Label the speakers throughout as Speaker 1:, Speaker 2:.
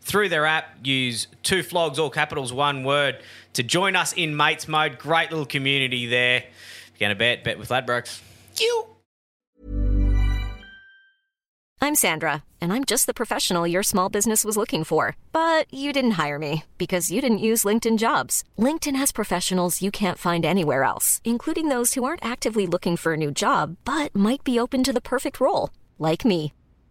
Speaker 1: through their app. Use two flogs, all capitals, one word, to join us in Mates Mode. Great little community there. If you're going to bet, bet with Ladbrokes. You.
Speaker 2: I'm Sandra, and I'm just the professional your small business was looking for. But you didn't hire me because you didn't use LinkedIn jobs. LinkedIn has professionals you can't find anywhere else, including those who aren't actively looking for a new job but might be open to the perfect role, like me.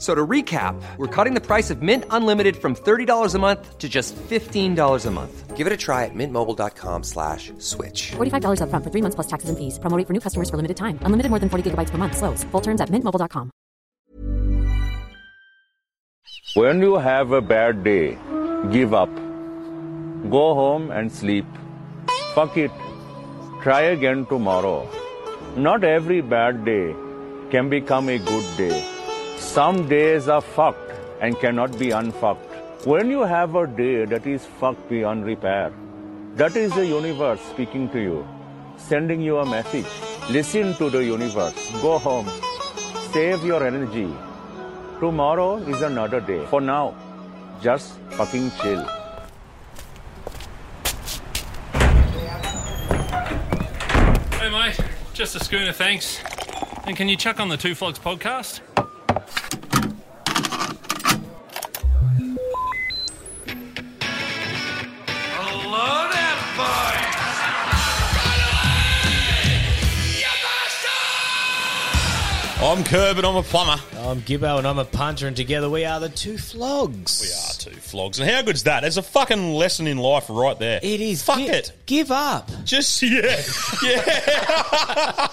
Speaker 3: So to recap, we're cutting the price of Mint Unlimited from $30 a month to just $15 a month. Give it a try at mintmobile.com slash switch.
Speaker 4: $45 up front for three months plus taxes and fees. Promote for new customers for limited time. Unlimited more than 40 gigabytes per month. Slows. Full terms at mintmobile.com.
Speaker 5: When you have a bad day, give up. Go home and sleep. Fuck it. Try again tomorrow. Not every bad day can become a good day. Some days are fucked and cannot be unfucked. When you have a day that is fucked beyond repair, that is the universe speaking to you, sending you a message. Listen to the universe. Go home. Save your energy. Tomorrow is another day. For now, just fucking chill.
Speaker 6: Hey, mate. Just a schooner, thanks. And can you chuck on the Two Flogs podcast?
Speaker 7: Hello there, boys!
Speaker 8: I'm Curb and I'm a plumber.
Speaker 9: I'm Gibbo and I'm a punter, and together we are the two flogs.
Speaker 8: We are two flogs. And how good's that? There's a fucking lesson in life right there.
Speaker 9: It is.
Speaker 8: Fuck
Speaker 9: Gi-
Speaker 8: it.
Speaker 9: Give up.
Speaker 8: Just, yeah. Yeah.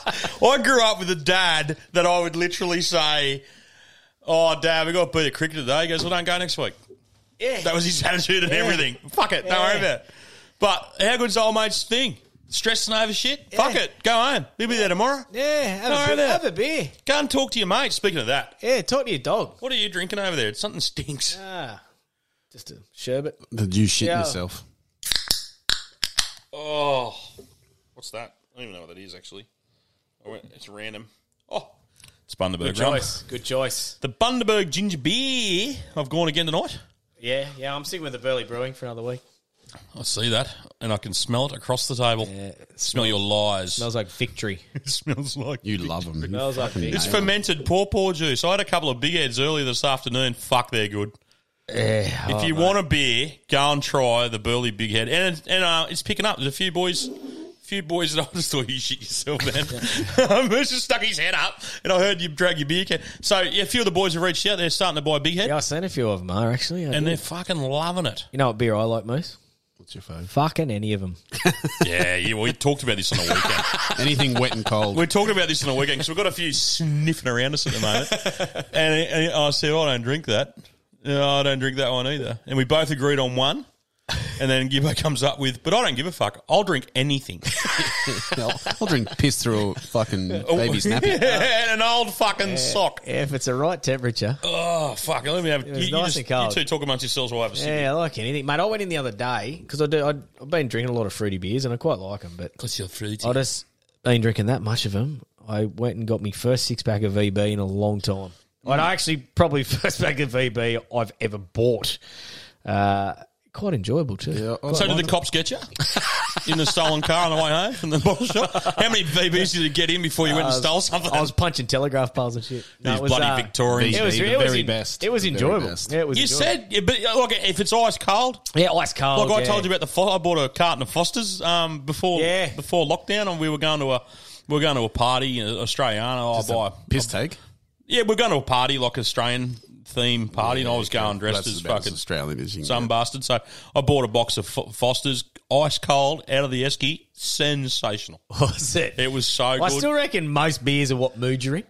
Speaker 8: I grew up with a dad that I would literally say, Oh, dad, we got beat at cricket today. He goes, Well, don't go next week.
Speaker 9: Yeah.
Speaker 8: That was his attitude and
Speaker 9: Yeah.
Speaker 8: everything. Fuck it. Don't worry
Speaker 9: Yeah.
Speaker 8: about it. But how good's old mate's thing? Stressing over shit? Fuck
Speaker 9: Yeah.
Speaker 8: it. Go home. He'll be there tomorrow.
Speaker 9: Yeah, have,
Speaker 8: Don't worry
Speaker 9: a, beer,
Speaker 8: about
Speaker 9: have
Speaker 8: it.
Speaker 9: a beer.
Speaker 8: Go and talk to your mate. Speaking of that,
Speaker 9: Yeah, talk to your dog.
Speaker 8: what are you drinking over there? Something stinks.
Speaker 9: Ah, just a sherbet.
Speaker 10: Did you shit
Speaker 9: Yeah.
Speaker 10: yourself?
Speaker 8: Oh, what's that? I don't even know what that is, actually. I went, it's random. Oh, it's Bundaberg
Speaker 9: Good
Speaker 8: rum.
Speaker 9: choice. Good choice.
Speaker 8: The Bundaberg ginger beer. I've gone again tonight.
Speaker 9: Yeah, yeah, I'm sticking with the Burley Brewing for another week.
Speaker 8: I see that, and I can smell it across the table. smell your lies.
Speaker 9: Smells like victory.
Speaker 8: it smells like
Speaker 10: You love them.
Speaker 9: smells like victory.
Speaker 8: It's fermented pawpaw juice. I had a couple of big heads earlier this afternoon. Fuck, they're good. if
Speaker 9: Oh,
Speaker 8: you want a beer, go and try the Burley Big Head, and it's- and uh, it's picking up. There's a few boys, few boys that I just thought you shit yourself, man. Moose just stuck his head up, and I heard you drag your beer can. So yeah, a few of the boys have reached out. They're starting to buy Big Head,
Speaker 9: Yeah, I've seen a few of them are actually. I
Speaker 8: and
Speaker 9: did.
Speaker 8: they're fucking loving it.
Speaker 9: you know what beer I like most?
Speaker 10: What's your phone?
Speaker 9: Fucking any of them.
Speaker 8: yeah, yeah, we talked about this on the weekend.
Speaker 10: Anything wet and cold.
Speaker 8: We're talking about this on the weekend because we've got a few sniffing around us at the moment. And, and I said, "Oh, I don't drink that. No, I don't drink that one either. And we both agreed on one. And then Gibbo comes up with, but I don't give a fuck. I'll drink anything.
Speaker 10: I'll, I'll drink piss through a fucking
Speaker 8: Oh.
Speaker 10: baby's nappy.
Speaker 8: and an old fucking sock.
Speaker 9: Yeah, if it's the right temperature.
Speaker 8: Oh, fuck. Let me have
Speaker 9: was nice and cold.
Speaker 8: You two talk amongst yourselves while I have a sip.
Speaker 9: Yeah, I like anything, mate. I went in the other day because I do. I'd, I've been drinking a lot of fruity beers and I quite like them, but
Speaker 8: What's your fruity?
Speaker 9: I just been drinking that much of them. I went and got me first six pack of VB in a long time.
Speaker 1: And I actually probably first pack of VB I've ever bought. Uh, quite enjoyable too.
Speaker 8: so did the cops get you in the stolen car on the way home from the bottle shop? How many VBs did you get in before you went and stole something?
Speaker 1: Uh, I was punching telegraph poles and shit.
Speaker 8: These bloody Victorians.
Speaker 1: uh, It was,
Speaker 8: The- the
Speaker 1: it was
Speaker 8: very
Speaker 1: en-
Speaker 8: best.
Speaker 1: It was
Speaker 8: The very
Speaker 1: enjoyable.
Speaker 8: best.
Speaker 1: Yeah, it was
Speaker 8: You
Speaker 1: enjoyable.
Speaker 8: said, yeah, but uh, like if it's ice cold,
Speaker 1: yeah, ice cold.
Speaker 8: Like I
Speaker 1: yeah.
Speaker 8: told you about the, fo- I bought a carton of Fosters um, before before lockdown, and we were going to a we were going to a party in Australiana. I buy piss take. Yeah, we're going to a party like Australian theme party, and I was going dressed
Speaker 10: That's
Speaker 8: as
Speaker 10: about as
Speaker 8: fucking
Speaker 10: Australian as you can
Speaker 8: some bastard. So I bought a box of Fo- Fosters, ice cold, out of the esky, sensational.
Speaker 1: Was it?
Speaker 8: It was so
Speaker 1: I
Speaker 8: good.
Speaker 1: still reckon most beers are what mood you're in.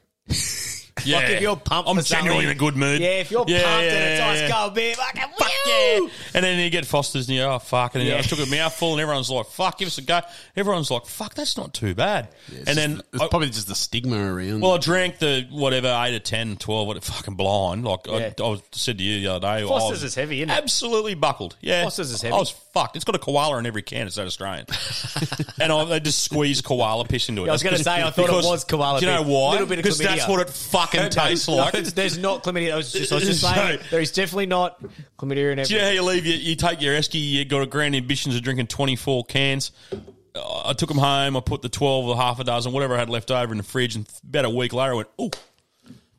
Speaker 8: yeah,
Speaker 1: Like if you're pumped,
Speaker 8: I'm
Speaker 1: for something-
Speaker 8: generally in a good mood.
Speaker 1: Yeah, if you're
Speaker 8: Yeah,
Speaker 1: pumped
Speaker 8: yeah,
Speaker 1: and it's
Speaker 8: yeah,
Speaker 1: ice
Speaker 8: yeah.
Speaker 1: cold beer, fucking fuck yeah.
Speaker 8: And then you get Fosters and you oh fuck, and then
Speaker 1: Yeah.
Speaker 8: I took a mouthful, and everyone's like, "Fuck, give us a go." Everyone's like, "Fuck, that's not too bad." and then it's probably just the stigma around. Well, I drank the whatever eight or 10, 12, what fucking blind. Like I, I was, said to you the other day, I
Speaker 1: Foster's
Speaker 8: was-
Speaker 1: is heavy, isn't it?
Speaker 8: Absolutely buckled. Yeah,
Speaker 1: Foster's is heavy.
Speaker 8: I was fucked. It's got a koala in every can. It's that Australian, and I, they just squeeze koala piss into it.
Speaker 1: I was going to
Speaker 8: Because-
Speaker 1: say I thought
Speaker 8: because-
Speaker 1: it was koala.
Speaker 8: Do you know
Speaker 1: beer.
Speaker 8: why?
Speaker 1: Little bit of
Speaker 8: Because that's
Speaker 1: chlamydia.
Speaker 8: what it fucking
Speaker 1: No,
Speaker 8: tastes
Speaker 1: no,
Speaker 8: like.
Speaker 1: it's- There's not chlamydia. I was just, I was just
Speaker 8: No.
Speaker 1: saying there is definitely not chlamydia in
Speaker 8: Do you know how
Speaker 1: everything.
Speaker 8: you leave? You, you take your esky. You got a grand ambitions of drinking twenty four cans. Uh, I took them home. I put the twelve or half a dozen, whatever I had left over, in the fridge. And th- about a week later, I went, "Oh,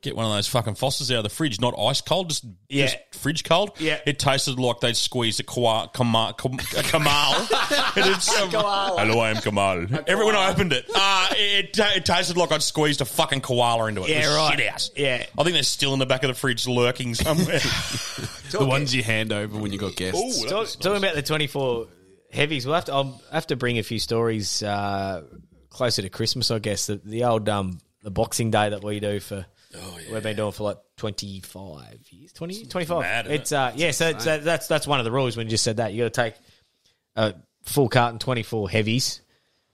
Speaker 8: get one of those fucking Fosters out of the fridge, not ice cold, just,
Speaker 1: Yeah.
Speaker 8: just fridge cold." Yeah, it tasted like they'd squeezed a, koa- kama- kam- a kamal. And it's, um, Hello, I am Kamal. Every, when I opened it, uh, it, ta- it tasted like I'd squeezed a fucking koala into it. It
Speaker 1: Yeah,
Speaker 8: was
Speaker 1: right.
Speaker 8: Shit house.
Speaker 1: Yeah.
Speaker 8: I think they're still in the back of the fridge, lurking somewhere.
Speaker 10: the ones you hand over when you got guests.
Speaker 1: Talk- talking about the 24 heavies, we'll have to, I'll have to bring a few stories uh, closer to Christmas, I guess. The, the old um, the Boxing Day that we do for
Speaker 10: Oh,
Speaker 1: we've been doing for like 25 years, 20, 25.
Speaker 8: mad, isn't
Speaker 1: it's uh, yeah, so it's, that, that's that's one of the rules when you just said that. You got to take a full carton, 24 heavies.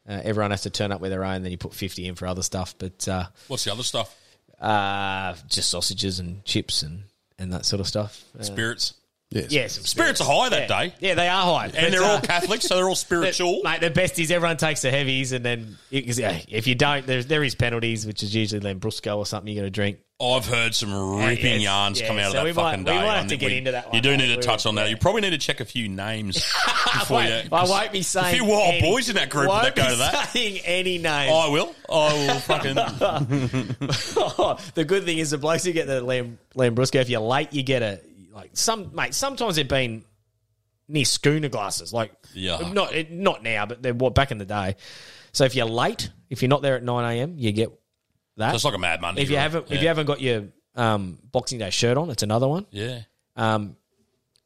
Speaker 1: Uh, everyone has to turn up with their own, then you put 50 in for other stuff. But uh,
Speaker 8: What's the other stuff?
Speaker 1: uh, just sausages and chips and, and that sort of stuff. Uh,
Speaker 8: Spirits.
Speaker 1: Yes. Yeah, some
Speaker 8: spirits are high that
Speaker 1: Yeah.
Speaker 8: day.
Speaker 1: Yeah, they are high. uh,
Speaker 8: And they're all Catholics, so they're all spiritual.
Speaker 1: Mate, the best is everyone takes the heavies, and then because, yeah, if you don't, there, there is penalties, which is usually Lambrusco or something you're going to drink.
Speaker 8: I've heard some
Speaker 1: Yeah,
Speaker 8: ripping
Speaker 1: yes,
Speaker 8: yarns
Speaker 1: yeah,
Speaker 8: come out
Speaker 1: so
Speaker 8: of
Speaker 1: we
Speaker 8: that
Speaker 1: might-
Speaker 8: fucking
Speaker 1: we
Speaker 8: day.
Speaker 1: might
Speaker 8: I
Speaker 1: have to
Speaker 8: think
Speaker 1: get into that
Speaker 8: You
Speaker 1: one,
Speaker 8: do
Speaker 1: mate.
Speaker 8: need to
Speaker 1: We-
Speaker 8: touch on that. You probably need to check a few names before
Speaker 1: I
Speaker 8: you.
Speaker 1: won't, I won't be saying
Speaker 8: a few wild
Speaker 1: any-
Speaker 8: boys in that group that
Speaker 1: won't
Speaker 8: go
Speaker 1: be
Speaker 8: to that.
Speaker 1: Saying any names,
Speaker 8: I will. I will fucking.
Speaker 1: the good thing is the blokes who get the lamb Lambrusco, if you're late, you get a like some mate. Sometimes they've been near schooner glasses, like
Speaker 8: Yeah.
Speaker 1: not it- not now, but they were back in the day. So if you're late, if you're not there at nine a.m., you get that.
Speaker 8: So it's like a Mad Monday,
Speaker 1: If you
Speaker 8: right?
Speaker 1: haven't, if
Speaker 8: Yeah.
Speaker 1: you haven't got your um, Boxing Day shirt on, it's another one.
Speaker 8: Yeah.
Speaker 1: Um,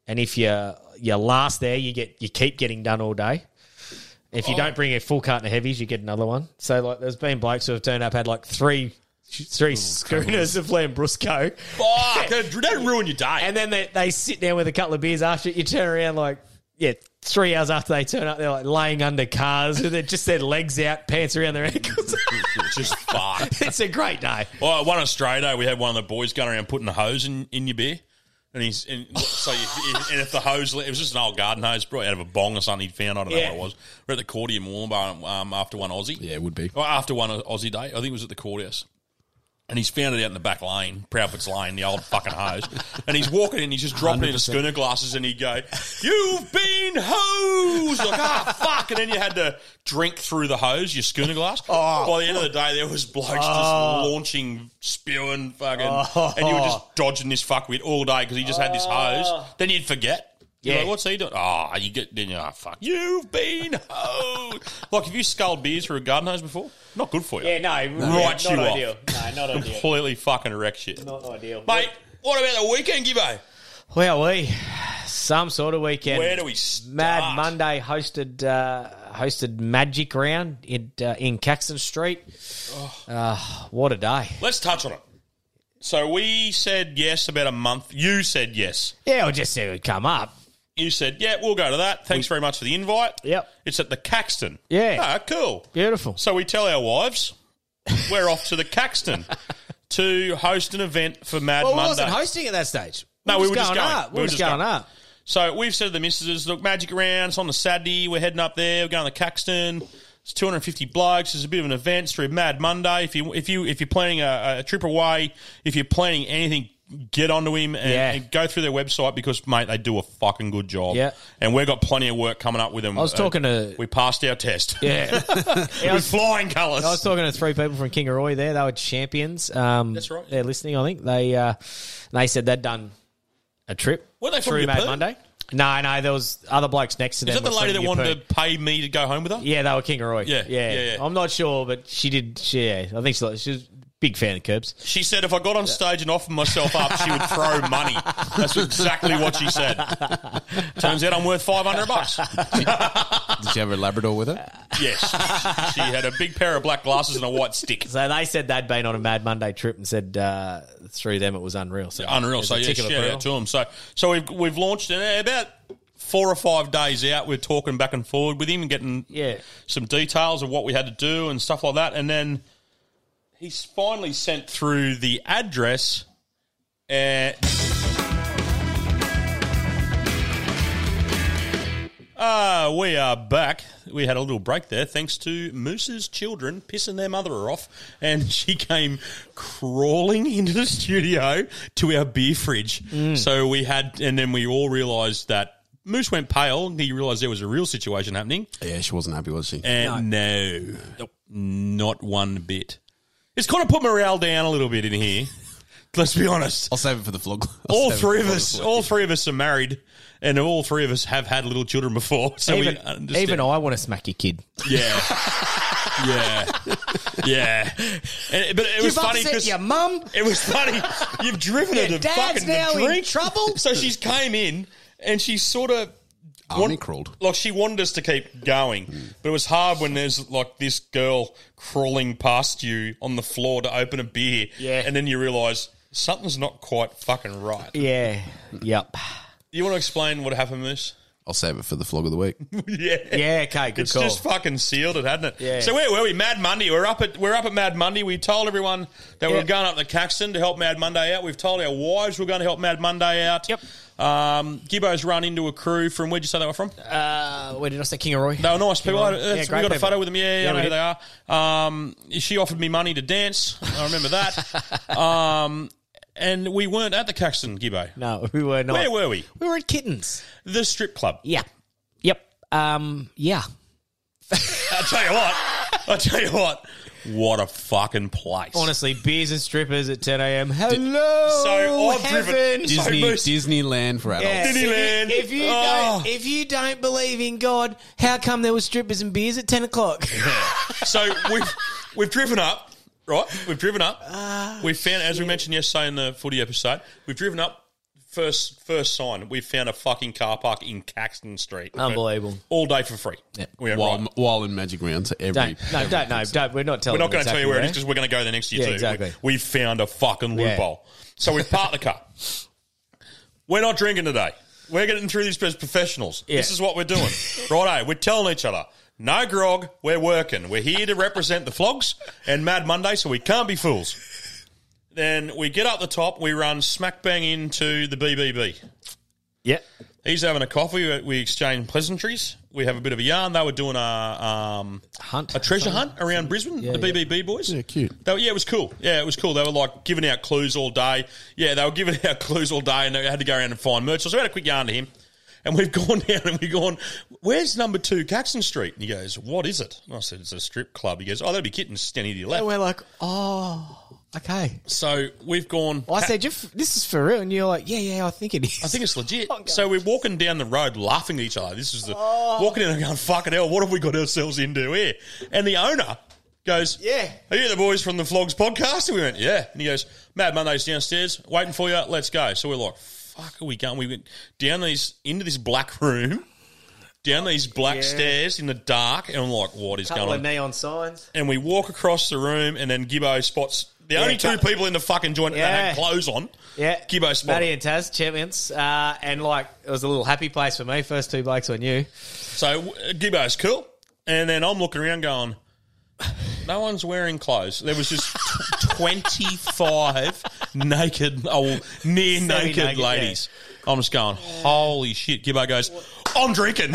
Speaker 1: and if you you're last there, you get you keep getting done all day. If you
Speaker 8: Oh.
Speaker 1: don't bring a full carton of heavies, you get another one. So like, there's been blokes who have turned up had like three three schooners of Lambrusco.
Speaker 8: Fuck, don't ruin your day.
Speaker 1: And then they, they sit down with a couple of beers after it. You turn around like yeah, three hours after they turn up, they're like laying under cars with their- just their legs out, pants around their ankles.
Speaker 8: just fuck.
Speaker 1: it's a great day.
Speaker 8: Well, one Australia Day, we had one of the boys going around putting the hose in, in your beer. And he's and so you, and if the hose it was just an old garden hose, probably out of a bong or something he'd found. I don't know
Speaker 1: Yeah.
Speaker 8: what it was. We're at the Cordier Warm Bar um, after one Aussie. Yeah, it would be. Or after one Aussie day, I think it was at the Courthouse. And he's found it out in the back lane, Proudfoot's Lane, the old fucking hose. And he's walking in, he's just dropping it in the
Speaker 11: 100%.
Speaker 8: schooner glasses, and he'd go, "You've been hosed!" Like, ah, fuck! And then you had to drink through the hose, your schooner glass. By the end of the day, there was blokes
Speaker 11: Oh.
Speaker 8: just launching, spewing, fucking,
Speaker 11: Oh.
Speaker 8: and you were just dodging this fuckwit all day because he just had this hose. Then you'd forget. You're
Speaker 11: Yeah.
Speaker 8: like, what's he doing? Oh, you get then you're like, fuck. You've been hosed. like, have you sculled beers through a garden hose before? Not good for you.
Speaker 1: Yeah, no,
Speaker 8: right
Speaker 1: not
Speaker 8: you
Speaker 1: ideal.
Speaker 8: off.
Speaker 1: No, not ideal.
Speaker 8: Completely fucking wreck shit.
Speaker 1: Not ideal.
Speaker 8: Mate, what about the weekend, Gibbo?
Speaker 1: Well, we some sort of weekend.
Speaker 8: Where do we start?
Speaker 1: Mad Monday hosted uh, hosted Magic Round in uh, in Caxton Street.
Speaker 8: Oh.
Speaker 1: Uh, what a day!
Speaker 8: Let's touch on it. So we said yes about a month. You said yes.
Speaker 1: Yeah, I just said it would come up.
Speaker 8: You said, yeah, we'll go to that. Thanks very much for the invite.
Speaker 1: Yep.
Speaker 8: It's at the Caxton.
Speaker 1: Yeah.
Speaker 8: Ah, cool.
Speaker 1: Beautiful.
Speaker 8: So we tell our wives, we're off to the Caxton to host an event for Mad
Speaker 1: well, we
Speaker 8: Monday.
Speaker 1: wasn't hosting at that stage.
Speaker 8: No, we were just going.
Speaker 1: up. We were just going, up.
Speaker 8: So we've said to the missus, look, magic around. It's on the Saturday. We're heading up there. We're going to Caxton. It's 250 blokes. It's a bit of an event. It's through Mad Monday. If you if you if you're planning a, a trip away, if you're planning anything, get onto him and,
Speaker 1: Yeah.
Speaker 8: and go through their website because mate, they do a fucking good job.
Speaker 1: Yeah.
Speaker 8: and we've got plenty of work coming up with them. Uh,
Speaker 1: I was talking to-
Speaker 8: we passed our test.
Speaker 1: Yeah.
Speaker 8: with flying colours.
Speaker 1: I was talking to three people from Kingaroy there. They were champions. Um,
Speaker 8: That's right.
Speaker 1: They're listening, I think. They uh, they said they'd done a trip.
Speaker 8: Were they from
Speaker 1: through
Speaker 8: your
Speaker 1: Mad
Speaker 8: Perth?
Speaker 1: Monday? No, no. There was other blokes next to them.
Speaker 8: Is that the
Speaker 1: were
Speaker 8: lady that
Speaker 1: from your Perth.
Speaker 8: wanted to pay me to go home with her?
Speaker 1: Yeah, they were Kingaroy.
Speaker 8: Yeah,
Speaker 1: Oh, yeah,
Speaker 8: yeah, yeah.
Speaker 1: I'm not sure, but she did. She, yeah, I think she, like- she was a big fan of Curbs.
Speaker 8: She said if I got on stage and offered myself up, she would throw money. That's exactly what she said. Turns out I'm worth 500 bucks.
Speaker 10: Did she have a Labrador with her?
Speaker 1: Uh,
Speaker 8: Yes. She had a big pair of black glasses and a white stick.
Speaker 1: So they said they'd been on a Mad Monday trip and said uh, through them it was unreal. So
Speaker 8: Unreal.
Speaker 1: there's
Speaker 8: So
Speaker 1: a
Speaker 8: yeah,
Speaker 1: tick of
Speaker 8: shout
Speaker 1: approval.
Speaker 8: out to them. So so we've we've launched and eh, about four or five days out, we're talking back and forward with him and getting
Speaker 1: yeah
Speaker 8: some details of what we had to do and stuff like that. And then he's finally sent through the address. Uh, Ah, we are back. We had a little break there, thanks to Moose's children pissing their mother off, and she came crawling into the studio to our beer fridge. So we had, and then we all realised that Moose went pale. and He realised there was a real situation happening.
Speaker 10: Yeah, she wasn't happy, was she?
Speaker 8: And no, not one bit. It's kind of put morale down a little bit in here. Let's be honest.
Speaker 10: I'll save it for the vlog. I'll
Speaker 8: all
Speaker 10: save it
Speaker 8: three
Speaker 10: for
Speaker 8: of
Speaker 10: the
Speaker 8: us,
Speaker 10: vlog.
Speaker 8: all three of us are married, and all three of us have had little children before. So we
Speaker 1: even,
Speaker 8: understand.
Speaker 1: even I want to smack your kid.
Speaker 8: yeah, yeah, yeah. And, but it was
Speaker 1: You've
Speaker 8: funny
Speaker 1: upset
Speaker 8: because
Speaker 1: your mum.
Speaker 8: It was funny. You've driven her to
Speaker 1: Your dad's
Speaker 8: fucking
Speaker 1: now in
Speaker 8: drink.
Speaker 1: trouble?
Speaker 8: So she's came in and she sort of
Speaker 10: Army crawled.
Speaker 8: like she wanted us to keep going, but it was hard when there's like this girl crawling past you on the floor to open a beer,
Speaker 1: Yeah.
Speaker 8: and then you realise something's not quite fucking right.
Speaker 1: Yeah. Yep.
Speaker 8: You want to explain what happened, Moose?
Speaker 10: I'll save it for the vlog of the week.
Speaker 8: yeah.
Speaker 1: Yeah. Okay. Good
Speaker 8: It's
Speaker 1: call.
Speaker 8: just fucking sealed it, hadn't it?
Speaker 1: Yeah.
Speaker 8: So where were we? Mad Monday. We're up at we're up at Mad Monday. We told everyone that we
Speaker 1: Yeah.
Speaker 8: were going up to Caxton to help Mad Monday out. We've told our wives we're going to help Mad Monday out. Yep. Um, Gibbo's run into a crew from where'd you say they were from?
Speaker 1: uh, where did I say Kingaroy?
Speaker 8: They were nice people. I,
Speaker 1: Yeah,
Speaker 8: that's- we
Speaker 1: great
Speaker 8: got a
Speaker 1: people.
Speaker 8: photo with them. Yeah,
Speaker 1: Yeah,
Speaker 8: yeah, I know
Speaker 1: we
Speaker 8: who they are. Um, she offered me money to dance. I remember that. um, and we weren't at the Caxton, Gibbo.
Speaker 1: No, we were not.
Speaker 8: Where were we?
Speaker 1: We were at Kittens.
Speaker 8: The strip club.
Speaker 1: Yeah. Yep. Um. Yeah.
Speaker 8: I tell you what. I tell you what. What a fucking place.
Speaker 1: Honestly, beers and strippers at 10 a.m. Hello.
Speaker 8: So I've
Speaker 1: heaven.
Speaker 8: driven-
Speaker 10: Disney
Speaker 8: Moose-
Speaker 10: Disneyland for adults.
Speaker 1: Yeah.
Speaker 8: Disneyland.
Speaker 1: If you
Speaker 8: Oh.
Speaker 1: don't, if you don't believe in God, how come there was strippers and beers at ten o'clock?
Speaker 8: So we've we've driven up, right? We've driven up. we found, as we mentioned yesterday in the footy episode, we've driven up. First, first sign. We found a fucking car park in Caxton Street.
Speaker 1: Unbelievable.
Speaker 8: All day for free. We are
Speaker 10: While,
Speaker 8: right.
Speaker 10: while in Magic Round, to every
Speaker 1: Don't no, don't no, don't. We're
Speaker 8: We're
Speaker 1: not telling.
Speaker 8: not going to
Speaker 1: them
Speaker 8: tell
Speaker 1: exactly
Speaker 8: you where it is because we're going to go there next year
Speaker 1: Yeah,
Speaker 8: too.
Speaker 1: exactly.
Speaker 8: We, we found a fucking
Speaker 1: Yeah.
Speaker 8: loophole. So we parked the car. We're not drinking today. We're getting through these as professionals. This
Speaker 1: Yeah.
Speaker 8: is what we're doing. Righto, we're telling each other. No grog, we're working. We're here to represent the flogs and Mad Monday, so we can't be fools. Then we get up the top, we run smack bang into the BBB.
Speaker 1: Yeah.
Speaker 8: He's having a coffee, we- we exchange pleasantries, we have a bit of a yarn. They were doing a, um,
Speaker 1: Hunt
Speaker 8: a treasure hunt around Brisbane,
Speaker 1: Yeah,
Speaker 8: the
Speaker 1: yeah.
Speaker 8: BBB boys.
Speaker 10: Yeah, cute.
Speaker 8: They were- yeah, it was cool. Yeah, it was cool. They were like giving out clues all day. Yeah, they were giving out clues all day, and they had to go around and find merch. So we had a quick yarn to him, and we've gone down and we've gone. Where's number two Caxton Street? And he goes, "What is it?" And I said, "It's a strip club." He goes, "Oh, that'd be kittens standing to your left."
Speaker 1: And we're like, oh, okay.
Speaker 8: so we've gone.
Speaker 1: Well, I said, "You f- this is for real, and you're like, yeah, yeah, I think it is.
Speaker 8: I think it's legit. So we're walking down the road laughing at each other. This is the
Speaker 1: Oh.
Speaker 8: walking in and going, fucking hell, what have we got ourselves into here? And the owner goes,
Speaker 1: Yeah.
Speaker 8: Are you the boys from the Flogs podcast? And we went, Yeah. And he goes, Mad Monday's downstairs, waiting for you, let's go. So we're like, fuck are we going? We went down these into this black room, down these black stairs in the dark, and I'm like, what is going on?
Speaker 1: neon signs.
Speaker 8: and we walk across the room, and then Gibbo spots the
Speaker 1: Yeah,
Speaker 8: only two
Speaker 1: cut.
Speaker 8: people in the fucking joint that
Speaker 1: Yeah.
Speaker 8: had clothes on.
Speaker 1: Yeah,
Speaker 8: Gibbo spotted.
Speaker 1: Matty and Taz champions, uh, and like it was a little happy place for me. First two blokes I knew.
Speaker 8: So uh, Gibbo's cool, and then I'm looking around going, no one's wearing clothes. There was just t- 25 naked, oh, near naked
Speaker 1: Semi-naked,
Speaker 8: ladies. I'm just going, holy shit. Gibbo goes, I'm drinking.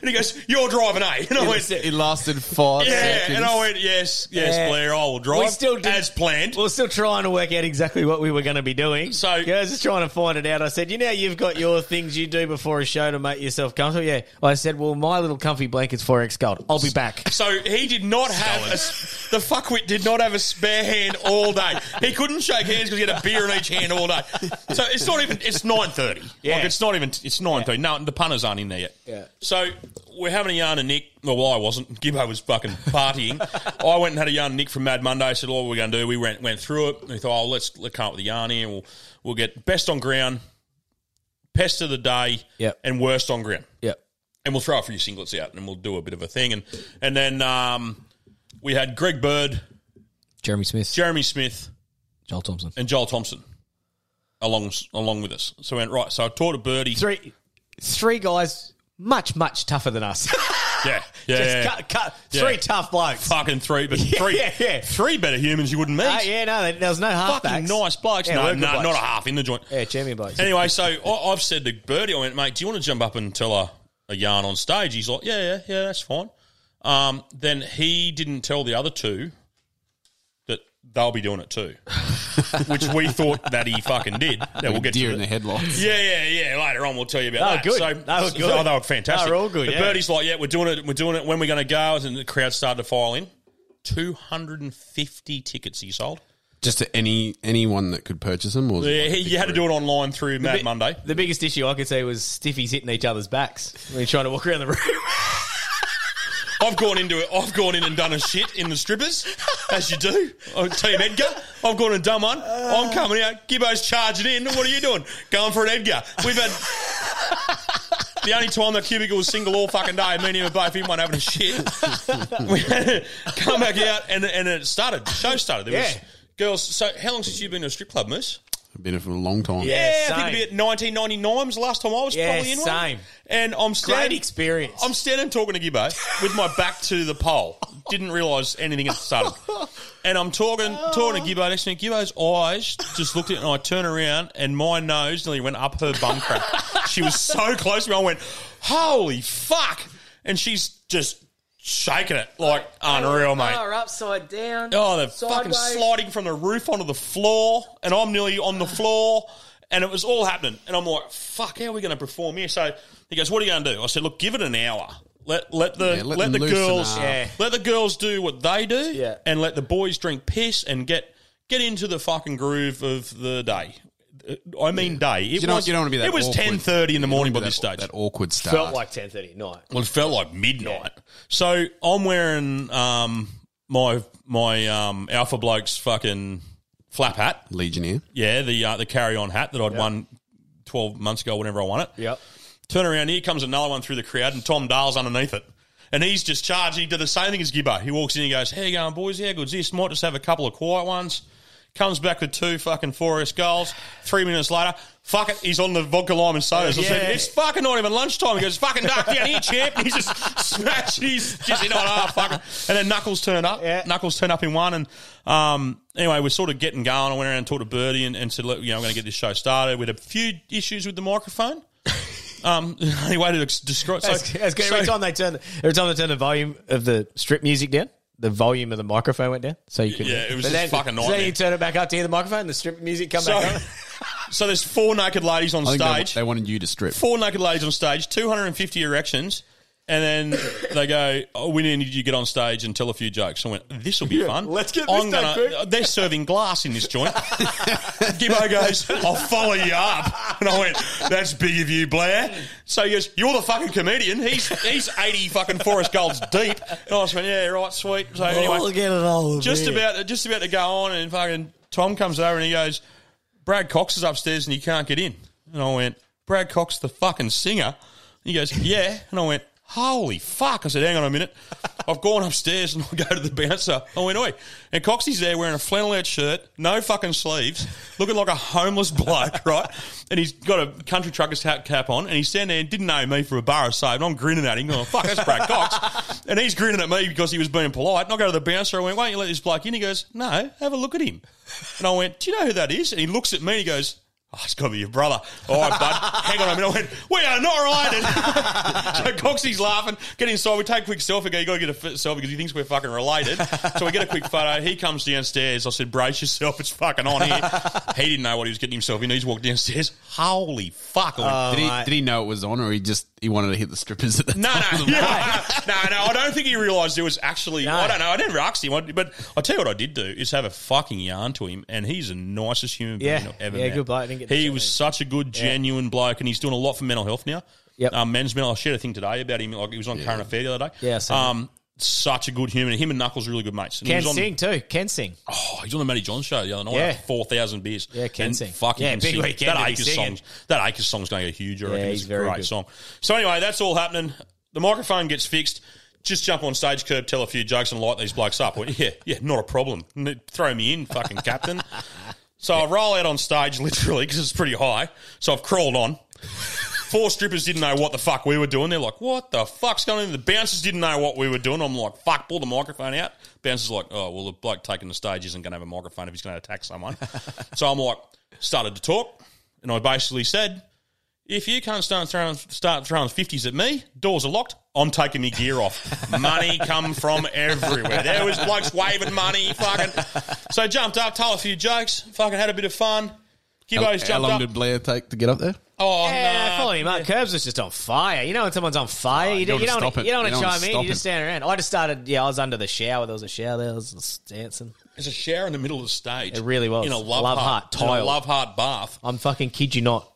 Speaker 8: and he goes, You're driving, eh? And I went,
Speaker 10: It lasted five
Speaker 8: Yeah,
Speaker 10: seconds.
Speaker 8: and I went, Yes, yes,
Speaker 1: Yeah.
Speaker 8: Blair, I will drive.
Speaker 1: We still did-
Speaker 8: as planned.
Speaker 1: We're still trying to work out exactly what we were going to be doing. So yeah, I was just trying to find it out. I said, you know, you've got your things you do before a show to make yourself comfortable. Yeah. I said, well, my little comfy blanket's 4X gold. I'll be back.
Speaker 8: So he did not have a, s- the fuckwit did not have a spare hand all day. He couldn't shake hands because he had a beer in each hand all day. So it's not even it's nine thirty. Like it's not even it's nine thirty. No, the punters aren't in there yet. Yeah. So we're having a yarn to Nick. Well, I wasn't. Gibbo was fucking partying. I went and had a yarn to Nick from Mad Monday. Said, "All we're going to do." We went went through it. And we thought, "Oh, let's, let's come up with a yarn here. We'll we'll get best on ground, pest of the day, and worst on ground."
Speaker 1: Yep.
Speaker 8: and we'll throw a few singlets out and we'll do a bit of a thing. And and then um, we had Greg Bird,
Speaker 1: Jeremy Smith,
Speaker 8: Jeremy Smith,
Speaker 1: Joel Thompson.
Speaker 8: and Joel Thompson along along with us. So we went right. So I taught a birdie.
Speaker 1: Three, three guys, much much tougher than us.
Speaker 8: Yeah, yeah,
Speaker 1: Just
Speaker 8: yeah.
Speaker 1: cut- cut- three tough blokes.
Speaker 8: Fucking three, but three,
Speaker 1: yeah, yeah.
Speaker 8: three better humans you wouldn't meet.
Speaker 1: Uh, yeah, no, there was no half
Speaker 8: Fucking nice blokes. No, no, not a half in the joint.
Speaker 1: Yeah, champion blokes.
Speaker 8: Anyway, so I, I've said to Birdie, I went, mate, do you want to jump up and tell a, a yarn on stage? He's like, yeah, yeah, yeah, that's fine. Um, then he didn't tell the other two that they'll be doing it too, which we thought that he fucking did. Yeah, we'll get
Speaker 10: deer
Speaker 8: to
Speaker 10: in
Speaker 8: the
Speaker 10: the headlights.
Speaker 8: Yeah, yeah, yeah. Later on, we'll tell you about
Speaker 10: They were
Speaker 8: that.
Speaker 10: good.
Speaker 8: So,
Speaker 10: They were
Speaker 8: so-
Speaker 10: good.
Speaker 8: oh, they were fantastic.
Speaker 10: They were all good,
Speaker 8: But
Speaker 10: yeah.
Speaker 8: Birdie's like, yeah, we're doing it. We're doing it. When we're going to go? And the crowd started to file in. Two hundred and fifty tickets he sold.
Speaker 10: Just to any anyone that could purchase them. Or
Speaker 8: Yeah, he- you had to do it online through Mad Monday.
Speaker 1: The biggest issue I could see was stiffies hitting each other's backs when you're trying to walk around the room.
Speaker 8: I've gone into it. I've gone in and done a shit in the strippers, as you do. Oh, Team Edgar. I've gone and done one. I'm coming out. Gibbo's charging in. What are you doing? Going for an Edgar. We've had the only time that cubicle was single all fucking day. Me and him were both in one having a shit. we come back out and and it started. The show started. There was
Speaker 10: Yeah.
Speaker 8: girls. So how long since you been to a strip club, Moose?
Speaker 10: I've been here for a long time.
Speaker 8: Yeah, I think it'd be at 1999 was the last time I was
Speaker 10: Yeah,
Speaker 8: probably in one.
Speaker 10: same.
Speaker 8: And I'm standing,
Speaker 10: Great
Speaker 1: experience.
Speaker 8: I'm standing talking to Gibbo with my back to the pole. Didn't realise anything had started. And I'm talking talking to Gibbo next to me. Gibbo's eyes just looked at it and I turn around and my nose nearly went up her bum crack. she was so close to me. I went, holy fuck. And she's just shaking it like unreal, Oh, mate.
Speaker 1: upside down.
Speaker 8: Oh, they're fucking sliding from the roof onto the floor, and I'm nearly on the floor, and it was all happening. And I'm like, fuck, how are we going to perform here? So he goes, what are you going to do? I said, look, give it an hour. Let let the
Speaker 10: Yeah,
Speaker 8: let,
Speaker 10: let them
Speaker 8: the
Speaker 10: loosen
Speaker 8: girls
Speaker 10: up. Yeah.
Speaker 8: let the girls do what they do, and let the boys drink piss and get get into the fucking groove of the day. Uh, I mean, day. It
Speaker 10: you, don't,
Speaker 8: was,
Speaker 10: you don't want to be that.
Speaker 8: It was
Speaker 10: awkward.
Speaker 8: ten thirty in the
Speaker 10: You don't
Speaker 8: morning by
Speaker 10: wanna be
Speaker 8: this
Speaker 10: that-
Speaker 8: stage.
Speaker 10: That awkward start.
Speaker 1: Felt like 10.30 at night.
Speaker 8: Well, it felt like midnight. So I'm wearing um, my my um, alpha blokes fucking flap hat,
Speaker 10: Legionnaire.
Speaker 8: yeah, the uh, the carry on hat that I'd won twelve months ago, whenever I won it.
Speaker 1: Yep.
Speaker 8: Turn around, here comes another one through the crowd, and Tom Dahl's underneath it. And he's just charged. He did the same thing as Gibbo. He walks in, he goes, How you going, boys? How good's this? Might just have a couple of quiet ones. Comes back with two fucking 4S goals. Three minutes later, fuck it, he's on the vodka lime and sodas. I said,
Speaker 1: Yeah.
Speaker 8: It's fucking not even lunchtime. He goes, Fucking dark down here, champ. And he's just smash. He's just, you know, ah, fuck it. And then Knuckles turned up. Knuckles turned up in one. And um, anyway, we're sort of getting going. I went around and talked to Birdie and, and said, Look, you know, I'm going to get this show started. We had a few issues with the microphone. Um, only way to ex- describe. So,
Speaker 1: That's, that's good.
Speaker 8: so-
Speaker 1: every time they turn, every time they turn the volume of the strip music down, the volume of the microphone went down, so you could.
Speaker 8: Yeah, it was just
Speaker 1: But then,
Speaker 8: fucking
Speaker 1: so
Speaker 8: nightmare.
Speaker 1: Then you turn it back up to hear the microphone, the strip music come
Speaker 8: So-
Speaker 1: back on.
Speaker 8: so there's four naked ladies on
Speaker 10: I think
Speaker 8: stage.
Speaker 10: They, they wanted you to strip.
Speaker 8: four naked ladies on stage, 250 erections, and then they go, oh, "We need you to get on stage and tell a few jokes." I went, "This will be
Speaker 1: Yeah,
Speaker 8: fun.
Speaker 1: let's get
Speaker 8: I'm
Speaker 1: this done
Speaker 8: gonna, Uh, They're serving glass in this joint. Gibbo goes, "I'll follow you up," and I went, "That's big of you, Blair." So he goes, "You're the fucking comedian. He's he's 80 fucking Forest Golds deep." And I just went, "Yeah, right, sweet." So anyway,
Speaker 1: We'll get it all.
Speaker 8: just
Speaker 1: there.
Speaker 8: about just about to go on, and fucking Tom comes over and he goes, "Brad Cox is upstairs and he can't get in." And I went, "Brad Cox, the fucking singer." He goes, "Yeah," and I went, "Holy fuck!" I said, "Hang on a minute." I've gone upstairs and I go to the bouncer. I went, "Oi!" And Coxie's there wearing a flannelette shirt, no fucking sleeves, looking like a homeless bloke, right? And he's got a country trucker's hat cap on, and he's standing there and didn't know me for a bar of soap. And I'm grinning at him, going, "Fuck, that's Brad Cox." And he's grinning at me because he was being polite. And I go to the bouncer. I went, "Won't you let this bloke in?" He goes, "No, have a look at him." And I went, "Do you know who that is?" And he looks at me. and He goes, Oh, it's got to be your brother. All right, bud. Hang on a minute. I went, we are not related. so Coxie's laughing. Get inside. We take a quick selfie. Go, you got to get a fit selfie because he thinks we're fucking related. So we get a quick photo. He comes downstairs. I said, brace yourself. It's fucking on here. He didn't know what he was getting himself into. He's walked downstairs. Holy fuck. I went,
Speaker 10: did, he, did he know it was on, or he just he wanted to hit the strippers at the
Speaker 8: no, no, yeah. no, no. I don't think he realised it was actually. I don't know. I never asked him, I- but I tell you what, I did do is have a fucking yarn to him, and he's the nicest human being
Speaker 1: Yeah.
Speaker 8: I've ever
Speaker 1: Yeah,
Speaker 8: met.
Speaker 1: good bloke. I didn't get to
Speaker 8: he
Speaker 1: chat
Speaker 8: was
Speaker 1: to him.
Speaker 8: such a good,
Speaker 1: Yeah.
Speaker 8: genuine bloke, and he's doing a lot for mental health now.
Speaker 1: Yep.
Speaker 8: Um, men's mental. I shared a thing today about him. Like he was on Current Affair the other day.
Speaker 1: Yeah, I saw
Speaker 8: Um, such a good human. Him and Knuckles are really good mates. And he
Speaker 1: Ken
Speaker 8: was on-
Speaker 1: Singh too. Ken Singh.
Speaker 8: Oh, he's on the Matty John show the other night.
Speaker 1: Yeah.
Speaker 8: like Four thousand beers. Yeah,
Speaker 1: Ken
Speaker 8: and
Speaker 1: Sing.
Speaker 8: Fucking
Speaker 1: Yeah,
Speaker 8: Ken
Speaker 1: big
Speaker 8: Sing.
Speaker 1: weekend to
Speaker 8: That
Speaker 1: be
Speaker 8: Acres
Speaker 1: singing.
Speaker 8: song's that Acres song's going to go huge. I reckon
Speaker 1: Yeah,
Speaker 8: it's
Speaker 1: he's
Speaker 8: a
Speaker 1: very
Speaker 8: great
Speaker 1: good.
Speaker 8: song. So anyway, that's all happening. The microphone gets fixed. Just jump on stage, curb, tell a few jokes, and light these blokes up. Well, yeah, yeah, not a problem. N- Throw me in, fucking captain. So I roll out on stage literally because it's pretty high. So I've crawled on. Four strippers didn't know what the fuck we were doing. They're like, "What the fuck's going on?" The bouncers didn't know what we were doing. I'm like, "Fuck!" Pull the microphone out. Bouncers like, "Oh well, the bloke taking the stage isn't going to have a microphone if he's going to attack someone." so I'm like, started to talk, and I basically said, "If you can't start throwing start throwing fifties at me, doors are locked. I'm taking my gear off. Money come from everywhere. There was blokes waving money, fucking." So I jumped up, told a few jokes, fucking had a bit of fun.
Speaker 10: How,
Speaker 8: Gibbo's
Speaker 10: how
Speaker 8: jumped
Speaker 10: long
Speaker 8: up.
Speaker 10: did Blair take to get up there?
Speaker 8: Oh,
Speaker 1: yeah, follow him up. Curbs was just on fire. You know when someone's on fire, you,
Speaker 10: you
Speaker 1: don't, you
Speaker 10: don't
Speaker 1: don't
Speaker 10: wanna stop
Speaker 1: you don't
Speaker 10: it.
Speaker 1: want to
Speaker 10: You don't
Speaker 1: chime
Speaker 10: wanna
Speaker 1: in.
Speaker 10: stop
Speaker 1: You just
Speaker 10: it.
Speaker 1: stand around. I just started. Yeah, I was under the shower. There was a shower there. I was just dancing.
Speaker 8: There's a shower in the middle of the stage.
Speaker 1: It really was
Speaker 8: In a love,
Speaker 1: Love
Speaker 8: heart,
Speaker 1: heart
Speaker 8: in a
Speaker 1: tile.
Speaker 8: love heart bath.
Speaker 1: I'm fucking kid you not.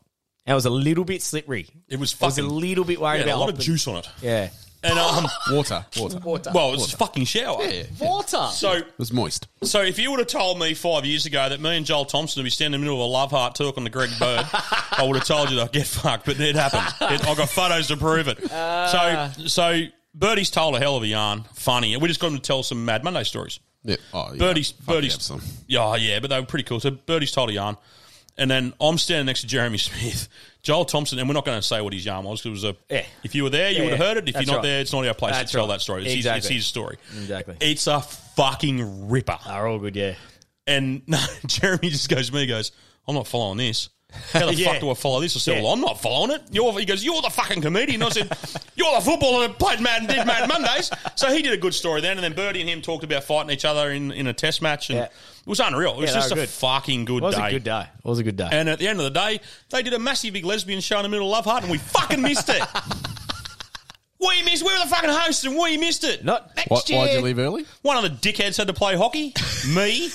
Speaker 1: That was a little bit slippery.
Speaker 8: It was
Speaker 1: I was
Speaker 8: fucking
Speaker 1: a little bit worried
Speaker 8: yeah,
Speaker 1: about
Speaker 8: a lot of
Speaker 1: hopping.
Speaker 8: juice on it.
Speaker 1: Yeah.
Speaker 8: And um,
Speaker 10: water, water,
Speaker 1: Water.
Speaker 8: Well, it's a fucking shower.
Speaker 1: Water.
Speaker 8: So,
Speaker 10: It was moist.
Speaker 8: so if you would have told me five years ago that me and Joel Thompson would be standing in the middle of a love heart talking to Greg Bird, I would have told you that I'd get fucked. But it happened. It, I got photos to prove it.
Speaker 1: Ah.
Speaker 8: so, so Birdie's told a hell of a yarn. Funny. And we just got him to tell some Mad Monday stories.
Speaker 10: Yeah. Oh, yeah.
Speaker 8: Birdie's,
Speaker 10: Fuck
Speaker 8: Birdie's,
Speaker 10: yeah, son.
Speaker 8: yeah, oh, yeah, but they were pretty cool. So Birdie's told a yarn, and then I'm standing next to Jeremy Smith, Joel Thompson, and we're not going to say what his yarn was because it was a.
Speaker 1: Yeah.
Speaker 8: If you were there, you
Speaker 1: Yeah,
Speaker 8: would have
Speaker 1: yeah.
Speaker 8: heard it. If
Speaker 1: That's
Speaker 8: you're not
Speaker 1: right.
Speaker 8: there, it's not our place
Speaker 1: That's
Speaker 8: to tell
Speaker 1: right.
Speaker 8: that story. It's, his,
Speaker 1: Exactly.
Speaker 8: it's his story.
Speaker 1: Exactly.
Speaker 8: It's a fucking ripper.
Speaker 1: They're all good. Yeah.
Speaker 8: And no, Jeremy just goes to me, he goes, I'm not following this. How the
Speaker 1: Yeah.
Speaker 8: fuck do I follow this? I said,
Speaker 1: Yeah.
Speaker 8: Well, I'm not following it. You're, he goes, You're the fucking comedian. I said, You're the footballer that played Mad and did Mad Mondays. So he did a good story then. And then Birdie and him talked about fighting each other in, in a test match. And
Speaker 1: Yeah.
Speaker 8: it was unreal. It was
Speaker 1: Yeah, they
Speaker 8: just a
Speaker 1: were good.
Speaker 8: fucking good
Speaker 1: It was
Speaker 8: day.
Speaker 1: a good day. It was a good day.
Speaker 8: And at the end of the day, they did a massive big lesbian show in the middle of Love Heart and we fucking missed it. we missed, we were the fucking hosts and we missed it.
Speaker 1: not next
Speaker 10: Why,
Speaker 1: year.
Speaker 10: why'd you leave early?
Speaker 8: One of the dickheads had to play hockey. Me.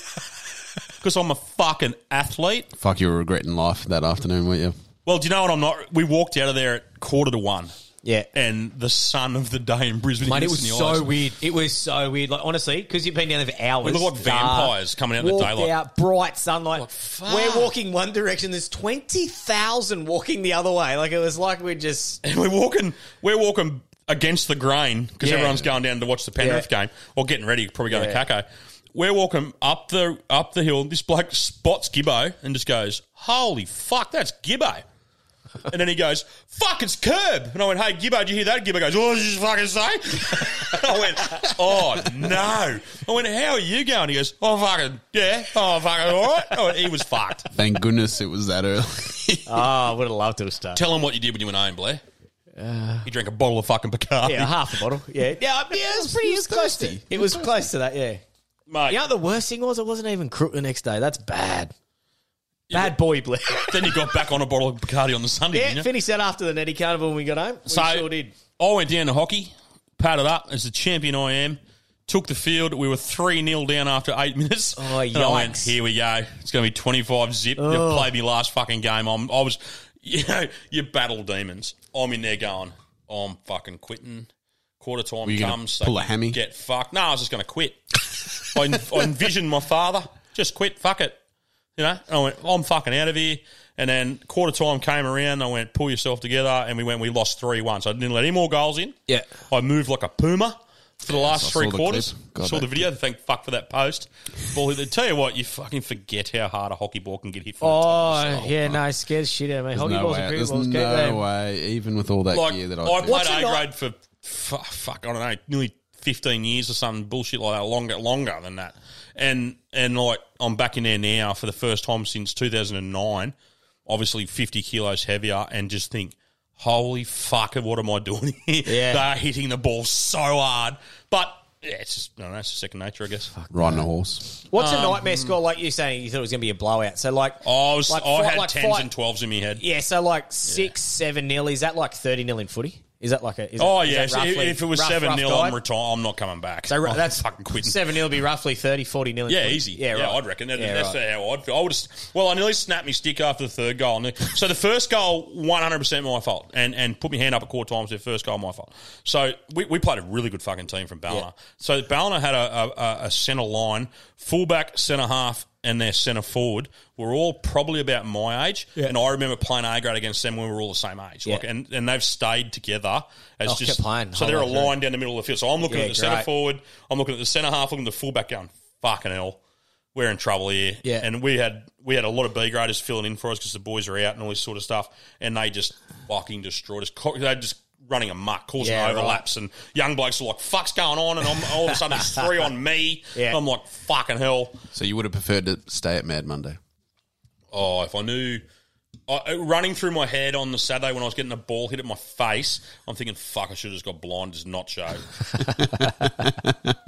Speaker 8: Because I'm a fucking athlete.
Speaker 10: Fuck, you were regretting life that afternoon, weren't you?
Speaker 8: Well, do you know what I'm not? We walked out of there at quarter to one,
Speaker 1: Yeah.
Speaker 8: and the sun of the day in Brisbane.
Speaker 1: Mate, it
Speaker 8: hit us
Speaker 1: was
Speaker 8: in the
Speaker 1: so
Speaker 8: eyes.
Speaker 1: weird. It was so weird. Like honestly, because you've been down there for hours.
Speaker 8: We look like vampires coming out in the
Speaker 1: Walked
Speaker 8: daylight.
Speaker 1: out, bright sunlight.
Speaker 8: fuck.
Speaker 1: We're walking one direction. There's twenty thousand walking the other way. Like it was like we're just
Speaker 8: And we're walking, we're walking against the grain because
Speaker 1: Yeah.
Speaker 8: everyone's going down to watch the Penrith
Speaker 1: Yeah.
Speaker 8: game or getting ready, probably going
Speaker 1: Yeah.
Speaker 8: to Caco. We're walking up the up the hill. This bloke spots Gibbo and just goes, "Holy fuck, that's Gibbo!" And then he goes, "Fuck, it's Curb." And I went, "Hey, Gibbo, did you hear that?" Gibbo goes, "Oh, did you fucking say?" And I went, "Oh no!" I went, "How are you going?" He goes, "Oh fucking yeah, oh fucking all right." I went, he was fucked.
Speaker 10: Thank goodness it was that early.
Speaker 1: oh,
Speaker 8: Ah.
Speaker 1: I would have loved to have started.
Speaker 8: Tell him what you did when you went home, Blair. he drank a bottle of fucking Bacardi.
Speaker 1: Uh, Yeah, half a bottle. Yeah, yeah, yeah. It was pretty it was close to. It was close to that. Yeah.
Speaker 8: Mate,
Speaker 1: You know what the worst thing was? I wasn't even crook the next day. That's bad. Bad boy, Blair.
Speaker 8: then you got back on a bottle of Bacardi on the Sunday.
Speaker 1: yeah,
Speaker 8: didn't you?
Speaker 1: finished that after the Netty Carnival when we got home. We
Speaker 8: So
Speaker 1: sure did.
Speaker 8: I went down to hockey, padded up as the champion I am. Took the field. We were 3 0 down after eight minutes.
Speaker 1: Oh,
Speaker 8: And I went,
Speaker 1: yikes.
Speaker 8: here we go. It's going to be 25 zip. You
Speaker 1: Oh.
Speaker 8: played me last fucking game. I'm, I was, you know, you battle demons. I'm in there going, I'm fucking quitting. Quarter time
Speaker 10: you gonna
Speaker 8: comes.
Speaker 10: pull
Speaker 8: they
Speaker 10: a hammy?
Speaker 8: Get fucked. No, I was just going to quit. I, I envisioned my father, just quit, fuck it. You know, and I went, I'm fucking out of here. And then quarter time came around. I went, pull yourself together. And we went, we lost 3 1. So I didn't let any more goals in.
Speaker 1: Yeah.
Speaker 8: I moved like a puma for the last
Speaker 10: I saw
Speaker 8: three
Speaker 10: the
Speaker 8: quarters.
Speaker 10: clip. God,
Speaker 8: saw
Speaker 10: that
Speaker 8: the video. Thank fuck for that post. Ball hit. They tell you what, you fucking forget how hard a hockey ball can get hit from. the top.
Speaker 1: Oh, yeah, no, it scares shit out of me.
Speaker 10: There's
Speaker 1: Hockey
Speaker 10: no
Speaker 1: balls
Speaker 10: way.
Speaker 1: and cricket
Speaker 10: There's
Speaker 1: balls.
Speaker 10: no
Speaker 1: keep them.
Speaker 10: way. Even with all that
Speaker 8: Like,
Speaker 10: gear that I,
Speaker 8: I
Speaker 10: do.
Speaker 8: played
Speaker 1: What's
Speaker 8: A
Speaker 1: it like-
Speaker 8: grade for fuck, fuck, I don't know, nearly fifteen years or something bullshit like that. Longer, longer than that. And and like I'm back in there now for the first time since 2009. obviously 50 kilos heavier and just think, holy fuck, what am I doing here?
Speaker 1: Yeah.
Speaker 8: they are hitting the ball so hard. But yeah, it's just, I don't know, it's just second nature, I guess.
Speaker 10: Riding a horse.
Speaker 1: What's a
Speaker 8: Um, Oh,
Speaker 1: nightmare score? Like you saying, you thought it was going to be a blowout. So like,
Speaker 8: I, was,
Speaker 1: like
Speaker 8: I
Speaker 1: fi-
Speaker 8: had
Speaker 1: like
Speaker 8: 10s
Speaker 1: fi-
Speaker 8: and 12s in my head.
Speaker 1: Yeah, so like six, seven nil. Is that like thirty nil in footy? Is that like a? Is
Speaker 8: oh,
Speaker 1: that, is
Speaker 8: yeah.
Speaker 1: that
Speaker 8: so if-
Speaker 1: roughly-
Speaker 8: if it was
Speaker 1: rough,
Speaker 8: 7
Speaker 1: rough
Speaker 8: 0, I'm,
Speaker 1: guide?
Speaker 8: reti- I'm not coming back.
Speaker 1: So ra-
Speaker 8: I'm
Speaker 1: that's
Speaker 8: fucking quitting.
Speaker 1: Seven 0 would be roughly 30, 40 nil. in
Speaker 8: Yeah,
Speaker 1: footy.
Speaker 8: easy. Yeah,
Speaker 1: right.
Speaker 8: I'd reckon. That,
Speaker 1: Yeah,
Speaker 8: that's
Speaker 1: right.
Speaker 8: how I'd. I would have. Well, I nearly snapped my stick after the third goal. And the- So the first goal, one hundred percent my fault, and and put my hand up a quarter times. The first goal, my fault. So we, we played a really good fucking team from Ballina. So Ballina had a, a, a centre line, fullback, centre half, and their centre forward were all probably about my age.
Speaker 1: Yeah.
Speaker 8: And I remember playing A grade against them when we were all the same age. Like,
Speaker 1: Yeah.
Speaker 8: and and they've stayed together as
Speaker 1: Oh,
Speaker 8: just
Speaker 1: kept playing
Speaker 8: so
Speaker 1: whole
Speaker 8: they're a
Speaker 1: way through.
Speaker 8: line down the middle of the field. So I'm looking
Speaker 1: Yeah,
Speaker 8: at the centre
Speaker 1: great.
Speaker 8: forward, I'm looking at the centre half, looking at the fullback, going fucking hell we're in trouble here.
Speaker 1: Yeah.
Speaker 8: And we had we had a lot of B graders filling in for us because the boys are out and all this sort of stuff, and they just fucking destroyed us. Co- They're just running amok, causing
Speaker 1: Yeah, right.
Speaker 8: overlaps, and young blokes are like, "Fuck's going on?" And I'm all of a sudden it's three on me.
Speaker 10: Yeah.
Speaker 8: I'm like, "Fucking hell!"
Speaker 10: So you would have preferred to stay at Mad Monday.
Speaker 8: Oh, if I knew. I, uh, running through my head on the Saturday when I was getting a ball hit at my face, I'm thinking, fuck, I should have just got blind, does not show.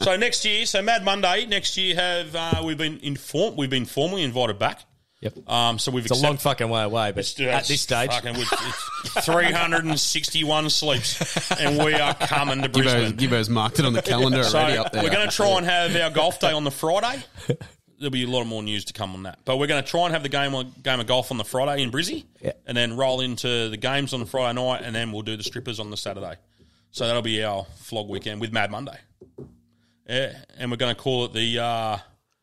Speaker 8: so next year, so Mad Monday next year, have uh, we've been informed, we've been formally invited back. Yep. Um, so we've
Speaker 1: It's a
Speaker 8: accept-
Speaker 1: long fucking way away, but
Speaker 8: It's-
Speaker 1: at
Speaker 8: it's
Speaker 1: this stage,
Speaker 8: fucking- it's 361 sleeps, and we are coming to
Speaker 10: Gibbo's,
Speaker 8: Brisbane.
Speaker 10: Gibbo's marked it on the calendar
Speaker 8: So
Speaker 10: already up there.
Speaker 8: We're going to try and have our golf day on the Friday. There'll be a lot more news to come on that. But we're going to try and have the game on, game of golf on the Friday in Brizzy, and then roll into the games on the Friday night, and then we'll do the strippers on the Saturday. So that'll be our flog weekend with Mad Monday. Yeah, and we're going to call it the. Uh,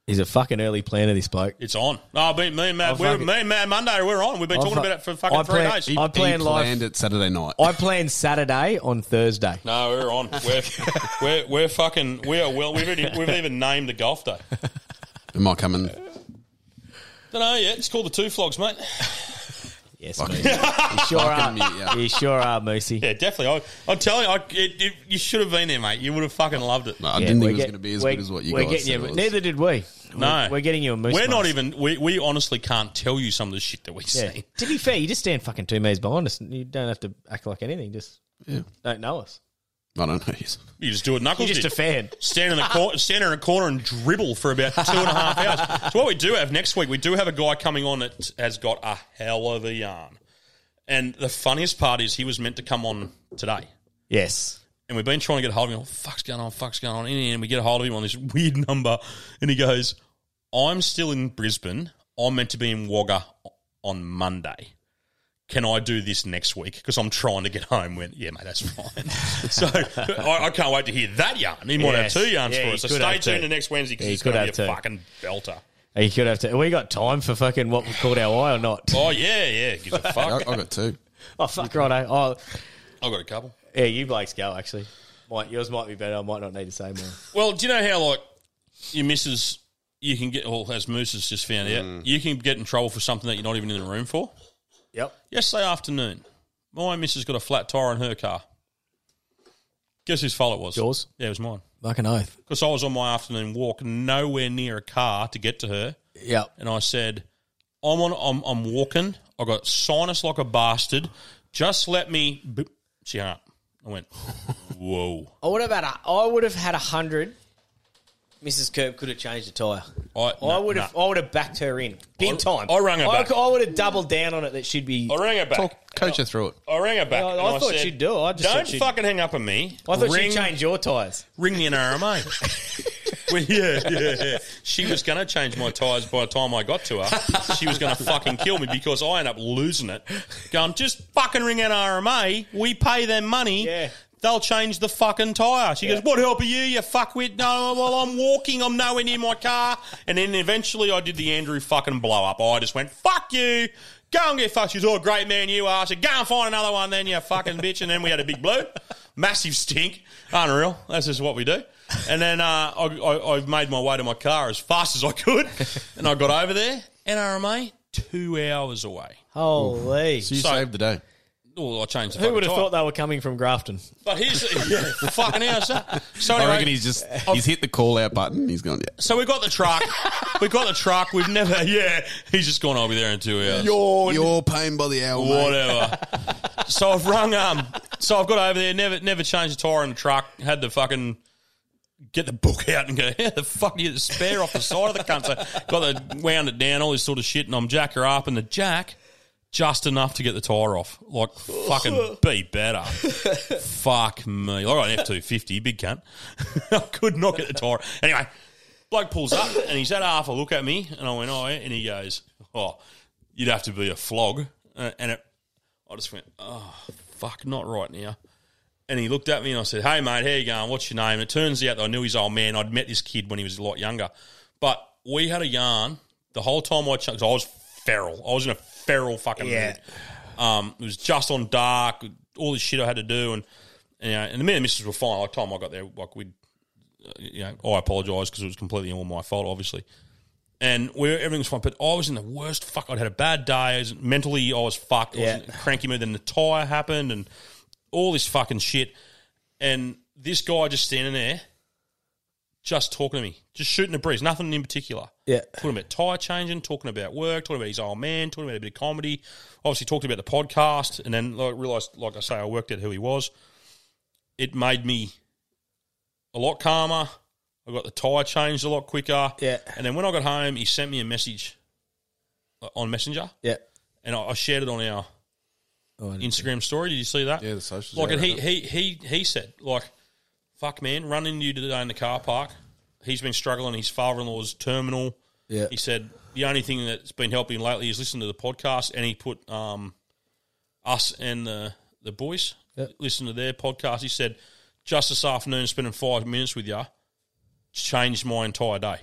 Speaker 1: he's a fucking early planner. This bloke.
Speaker 8: it's on. Oh, me, me and
Speaker 1: I'll
Speaker 8: Mad, we're,
Speaker 1: fuck it.
Speaker 8: me and Mad Monday, we're on. We've been
Speaker 1: I'll
Speaker 8: talking
Speaker 1: fu-
Speaker 8: about it for fucking
Speaker 1: I
Speaker 8: three
Speaker 1: plan-
Speaker 8: days.
Speaker 1: I plan
Speaker 10: he
Speaker 1: live-
Speaker 10: planned it Saturday night.
Speaker 1: I plan Saturday on Thursday.
Speaker 8: No, we're on. We're we're, we're fucking. We are well. We've already, we've even named the golf day.
Speaker 10: Am I coming?
Speaker 8: Don't know yet. It's called the Two Flogs, mate.
Speaker 1: Yes, mate. You sure are. You sure are, Moosey.
Speaker 8: Yeah, definitely. I, I'm telling you, I, it, it, you should have been there, mate. You would have fucking loved it.
Speaker 10: I didn't think it was going to be as good as what you
Speaker 1: we're getting
Speaker 10: guys said.
Speaker 1: you,
Speaker 10: it was.
Speaker 1: Neither did we.
Speaker 8: No,
Speaker 1: We're, we're getting you a moose.
Speaker 8: We're not
Speaker 1: mask.
Speaker 8: even. We, we honestly can't tell you some of the shit that we
Speaker 1: Yeah.
Speaker 8: see.
Speaker 1: to be fair, you just stand fucking two metres behind us. and You don't have to act like anything. Just
Speaker 10: Yeah.
Speaker 1: don't know us.
Speaker 10: I don't know. Yes.
Speaker 8: You just do it, knuckles.
Speaker 1: You're just
Speaker 8: did.
Speaker 1: a fan.
Speaker 8: Stand in the cor- stand in a corner and dribble for about two and a half hours. So what we do have next week, we do have a guy coming on that has got a hell of a yarn. And the funniest part is he was meant to come on today.
Speaker 1: Yes.
Speaker 8: and we've been trying to get a hold of him. Oh, fuck's going on? Fuck's going on? And we get a hold of him on this weird number, and he goes, "I'm still in Brisbane. I'm meant to be in Wagga on Monday. Can I do this next week? Because I'm trying to get home." Went, "Yeah, mate, that's fine." so I, I can't wait to hear that yarn. He might
Speaker 1: Yes.
Speaker 8: have two yarns
Speaker 1: Yeah,
Speaker 8: for
Speaker 1: he
Speaker 8: us. So
Speaker 1: could
Speaker 8: stay
Speaker 1: have two.
Speaker 8: tuned to next Wednesday because
Speaker 1: He
Speaker 8: it's
Speaker 1: could
Speaker 8: going to be a
Speaker 1: have two.
Speaker 8: fucking belter.
Speaker 1: You could have to. We got time for fucking what we called our eye or not?
Speaker 8: Oh yeah, yeah. Gives a fuck.
Speaker 10: I, I got two.
Speaker 1: Oh fuck, righto. Oh
Speaker 8: I've got a couple.
Speaker 1: yeah, you Blake's go actually. Might yours might be better. I might not need to say more.
Speaker 8: Well, do you know how like your missus, you can get well as Moose has just found out, you can get in trouble for something that you're not even in the room for.
Speaker 1: Yep.
Speaker 8: Yesterday afternoon, my missus got a flat tire on her car. Guess whose fault it was?
Speaker 1: Yours?
Speaker 8: Yeah, it was mine.
Speaker 1: Fucking oath.
Speaker 8: Because I was on my afternoon walk, nowhere near a car to get to her,
Speaker 1: Yep.
Speaker 8: and I said, "I'm on. I'm, I'm walking. I got sinus like a bastard. Just let me." B-. She hung up. I went, "Whoa."
Speaker 1: I would have had. Oh, A, I would have had a hundred. Mrs. Kerb could have changed the tire.
Speaker 8: I,
Speaker 1: I would have. I would have backed her in big
Speaker 8: I-
Speaker 1: time.
Speaker 8: I rang her
Speaker 1: I,
Speaker 8: back.
Speaker 1: I would have doubled down on it that she'd be.
Speaker 8: I rang her back.
Speaker 10: Talk, coach her through it.
Speaker 8: I rang her back.
Speaker 1: I- I
Speaker 8: and
Speaker 1: thought
Speaker 8: said,
Speaker 1: she'd do it. I just
Speaker 8: don't
Speaker 1: thought she'd-
Speaker 8: fucking hang up on me.
Speaker 1: I thought
Speaker 8: ring,
Speaker 1: she'd change your tires.
Speaker 8: Ring the NRMA. well, yeah, yeah, yeah. She was going to change my tyres by the time I got to her. She was going to fucking kill me because I end up losing it. Going, just fucking ring NRMA. We pay them money.
Speaker 1: Yeah.
Speaker 8: They'll change the fucking tyre. She goes, What help are you, you fuckwit? No, well, I'm walking. I'm nowhere near my car. And then eventually I did the Andrew fucking blow up. I just went, Fuck you. Go and get fucked. She's all great man you are. I said, Go and find another one then, you fucking bitch. And then we had a big blue. Massive stink. Unreal. That's just what we do. And then uh, I, I, I made my way to my car as fast as I could. And I got over there. NRMA, two hours away.
Speaker 1: Holy!
Speaker 10: So you
Speaker 8: So-
Speaker 10: saved the day.
Speaker 8: Well, I changed the
Speaker 1: Who would have
Speaker 8: fucking
Speaker 1: thought they were coming from Grafton?
Speaker 8: But here's yeah, fucking hell, so, so
Speaker 10: I
Speaker 8: anyway,
Speaker 10: reckon he's just he's hit the call out button. and He's gone. Yeah.
Speaker 8: So we got the truck. we got the truck. We've never. Yeah, he's just gone. I'll be there in two hours.
Speaker 10: You're you're paying by the hour. mate.
Speaker 8: Whatever. so I've rung. Um. So I've got over there. Never, never changed the tire in the truck. Had the fucking get the book out and go. Yeah, the fuck you the spare off the side of the cunt. So got the wound it down. All this sort of shit. And I'm jack her up, and the jack just enough to get the tire off. Like fucking be better. Fuck me. Like, I got an F two fifty. Big cunt. I could not get the tire. Anyway. Bloke pulls up and he's had half a look at me, and I went, "Oh," yeah," and he goes, "Oh, you'd have to be a flog," Uh, and it, I just went, "Oh, fuck, not right now." And he looked at me and I said, "Hey, mate, how you going? What's your name?" And it turns out that I knew his old man. I'd met this kid when he was a lot younger, but we had a yarn the whole time I chucked. I was feral. I was in a feral fucking
Speaker 12: Yeah.
Speaker 8: mood. Um, it was just on dark. All this shit I had to do, and you know, and the men and missus were fine. Like time I got there, like we, would you know, I apologise because it was completely all my fault, obviously. And we were, everything was fine, but I was in the worst fuck. I'd had a bad day. I was, mentally, I was fucked. I was in a cranky mood. Then the tire happened, and all this fucking shit. And this guy just standing there, just talking to me, just shooting the breeze, nothing in particular.
Speaker 1: Yeah.
Speaker 8: Talking about tire changing, talking about work, talking about his old man, talking about a bit of comedy. Obviously, talked about the podcast, and then like, realized, like I say, I worked out who he was. It made me a lot calmer. I got the tire changed a lot quicker. Yeah. And then when I got home, he sent me a message uh, on Messenger.
Speaker 1: Yeah. Oh,
Speaker 8: And I, I shared it on our Instagram story. Did you see that? Yeah, the social. Like,
Speaker 10: yeah,
Speaker 8: and he,
Speaker 10: right.
Speaker 8: he he he said, like, fuck, man, run into you today in the car park. He's been struggling. His father-in-law's terminal.
Speaker 1: Yeah.
Speaker 8: He said the only thing that's been helping lately is listen to the podcast, and he put um, us and the the boys listen to their podcast. He said just this afternoon, spending five minutes with you changed my entire day.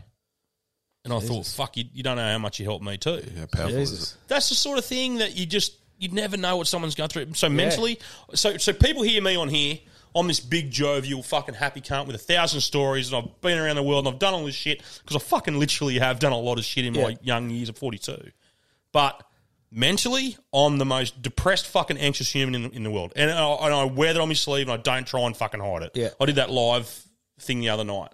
Speaker 8: And I thought, fuck, you, you don't know how much you helped me too. Yeah,
Speaker 10: powerful, Jesus. isn't
Speaker 8: That's the sort of thing that you just you never know what someone's going through. So mentally, so so people hear me on here. I'm this big jovial fucking happy cunt with a thousand stories, and I've been around the world and I've done all this shit because I fucking literally have done a lot of shit in
Speaker 1: Yeah.
Speaker 8: my young years of 42. But mentally, I'm the most depressed, fucking anxious human in, in the world, and I, and I wear that on my sleeve, and I don't try and fucking hide it.
Speaker 1: Yeah.
Speaker 8: I did that live thing the other night.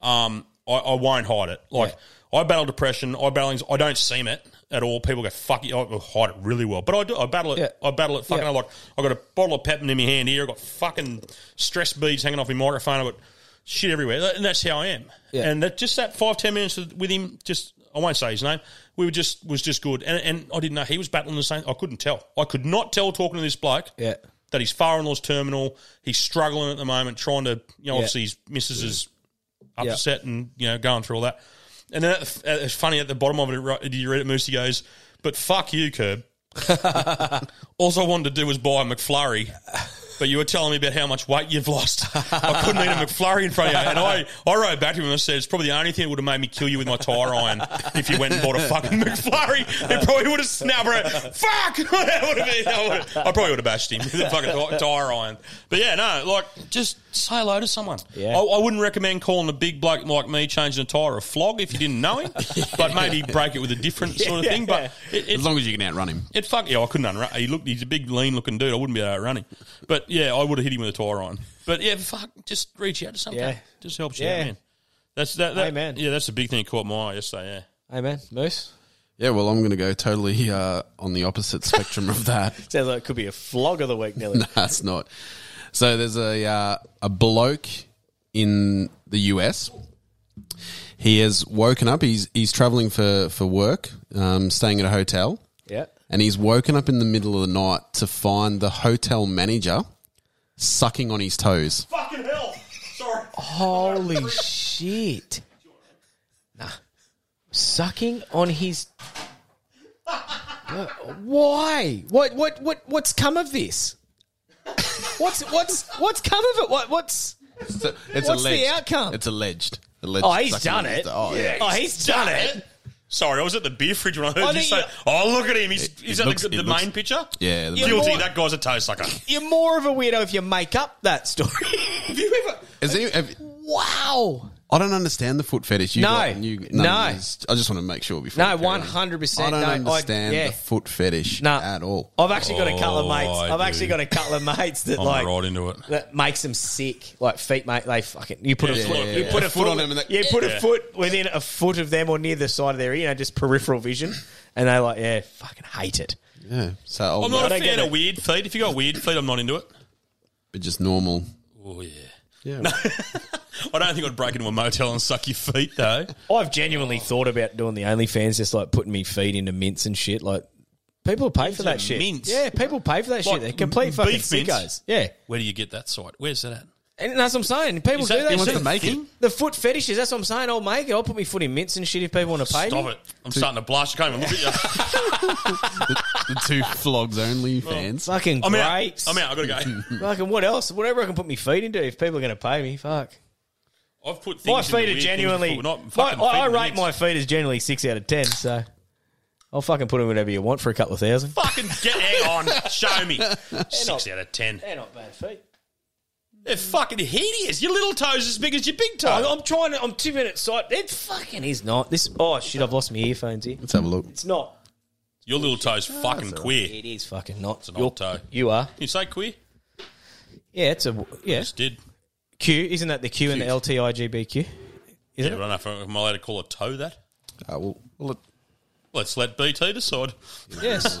Speaker 8: Um, I, I won't hide it. Like I battle depression, I battle. anxiety- I don't seem it at all. People go fuck you. I hide it really well, but I do. I battle it. I battle it. Fucking
Speaker 1: Yeah.
Speaker 8: hell, like I got a bottle of peppermint in my hand here. I got fucking stress beads hanging off my microphone. I got shit everywhere, That- and that's how I am.
Speaker 1: Yeah.
Speaker 8: And that just that five ten minutes with him, just I won't say his name. We were just was just good, and and I didn't know he was battling the same. I couldn't tell. I could not tell talking to this bloke
Speaker 1: Yeah.
Speaker 8: that his father-in-law's terminal. He's struggling at the moment, trying to you know
Speaker 1: Yeah.
Speaker 8: obviously his missus is upset and you know going through all that. And then at the, at- it's funny at the bottom of it, right, do you read it? Moosey goes, "But fuck you, Curb. all I wanted to do was buy a McFlurry." But you were telling me about how much weight you've lost. I couldn't eat a McFlurry in front of you. And I, I wrote back to him and I said, it's probably the only thing that would have made me kill you with my tire iron if you went and bought a fucking McFlurry. It probably would have snapper it. Fuck! that would have been, I, would have, I probably would have bashed him with a fucking ti- tire iron. But yeah, no, like, just say hello to someone. Oh.
Speaker 1: Yeah.
Speaker 8: I, I wouldn't recommend calling a big bloke like me changing a tire a flog if you didn't know him, but maybe break it with a different sort of thing. But it, it,
Speaker 10: As long as you can outrun him.
Speaker 8: it fuck yeah, I couldn't unrun. He looked, he's a big, lean looking dude. I wouldn't be able to outrun him. But yeah, I would have hit him with a tire iron. But yeah, fuck, just reach out to someone.
Speaker 1: Yeah.
Speaker 8: just helps you
Speaker 1: Yeah.
Speaker 8: out, man. That's that. that
Speaker 1: Amen.
Speaker 8: Yeah, that's the big thing that caught my eye yesterday. Yeah.
Speaker 1: Hey man, Moose.
Speaker 10: Yeah. Well, I'm going to go totally uh, on the opposite spectrum of that.
Speaker 1: Sounds like it could be a flog of the week, Nelly.
Speaker 10: No, it's not. So there's a uh, a bloke in the US. He has woken up. He's he's traveling for for work, um, staying at a hotel,
Speaker 1: Yeah.
Speaker 10: and he's woken up in the middle of the night to find the hotel manager sucking on his toes.
Speaker 8: Fucking hell! Sorry.
Speaker 1: Holy shit. Nah. Sucking on his Why? What what what what's come of this? What's what's what's come of it? What what's
Speaker 10: It's, a-
Speaker 1: What's
Speaker 10: it's
Speaker 1: the
Speaker 10: alleged.
Speaker 1: outcome?
Speaker 10: It's alleged. Alleged
Speaker 1: Oh, he's
Speaker 10: sucking on
Speaker 1: done
Speaker 10: his
Speaker 1: it.
Speaker 10: toe. Oh, yeah.
Speaker 1: Oh, he's done it.
Speaker 8: Sorry, I was at the beer fridge when I heard
Speaker 1: Oh, no,
Speaker 8: you say,
Speaker 1: you-
Speaker 8: "Oh, look at him! He's,
Speaker 10: It-
Speaker 8: he's
Speaker 10: it
Speaker 8: at
Speaker 10: looks-
Speaker 8: the,
Speaker 10: it
Speaker 8: the
Speaker 10: looks-
Speaker 8: main picture."
Speaker 10: Yeah, the-
Speaker 1: You're
Speaker 8: Guilty.
Speaker 1: more-
Speaker 8: that guy's a toe sucker.
Speaker 1: You're more of a weirdo if you make up that story.
Speaker 8: Have you ever?
Speaker 10: Is he, have-
Speaker 1: wow.
Speaker 10: I don't understand the foot fetish.
Speaker 1: No.
Speaker 10: got- you, none
Speaker 1: No.
Speaker 10: of these- I just want to make sure before.
Speaker 1: No,
Speaker 10: we carry on.
Speaker 1: 100%,
Speaker 10: I don't
Speaker 1: no, I-
Speaker 10: understand
Speaker 1: yeah.
Speaker 10: the foot fetish at all.
Speaker 1: I've actually got a couple of mates.
Speaker 10: Oh, I
Speaker 1: I've actually
Speaker 10: do.
Speaker 1: got a couple of mates that
Speaker 10: I'm
Speaker 1: like
Speaker 10: right into it.
Speaker 1: That makes them sick. Like feet, mate. They fucking you put
Speaker 10: Yeah,
Speaker 1: a foot,
Speaker 10: yeah,
Speaker 1: you
Speaker 10: yeah.
Speaker 1: put
Speaker 10: A
Speaker 1: a
Speaker 10: foot
Speaker 1: foot,
Speaker 10: on them and that-
Speaker 1: you put
Speaker 10: Yeah.
Speaker 1: a foot within a foot of them or near the side of their ear, you know, just peripheral vision, and they like yeah, fucking hate it.
Speaker 10: Oh, Yeah, so I'll-
Speaker 8: I'm not
Speaker 1: I
Speaker 8: a
Speaker 1: don't get
Speaker 8: fan
Speaker 1: it.
Speaker 8: of weird feet. If you got weird feet, I'm not into it.
Speaker 10: but just normal.
Speaker 8: Oh yeah.
Speaker 10: Yeah.
Speaker 8: I don't think I'd break into a motel and suck your feet though.
Speaker 1: I've genuinely thought about doing the OnlyFans, just like putting me feet into mints and shit. Like people pay for
Speaker 8: Into
Speaker 1: that shit.
Speaker 8: mints?
Speaker 1: Yeah, people pay for that shit. They're complete fucking sickos. Yeah.
Speaker 8: Where do you get that site? Where's that at?
Speaker 1: And that's what I'm saying. People
Speaker 8: Is that-
Speaker 1: do that.
Speaker 8: is that
Speaker 1: shit.
Speaker 8: the making?
Speaker 1: The foot fetishes. That's what I'm saying. I'll make it. I'll put my foot in mints and shit if people want to pay
Speaker 8: Stop
Speaker 1: me.
Speaker 8: it. I'm starting to blush. I can't even look at you.
Speaker 10: the two flogs only fans.
Speaker 1: Fucking
Speaker 8: I'm out.
Speaker 1: grapes.
Speaker 8: I'm out. I gotta go.
Speaker 1: Fucking what else? Whatever I can put my feet into if people are going to pay me. Fuck.
Speaker 8: I've put
Speaker 1: My
Speaker 8: things into
Speaker 1: feet are
Speaker 8: weird
Speaker 1: genuinely.
Speaker 8: things before. Not
Speaker 1: my,
Speaker 8: fucking feet
Speaker 1: I, I
Speaker 8: in the
Speaker 1: rate
Speaker 8: mix.
Speaker 1: my feet as generally six out of ten. So I'll fucking put them whatever you want for a couple of thousand.
Speaker 8: Fucking get hang on. Show me. Six out of ten.
Speaker 1: They're not bad feet.
Speaker 8: They're fucking hideous. Your little toe's as big as your big toe.
Speaker 1: I- I'm trying to. I'm two minutes sight. It fucking is not. This. Oh shit! I've lost my earphones here.
Speaker 10: Let's have a look.
Speaker 1: It's not. Ah,
Speaker 8: Your little toe's fucking queer.
Speaker 1: It is fucking not.
Speaker 8: It's an old toe.
Speaker 1: You are.
Speaker 8: You say queer?
Speaker 1: Yeah. It's a. Yeah.
Speaker 8: Just did.
Speaker 1: Q. Isn't that the Q in the LTIGBQ?
Speaker 8: Yeah, but I don't know if I'm, am I allowed to call a toe that.
Speaker 10: Uh, well, well,
Speaker 8: Let's let BT decide.
Speaker 1: Yes.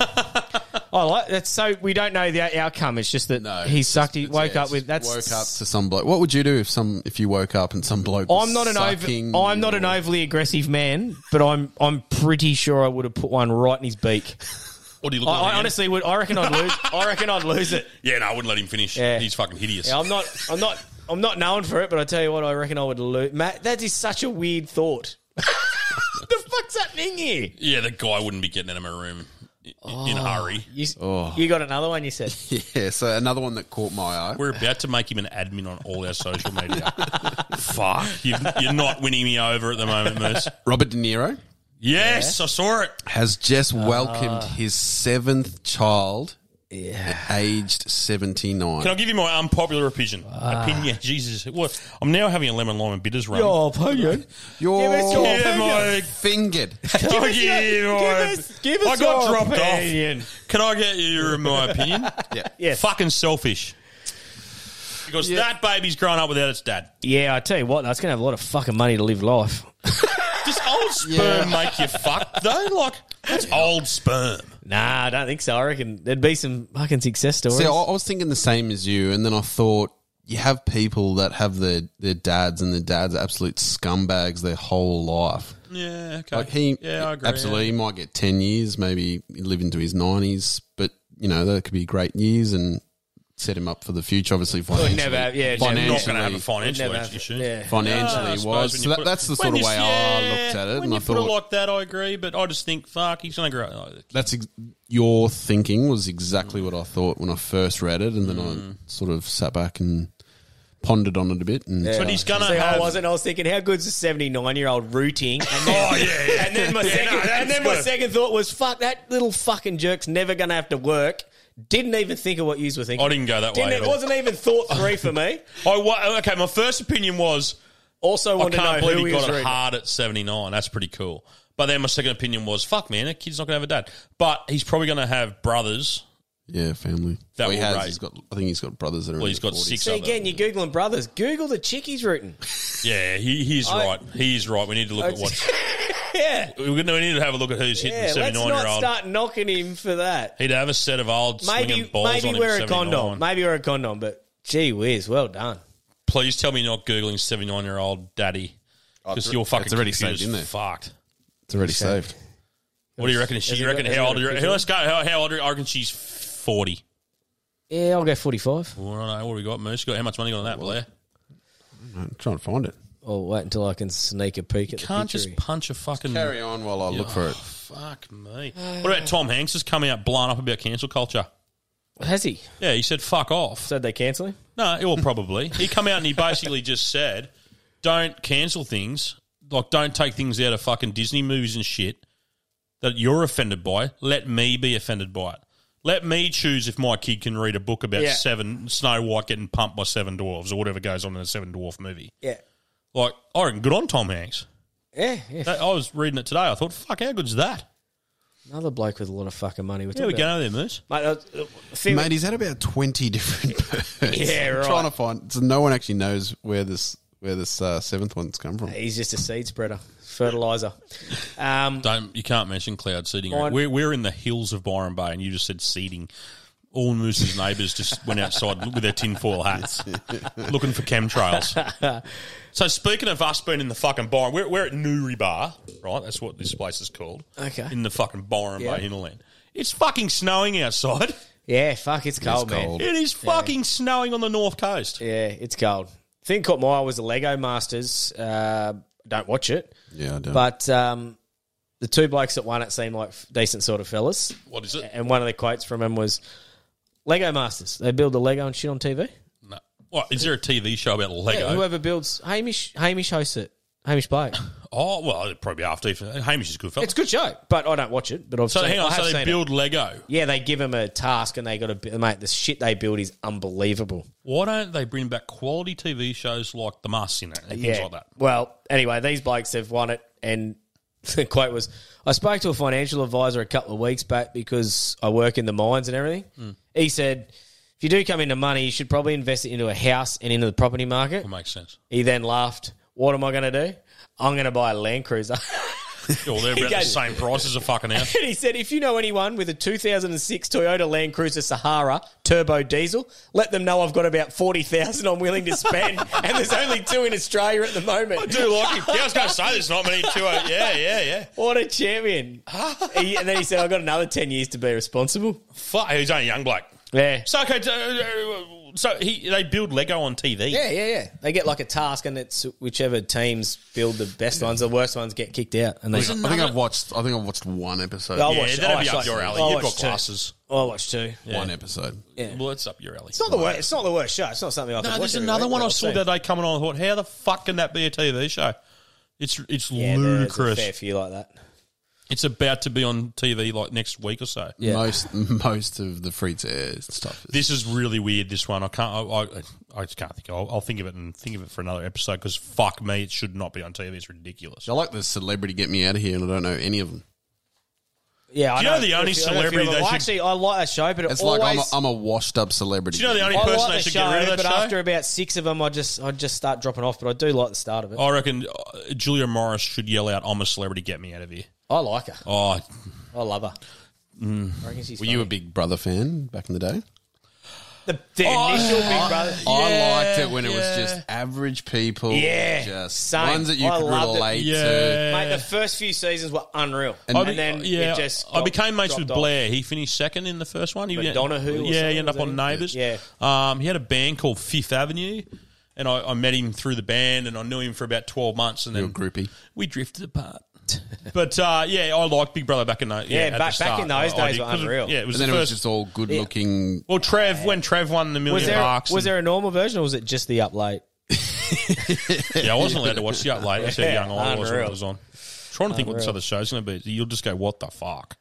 Speaker 1: I like that's so we don't know the outcome. It's just that
Speaker 10: No,
Speaker 1: he
Speaker 10: it's
Speaker 1: sucked. He
Speaker 10: it's-
Speaker 1: woke
Speaker 10: yeah,
Speaker 1: up with
Speaker 10: it's
Speaker 1: that's.
Speaker 10: woke up to some bloke. What would you do if some if you woke up and some bloke? was
Speaker 1: I'm not an
Speaker 10: sucking
Speaker 1: over, I'm not an overly aggressive man, but I'm I'm pretty sure I would have put one right in his beak.
Speaker 8: What do you
Speaker 1: I,
Speaker 8: look like?
Speaker 1: I honestly would. I reckon I'd lose. I reckon I'd lose it.
Speaker 8: Yeah, no, I wouldn't let him finish.
Speaker 1: Yeah.
Speaker 8: He's fucking hideous.
Speaker 1: Yeah, I'm not. I'm not. I'm not known for it, but I tell you what, I reckon I would lose. Matt, that is such a weird thought. the fuck's happening here? Oh,
Speaker 8: Yeah, the guy wouldn't be getting out of my room i- in a hurry.
Speaker 1: You, you got another one? You said
Speaker 10: Yeah, so Oh. another one that caught my eye.
Speaker 8: We're about to make him an admin on all our social media. Fuck. You, you're not winning me over at the moment, Moose.
Speaker 10: Robert De Niro
Speaker 8: Yes, I saw it.
Speaker 10: has just
Speaker 1: Ah.
Speaker 10: welcomed his seventh child, aged seventy nine.
Speaker 8: Can I give you my unpopular opinion?
Speaker 1: Ah.
Speaker 8: Opinion. Jesus. What? I'm now having a lemon lime and bitters run.
Speaker 1: opinion.
Speaker 10: Your
Speaker 1: us your
Speaker 8: yeah, my
Speaker 10: fingered.
Speaker 8: Can I
Speaker 1: us
Speaker 8: give
Speaker 1: your-
Speaker 8: you my-
Speaker 1: give us- give us
Speaker 8: I got
Speaker 1: your
Speaker 8: dropped
Speaker 1: opinion.
Speaker 8: off. Can I get you my opinion?
Speaker 10: yeah.
Speaker 1: Yes.
Speaker 8: Fucking selfish. Because that baby's grown up without its dad.
Speaker 1: Yeah, I tell you what, that's gonna have a lot of fucking money to live life.
Speaker 8: Does old sperm make you fuck though? Like that's old sperm.
Speaker 1: Nah, I don't think so. I reckon there'd be some fucking success stories.
Speaker 10: See, I, I was thinking the same as you, and then I thought you have people that have their their dads, and their dads are absolute scumbags their whole life.
Speaker 8: Yeah, okay.
Speaker 10: Like he,
Speaker 8: yeah, I agree.
Speaker 10: absolutely, he might get ten years, maybe live into his nineties, but you know that could be great years and set him up for the future. Obviously, financially,
Speaker 1: never have- yeah,
Speaker 8: Yeah.
Speaker 10: financially,
Speaker 8: not going to have a financial
Speaker 1: Never have-
Speaker 8: issue.
Speaker 1: yeah.
Speaker 10: financially
Speaker 8: I suppose
Speaker 10: wise.
Speaker 8: when
Speaker 10: So
Speaker 8: you
Speaker 10: that,
Speaker 8: put-
Speaker 10: that's the
Speaker 8: when
Speaker 10: sort of
Speaker 8: you-
Speaker 10: way
Speaker 8: yeah,
Speaker 10: I looked at it,
Speaker 8: When
Speaker 10: and
Speaker 8: you
Speaker 10: I
Speaker 8: put
Speaker 10: thought
Speaker 8: it like that, I agree. But I just think, fuck, he's going to grow.
Speaker 10: that's ex- your thinking was exactly what I thought when I first read it, and then
Speaker 8: Mm.
Speaker 10: I sort of sat back and pondered on it a bit. And
Speaker 8: But he's going to
Speaker 1: See,
Speaker 8: have.
Speaker 1: "Oh, I wasn't. I was thinking, how good's a seventy-nine-year-old rooting? And then,
Speaker 8: Oh yeah, yeah.
Speaker 1: and then my
Speaker 8: Yeah, no,
Speaker 1: second,
Speaker 8: that's
Speaker 1: and then my
Speaker 8: gotta-
Speaker 1: second thought was, fuck that little fucking jerk's never gonna have to work. Didn't even think of what you were thinking.
Speaker 8: I didn't go that way
Speaker 1: Didn't,
Speaker 8: at
Speaker 1: it
Speaker 8: all.
Speaker 1: wasn't even thought three for me.
Speaker 8: I wa- okay, my first opinion was
Speaker 1: Also,
Speaker 8: I
Speaker 1: wanted
Speaker 8: can't
Speaker 1: to know
Speaker 8: believe
Speaker 1: who
Speaker 8: he
Speaker 1: he was
Speaker 8: got it
Speaker 1: rooting.
Speaker 8: hard at 79. That's pretty cool. But then my second opinion was, fuck, man, a kid's not going to have a dad. But he's probably going to have brothers.
Speaker 10: yeah, family.
Speaker 8: That
Speaker 10: Well, he
Speaker 8: will
Speaker 10: has.
Speaker 8: rate.
Speaker 10: He's got. I think he's got brothers that are.
Speaker 8: Well,
Speaker 10: in
Speaker 8: he's
Speaker 10: their
Speaker 8: got
Speaker 10: 40s.
Speaker 8: six
Speaker 1: See
Speaker 8: other.
Speaker 1: again, you're googling brothers. Google the chick he's rooting.
Speaker 8: Yeah, he, he's
Speaker 1: I-
Speaker 8: right. He's right. We need to look at what.
Speaker 1: yeah,
Speaker 8: We're gonna, we need to have a look at who's hitting
Speaker 1: yeah.
Speaker 8: the
Speaker 1: Let's
Speaker 8: 79
Speaker 1: not
Speaker 8: year old.
Speaker 1: start knocking him for that.
Speaker 8: He'd have a set of old
Speaker 1: Maybe,
Speaker 8: swinging balls on
Speaker 1: maybe
Speaker 8: him.
Speaker 1: wear a
Speaker 8: 79.
Speaker 1: condom. Maybe wear a condom. But gee whiz, well done.
Speaker 8: Please tell me you're not googling 79 year old daddy because
Speaker 10: Oh, it's-
Speaker 8: your fucking
Speaker 10: it's already
Speaker 8: computer's
Speaker 10: saved in there.
Speaker 8: Fucked.
Speaker 10: It's already saved.
Speaker 8: What do you reckon? She,
Speaker 1: Has
Speaker 8: you
Speaker 1: it
Speaker 8: reckon
Speaker 1: got- has
Speaker 8: how
Speaker 1: it
Speaker 8: old?
Speaker 1: got
Speaker 8: Are
Speaker 1: a
Speaker 8: you,
Speaker 1: picture?
Speaker 8: let's go. How, how old? Are you, I reckon she's forty.
Speaker 1: Yeah, I'll go 45.
Speaker 8: Well, I don't know what we got. Moose got how much money you got on that, Blair?
Speaker 10: I'm trying to find it.
Speaker 1: I'll wait until I can sneak a peek at the
Speaker 8: Can't
Speaker 1: picture
Speaker 8: just
Speaker 1: here.
Speaker 8: punch a fucking.
Speaker 10: Carry on while I look for it.
Speaker 8: Fuck me. What about Tom Hanks has come out blowing up about cancel culture?
Speaker 1: Has he?
Speaker 8: Yeah, he said fuck off.
Speaker 1: Said they cancel him?
Speaker 8: No, it will probably. he come out and he basically just said, "Don't cancel things. Like, don't take things out of fucking Disney movies and shit that you're offended by. Let me be offended by it. Let me choose if my kid can read a book about
Speaker 1: Yeah.
Speaker 8: seven Snow White getting pumped by seven dwarves or whatever goes on in a seven dwarf movie.
Speaker 1: Yeah.
Speaker 8: Like, I reckon good on Tom Hanks.
Speaker 1: Yeah,
Speaker 8: That- I was reading it today. I thought, fuck, how good's that?
Speaker 1: Another bloke with a lot of fucking money.
Speaker 8: Yeah, we go there, Moose.
Speaker 1: Mate, uh,
Speaker 10: Mate, he's had about twenty different birds.
Speaker 1: Yeah,
Speaker 10: I'm
Speaker 1: right.
Speaker 10: Trying to find, so no one actually knows where this where this uh, seventh one's come from.
Speaker 1: He's just a seed spreader, fertilizer. Um,
Speaker 8: Don't you can't mention cloud seeding.
Speaker 1: Mine-
Speaker 8: We're, we're in the hills of Byron Bay, and you just said seeding. All Moose's neighbours just went outside with their tinfoil hats, looking for chemtrails. So speaking of us being in the fucking Byron, we're, we're at Newry Bar, right? That's what this place is called.
Speaker 1: Okay.
Speaker 8: in the fucking Byron
Speaker 1: Yeah.
Speaker 8: Bay hinterland. It's fucking snowing outside.
Speaker 1: Yeah, fuck, it's cold, man.
Speaker 8: It is fucking snowing on the north coast.
Speaker 1: Yeah, it's cold. Thing caught my eye was the Lego Masters. Uh, don't watch it.
Speaker 10: Yeah, I don't.
Speaker 1: But um, the two blokes that won it seemed like decent sort of fellas.
Speaker 8: What is it?
Speaker 1: And one of the quotes from him was, "Lego Masters. They build the Lego and shit on TV.
Speaker 8: No. What is there a TV show about Lego?
Speaker 1: Yeah, whoever builds Hamish, Hamish hosts it. Hamish Blake.
Speaker 8: oh well, it'd probably be after. Hamish is a good fella.
Speaker 1: it's a good show, but I don't watch it. But I've
Speaker 8: so
Speaker 1: seen,
Speaker 8: hang
Speaker 1: I
Speaker 8: on,
Speaker 1: have
Speaker 8: so
Speaker 1: seen
Speaker 8: they
Speaker 1: it.
Speaker 8: build Lego.
Speaker 1: Yeah, they give them a task and they got to mate. The shit they build is unbelievable.
Speaker 8: Why don't they bring back quality TV shows like The Mask in it and things like that?
Speaker 1: Well, anyway, these blokes have won it, and the quote was, "I spoke to a financial advisor a couple of weeks back because I work in the mines and everything.
Speaker 8: Mm.
Speaker 1: He said." If you do come into money, you should probably invest it into a house and into the property market.
Speaker 8: makes sense.
Speaker 1: He then laughed. What am I going to do? I'm going to buy a Land Cruiser.
Speaker 8: Well, they're
Speaker 1: He
Speaker 8: about the
Speaker 1: goes-
Speaker 8: same price as a fucking house.
Speaker 1: And he said, if you know anyone with a 2006 Toyota Land Cruiser Sahara turbo diesel, let them know I've got about 40,000 I'm willing to spend. and there's only two in Australia at the moment. I
Speaker 8: do like it. Yeah, I was going to say there's not many two. Yeah, yeah, yeah.
Speaker 1: What a champion. He- and then he said, I've got another 10 years to be responsible.
Speaker 8: Fuck, he's only a young bloke.
Speaker 1: Yeah.
Speaker 8: So okay, so, so he they build Lego on TV.
Speaker 1: Yeah, yeah, yeah. They get like a task, and it's whichever teams build the best ones, the worst ones get kicked out. And they,
Speaker 10: I think I've watched. I think I've watched one episode.
Speaker 1: I watched- I watched like- I watched two.
Speaker 10: glasses.
Speaker 1: I watched two.
Speaker 10: One episode.
Speaker 1: Yeah.
Speaker 8: Well, it's up your alley.
Speaker 1: It's not the worst. It's not the worst show. It's not something I could
Speaker 8: No,
Speaker 1: watch
Speaker 8: there's
Speaker 1: every
Speaker 8: another
Speaker 1: week,
Speaker 8: one
Speaker 1: but
Speaker 8: I
Speaker 1: I've
Speaker 8: saw
Speaker 1: seen
Speaker 8: the
Speaker 1: it.
Speaker 8: other day coming on. I thought, how the fuck can that be a TV show? It's it's
Speaker 1: Yeah, there's a
Speaker 8: ludicrous.
Speaker 1: fair few like that.
Speaker 8: It's about to be on TV like next week or so.
Speaker 10: Most most of the free to air stuff.
Speaker 8: This is really weird. This one, I can't. I, I, I just can't think. I'll, I'll think of it and think of it for another episode because fuck me, it should not be on TV. It's ridiculous.
Speaker 10: I like the celebrity get me out of here, and I don't know any of them.
Speaker 1: Yeah,
Speaker 8: Do you
Speaker 1: I
Speaker 8: know the
Speaker 1: I
Speaker 8: only
Speaker 1: feel- I feel
Speaker 8: celebrity
Speaker 1: that-
Speaker 8: they
Speaker 1: well,
Speaker 8: should-
Speaker 1: Actually, I like that show, but it
Speaker 10: It's
Speaker 1: always,
Speaker 10: like I'm a, I'm a washed up celebrity.
Speaker 8: Do you know the only
Speaker 1: I
Speaker 8: person
Speaker 1: like
Speaker 8: they
Speaker 1: the
Speaker 8: should
Speaker 1: show,
Speaker 8: get rid of that
Speaker 1: but
Speaker 8: show?
Speaker 1: after about six of them, I just I just start dropping off. But I do like the start of it.
Speaker 8: I reckon uh, Julia Morris should yell out, "I'm a celebrity, get me out of here."
Speaker 1: I like her.
Speaker 8: Oh,
Speaker 1: I love her.
Speaker 8: mm.
Speaker 1: I reckon she's
Speaker 10: Were you a Big Brother fan back in the day?
Speaker 1: the, the
Speaker 8: Oh,
Speaker 1: initial Big Brother.
Speaker 10: I
Speaker 1: Yeah,
Speaker 10: liked it when it was
Speaker 1: yeah.
Speaker 10: just average people.
Speaker 1: Yeah,
Speaker 10: just
Speaker 1: same.
Speaker 10: ones that you
Speaker 1: I
Speaker 10: could
Speaker 1: loved it.
Speaker 10: relate to.
Speaker 1: Mate, the first few seasons were unreal, and,
Speaker 8: I be-
Speaker 1: then
Speaker 8: yeah,
Speaker 1: it just
Speaker 8: I became mates with
Speaker 1: dropped off.
Speaker 8: Blair. He finished second in the first one. He
Speaker 1: But
Speaker 8: went-
Speaker 1: Donahue or
Speaker 8: yeah, he
Speaker 1: something,
Speaker 8: ended up
Speaker 1: was
Speaker 8: on
Speaker 1: that it?
Speaker 8: Neighbours.
Speaker 1: Yeah.
Speaker 8: um, he had a band called Fifth Avenue, and I, I met him through the band, and I knew him for about twelve months, and
Speaker 10: You're
Speaker 8: then
Speaker 10: groupie.
Speaker 8: we drifted apart. but uh, yeah, I liked Big Brother back in the
Speaker 1: Yeah,
Speaker 8: at the
Speaker 1: back- back in
Speaker 8: start.
Speaker 1: those
Speaker 8: I- I
Speaker 1: days
Speaker 8: did,
Speaker 1: were
Speaker 8: 'cause it-
Speaker 1: unreal.
Speaker 8: Yeah, it was
Speaker 10: But then
Speaker 8: the
Speaker 10: it was
Speaker 8: first.
Speaker 10: just all good looking.
Speaker 8: well, Trev when Trev won the million
Speaker 1: Was there
Speaker 8: bucks,
Speaker 1: was
Speaker 8: and-
Speaker 1: there a normal version, or was it just the up late?
Speaker 8: yeah, I wasn't allowed to watch the up late. That's how
Speaker 1: Yeah,
Speaker 8: young I was when
Speaker 1: unreal.
Speaker 8: it was on. trying to think what this
Speaker 1: Unreal.
Speaker 8: other show's going to be. You'll just go, what the fuck?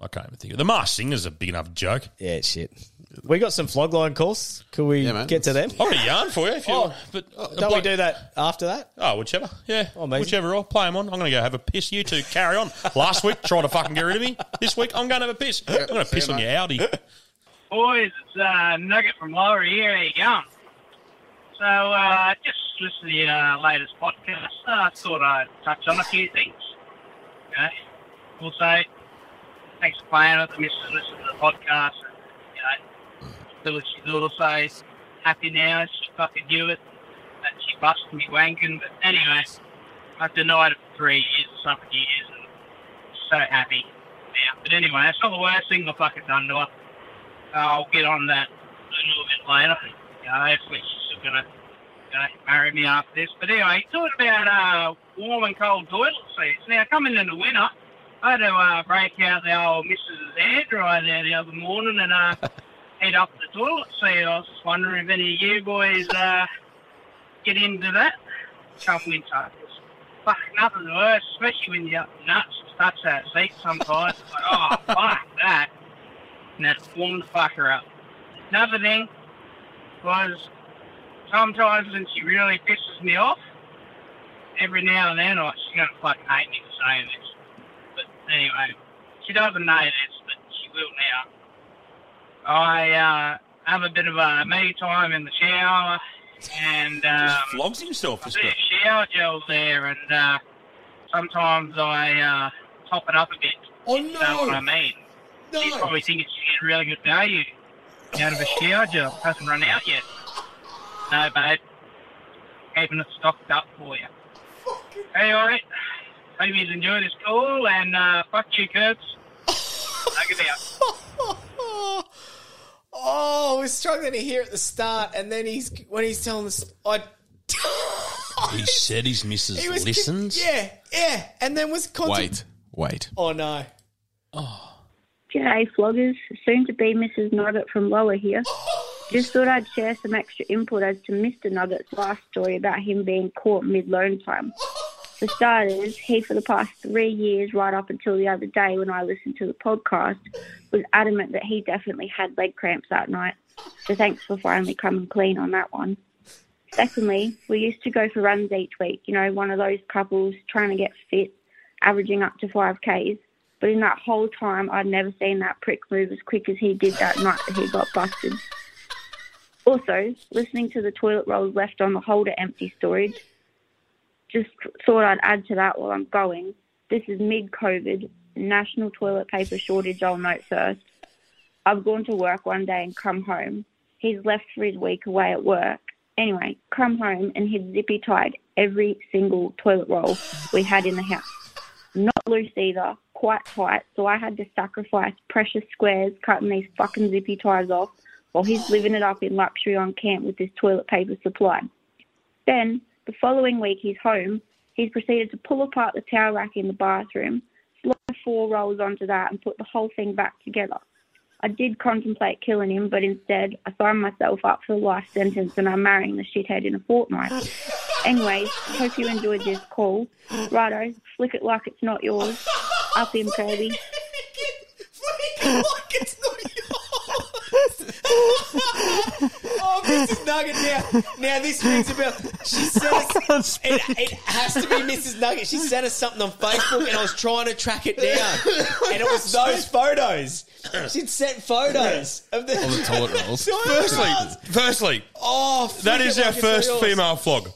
Speaker 8: I can't even think of The Masked Singer's a big enough joke.
Speaker 1: Yeah, shit. We got some flog line calls. Could we
Speaker 8: Yeah, mate.
Speaker 1: get to them?
Speaker 8: I've got a yarn for you if you want. But
Speaker 1: Oh, Don't we do that after that?
Speaker 8: Oh, whichever. Yeah. whichever. I'll play them on. I'm going to go have a piss. You two carry on. Last week, try to fucking get rid of me. This week, I'm going to have a piss. I'm going to piss on your Audi.
Speaker 11: Boys, it's uh, Nugget from Lower here. How you going? So, uh, just listen to your uh, latest podcast. uh, I thought I'd touch on a few things. Okay. Also, thanks for playing it. I miss listening to the podcast. And, you know, Felicity Doodle says, happy now. She fucking knew it. That she busted me wanking. But anyway, I've denied it for three years or something years. And so happy now. But anyway, it's not the worst thing I've fucking done to her. I'll get on that a little bit later. You know, hopefully she's still gonna you know, uh, marry me after this. But anyway, talking about uh, warm and cold toilet seats. Now coming in the winter, I had to uh, break out the old Mrs. air dryer there the other morning and uh, heat up the toilet seat. I was just wondering if any of you boys uh, get into that tough winter. It's Fuck, nothing worse, especially when you're nuts to touch that seat sometimes. It's like, oh, fuck that and that warmed the fucker up. Another thing was sometimes when she really pisses me off, every now and then, or she's going to fucking hate me for saying this. But anyway, she doesn't know this, but she will now. I uh, have a bit of a me time in the shower, and um,
Speaker 8: Just flogs himself. This guy.
Speaker 11: there's shower gel there, and uh, sometimes I uh, top it up a bit.
Speaker 13: Oh
Speaker 11: You know what I mean? No. You probably think it's getting really good value out of a shower gel. Hasn't run out yet. No, babe. Keeping it stocked up for you. Hey, all right. Hope you enjoy this call and uh, fuck you, Kurtz. Take it out.
Speaker 1: Oh, we're struggling to hear at the start, and then he's when he's telling us, I
Speaker 8: He said his missus
Speaker 1: he was
Speaker 8: listens.
Speaker 1: yeah, yeah, and then was concent-
Speaker 10: Wait, wait.
Speaker 1: Oh no,
Speaker 14: G'day, floggers. Soon to be Mrs. Nugget from Lower here. Just thought I'd share some extra input as to Mr. Nugget's last story about him being caught mid loan time. For starters, he, for the past three years, right up until the other day when I listened to the podcast, was adamant that he definitely had leg cramps that night. So thanks for finally coming clean on that one. Secondly, we used to go for runs each week, you know, one of those couples trying to get fit, averaging up to 5Ks. But in that whole time, I'd never seen that prick move as quick as he did that night that he got busted. Also, listening to the toilet rolls left on the holder empty storage, just thought I'd add to that while I'm going. This is mid COVID, national toilet paper shortage, I'll note first. I've gone to work one day and come home. He's left for his week away at work. Anyway, come home and he'd zippy tied every single toilet roll we had in the house. Not loose either, quite tight, so I had to sacrifice precious squares cutting these fucking zippy ties off while he's living it up in luxury on camp with his toilet paper supply. Then, the following week he's home, he's proceeded to pull apart the towel rack in the bathroom, slide four rolls onto that, and put the whole thing back together. I did contemplate killing him, but instead I signed myself up for a life sentence and I'm marrying the shithead in a fortnight. Anyways, I hope you enjoyed this call. Righto, flick it like it's not yours. Up him, Kirby.
Speaker 1: oh, Mrs. Nugget now. Now this rings a bell. She sent us. It, it has to be Mrs. Nugget. She sent us something on Facebook, and I was trying to track it down, and it was those photos. She'd sent photos of the,
Speaker 8: On the toilet rolls.
Speaker 1: Toilet
Speaker 8: firstly,
Speaker 1: rolls.
Speaker 8: firstly,
Speaker 1: Oh,
Speaker 8: that
Speaker 1: flick
Speaker 8: is
Speaker 1: it
Speaker 8: our
Speaker 1: like it's
Speaker 8: first
Speaker 1: not yours.
Speaker 8: female flog,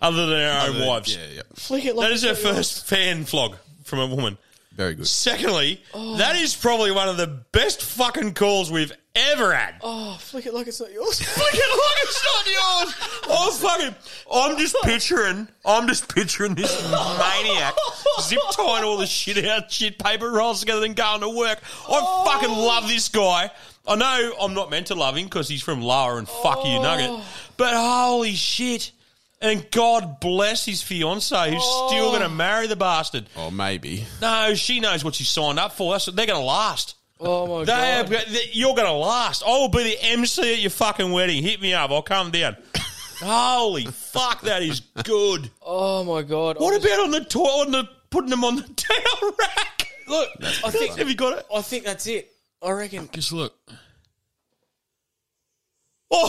Speaker 8: other than our own wives. Yeah, yeah.
Speaker 1: Flick it like
Speaker 8: That is our
Speaker 1: it's not yours.
Speaker 8: first fan flog from a woman.
Speaker 10: Very good.
Speaker 8: Secondly,
Speaker 1: Oh.
Speaker 8: that is probably one of the best fucking calls we've ever had.
Speaker 1: Oh, flick it like it's not yours.
Speaker 8: flick it like it's not yours. I'm fucking. Oh, I'm just picturing. I'm just picturing this maniac zip tying all the shit out, shit paper rolls together, then going to work. I fucking love this guy. I know I'm not meant to love him because he's from Lower and fuck you, Nugget. But holy shit. And God bless his fiancee who's still going to marry the bastard.
Speaker 10: Oh, maybe.
Speaker 8: No, she knows what she signed up for. That's, they're going to last.
Speaker 1: Oh my
Speaker 8: They
Speaker 1: god.
Speaker 8: have, got- they- you're going to last. I will be the MC at your fucking wedding. Hit me up. I'll come down. Holy fuck, that is good.
Speaker 1: Oh my god.
Speaker 8: What about on the toy, on the putting them on the towel rack?
Speaker 1: Look, I think
Speaker 8: have you got it?
Speaker 1: I think that's it. I reckon.
Speaker 10: Just look.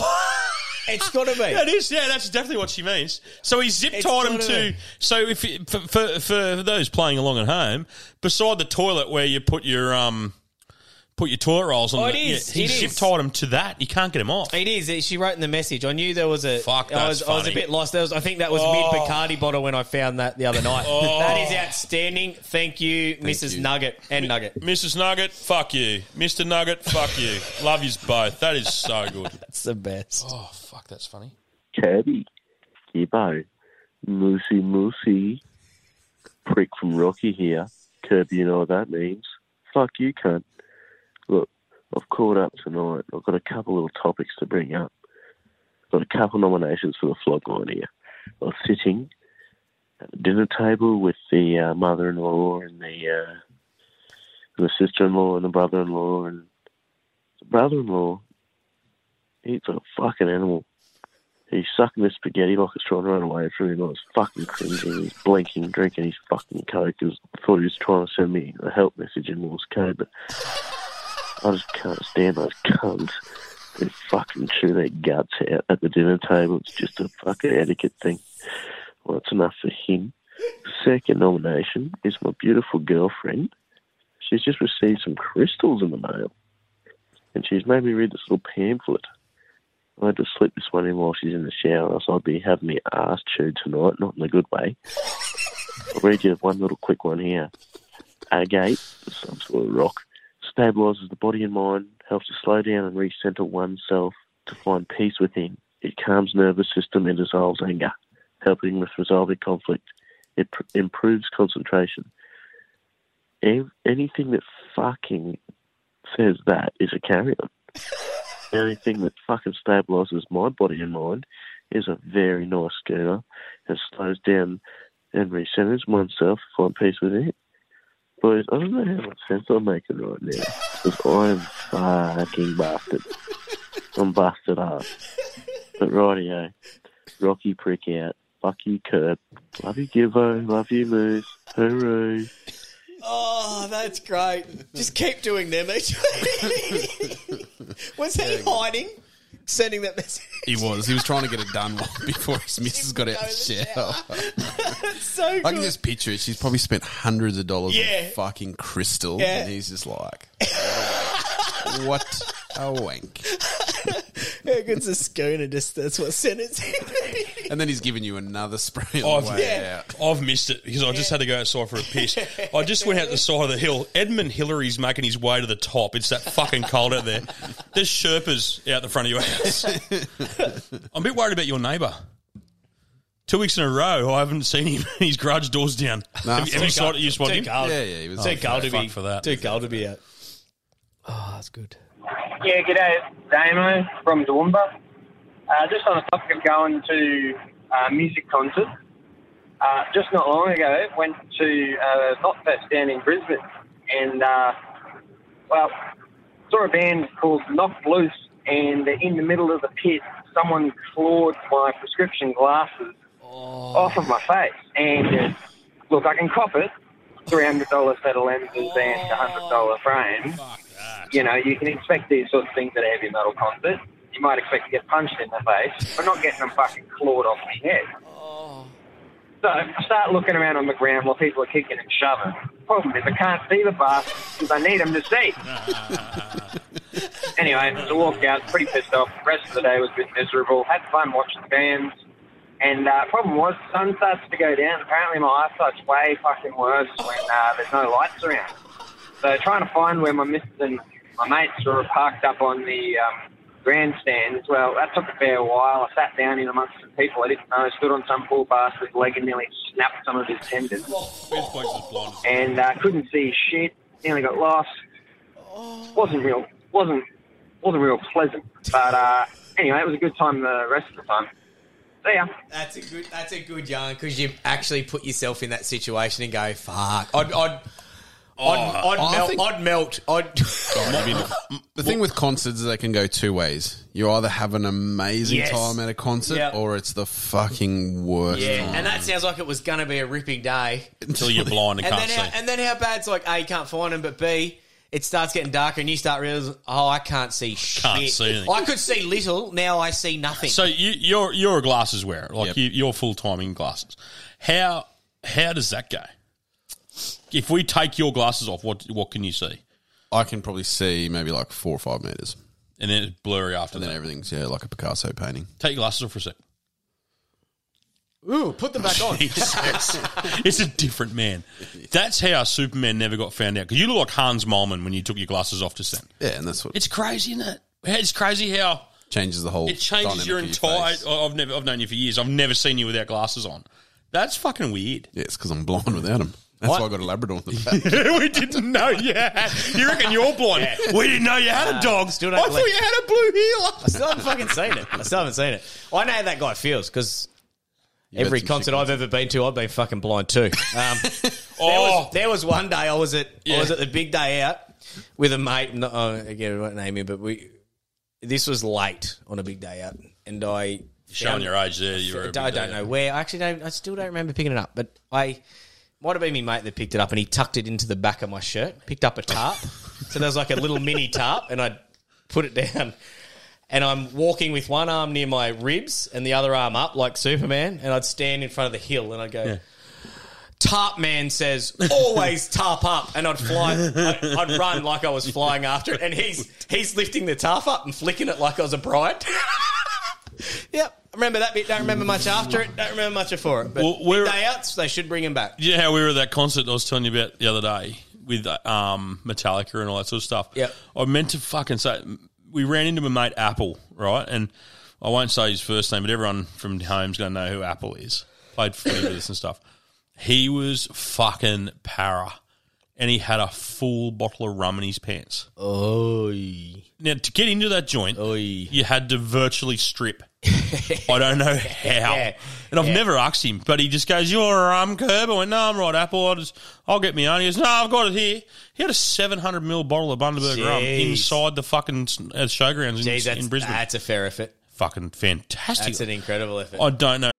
Speaker 1: It's got to be.
Speaker 8: Oh. That is, yeah, that's definitely what she means. So he zip
Speaker 1: It's
Speaker 8: tied him
Speaker 1: gotta
Speaker 8: to.
Speaker 1: be.
Speaker 8: So if you- for, for for those playing along at home, beside the toilet where you put your um put your toilet rolls on,
Speaker 1: Oh, it
Speaker 8: the,
Speaker 1: is,
Speaker 8: yeah, he
Speaker 1: it
Speaker 8: zip
Speaker 1: is.
Speaker 8: tied him to that. You can't get him off.
Speaker 1: It is. She wrote in the message. I knew there was a. Fuck, I was,
Speaker 8: that's
Speaker 1: I was a
Speaker 8: funny.
Speaker 1: bit lost. There was, I think that was
Speaker 8: Oh.
Speaker 1: mid Bacardi bottle when I found that the other night.
Speaker 8: Oh.
Speaker 1: That is outstanding. Thank you, Mrs. Nugget and Nugget.
Speaker 8: Mrs. Nugget, fuck you. Mr. Nugget, fuck you. Love yous both. That is so good.
Speaker 1: That's the best.
Speaker 8: Oh fuck, that's funny.
Speaker 15: Kirby, Gibbo, Moosey Moosey, prick from Rocky here. Kirby, you know what that means. Fuck you, cunt. Look, I've called up tonight. I've got a couple little topics to bring up. Got a couple nominations for the flog line here. I was sitting at the dinner table with the uh, mother-in-law and the uh, the sister-in-law and the brother-in-law and the brother-in-law. He's a fucking animal. He's sucking the spaghetti like it's trying to run away from him. I was fucking cringing. He's blinking, drinking his fucking coke. I thought he was trying to send me a help message in Morse code, but I just can't stand those cunts. They fucking chew their guts out at the dinner table. It's just a fucking etiquette thing. Well, that's enough for him. Second nomination is my beautiful girlfriend. She's just received some crystals in the mail, and she's made me read this little pamphlet. I had to slip this one in while she's in the shower, else I'd be having my ass chewed tonight, not in a good way. I'll read you one little quick one here. Agate, some sort of rock, stabilises the body and mind, helps to slow down and recenter oneself to find peace within. It calms nervous system and dissolves anger, helping with resolving conflict. It pr- improves concentration. Ev- anything that fucking says that is a carry on. Anything that fucking stabilises my body and mind is a very nice schooner and slows down and recenters oneself to find peace within. Boys, I don't know how much sense I'm making right now. Because I'm fucking busted. I'm busted up. But rightio. Rocky prick out. Fuck you, Kurt. Love you, Gibbo. Love you, Moose. Hooroo.
Speaker 1: Oh, that's great. Just keep doing them each Was he hiding? Sending that message.
Speaker 10: He was. He was trying to get it done before his missus got out of the shower.
Speaker 1: That's so good.
Speaker 10: I can just picture it. She's probably spent hundreds of dollars
Speaker 1: Yeah.
Speaker 10: on fucking crystal,
Speaker 1: Yeah.
Speaker 10: and he's just like, what a wank.
Speaker 1: How good's a schooner? Just that's what sent it.
Speaker 10: And then he's giving you another spray on the
Speaker 8: I've,
Speaker 10: way
Speaker 8: I've missed it because I just had to go outside for a piss. I just went out the side of the hill. Edmund Hillary's making his way to the top. It's that fucking cold out there. There's Sherpas out the front of your house. I'm a bit worried about your neighbour. Two weeks in a row, I haven't seen him. His garage door's down. have you, have you spotted you spotted him?
Speaker 1: too
Speaker 8: Oh,
Speaker 1: cold to
Speaker 8: fuck
Speaker 1: be
Speaker 8: for that.
Speaker 1: Too cold to be out. Oh, that's good.
Speaker 13: Yeah, g'day, it's Damo from Toowoomba. Uh, just on the topic of going to uh, music concerts, uh, just not long ago, went to uh, Knotfest down in Brisbane, and uh, well, saw a band called Knock Loose, and in the middle of the pit, someone clawed my prescription glasses off of my face, and uh, look, I can cop it. $300 set of lenses and a $100 frame you know, you can expect these sorts of things at a heavy metal concert. You might expect to get punched in the face, but not getting them fucking clawed off my head. So I start looking around on the ground while people are kicking and shoving. Problem is, I can't see the bastards because I need them to see. anyway, it was a walkout, pretty pissed off. The rest of the day was a bit miserable. Had fun watching the bands. And uh, problem was, the sun starts to go down. Apparently, my eyesight's way fucking worse when uh, there's no lights around. So trying to find where my missus and my mates were parked up on the um, grandstands. Well, that took a fair while. I sat down in amongst some people I didn't know, stood on some poor bastard's leg and nearly snapped some of his tendons. And uh, couldn't see shit. Nearly got lost. wasn't real. wasn't wasn't real pleasant. But uh, anyway, it was a good time the rest of the time. See ya.
Speaker 1: That's a good. That's a good yarn because you actually put yourself in that situation and go, "Fuck, I'd, I'd, I'd,
Speaker 8: Oh,
Speaker 1: I'd,
Speaker 10: Oh, I
Speaker 1: melt,
Speaker 10: think-
Speaker 1: I'd melt, I'd."
Speaker 10: The thing with concerts is they can go two ways. You either have an amazing
Speaker 1: Yes.
Speaker 10: time at a concert,
Speaker 1: Yep.
Speaker 10: or it's the fucking worst.
Speaker 1: yeah,
Speaker 10: time.
Speaker 1: and that sounds like it was going to be a ripping day.
Speaker 10: Until you're blind and
Speaker 1: then
Speaker 10: can't
Speaker 1: how,
Speaker 10: see.
Speaker 1: and then how bad's like a you can't find them, but b it starts getting darker and you start realizing, oh, I can't see shit.
Speaker 8: see anything.
Speaker 1: I could see little now. I see nothing.
Speaker 8: So you, you're you're a glasses wearer, like
Speaker 1: Yep.
Speaker 8: you, you're full time in glasses. How how does that go? If we take your glasses off, what what can you see?
Speaker 10: I can probably see maybe like four or five meters,
Speaker 8: and then it's blurry after.
Speaker 10: And then everything's yeah, like a Picasso painting.
Speaker 8: Take your glasses off for a sec.
Speaker 1: Ooh, put them back on.
Speaker 8: It's a different man. That's how Superman never got found out. Because you look like Hans Molman when you took your glasses off just then.
Speaker 10: Yeah, and that's what
Speaker 8: It's crazy, isn't it? It's crazy how
Speaker 10: changes the whole.
Speaker 8: it changes
Speaker 10: dynamic
Speaker 8: your
Speaker 10: of
Speaker 8: entire.
Speaker 10: face.
Speaker 8: I've never, I've known you for years. I've never seen you without glasses on. That's fucking weird.
Speaker 10: Yeah, it's because I'm blind without them. That's why I got a Labrador in the back.
Speaker 8: we didn't know you had. You reckon you're blind?
Speaker 1: Yeah.
Speaker 8: We didn't know you had
Speaker 1: Nah,
Speaker 8: a dog.
Speaker 1: still
Speaker 8: I
Speaker 1: don't
Speaker 8: thought
Speaker 1: believe-
Speaker 8: you had a blue heel.
Speaker 1: I still haven't fucking seen it. I still haven't seen it. I know how that guy feels because
Speaker 10: You've had
Speaker 1: every
Speaker 10: some shit
Speaker 1: concert I've ever been to, I've been fucking blind too. Um, there, was, there was one day I was at I was at the big day out with a mate. Not, uh, again, I won't name him, but we this was late on a big day out, and I
Speaker 8: showing
Speaker 1: found-
Speaker 8: your age there, you were
Speaker 1: I
Speaker 8: a big
Speaker 1: don't
Speaker 8: day
Speaker 1: know where. I actually don't. I still don't remember picking it up, but I. Might have been my mate that picked it up, and he tucked it into the back of my shirt. Picked up a tarp, so there was like a little mini tarp, and I put it down, and I'm walking with one arm near my ribs and the other arm up like Superman, and I'd stand in front of the hill and I'd go. Tarp man says, always tarp up, and I'd fly. I'd, I'd run like I was flying after it, and he's he's lifting the tarp up and flicking it like I was a bride. yep, I remember that bit. Don't remember much after it. Don't remember much before it. But
Speaker 8: Well,
Speaker 1: big day outs, they should bring him back.
Speaker 8: You know how we were at that concert I was telling you about the other day with uh, um, Metallica and all that sort of stuff. Yeah, I meant to fucking say we ran into my mate Apple, right? And I won't say his first name, but everyone from home's going to know who Apple is. Played footy with us and stuff. He was fucking para, and he had a full bottle of rum in his pants. Oh, now to get into that joint, you had to virtually strip. I don't know how. And I've never asked him, but he just goes, "You're a rum curb." I went, "No, I'm right, Apple. I just, I'll get me own." He goes, "No, I've got it here." He had a 700 mil bottle of Bundaberg rum
Speaker 1: Jeez.
Speaker 8: inside the fucking s- uh, showgrounds in,
Speaker 1: Jeez, that's-
Speaker 8: in Brisbane.
Speaker 1: That's a fair effort.
Speaker 8: Fucking fantastic.
Speaker 1: That's an incredible effort.
Speaker 8: I don't know.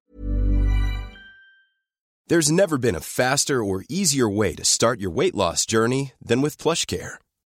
Speaker 16: There's never been a faster or easier way to start your weight loss journey than with PlushCare.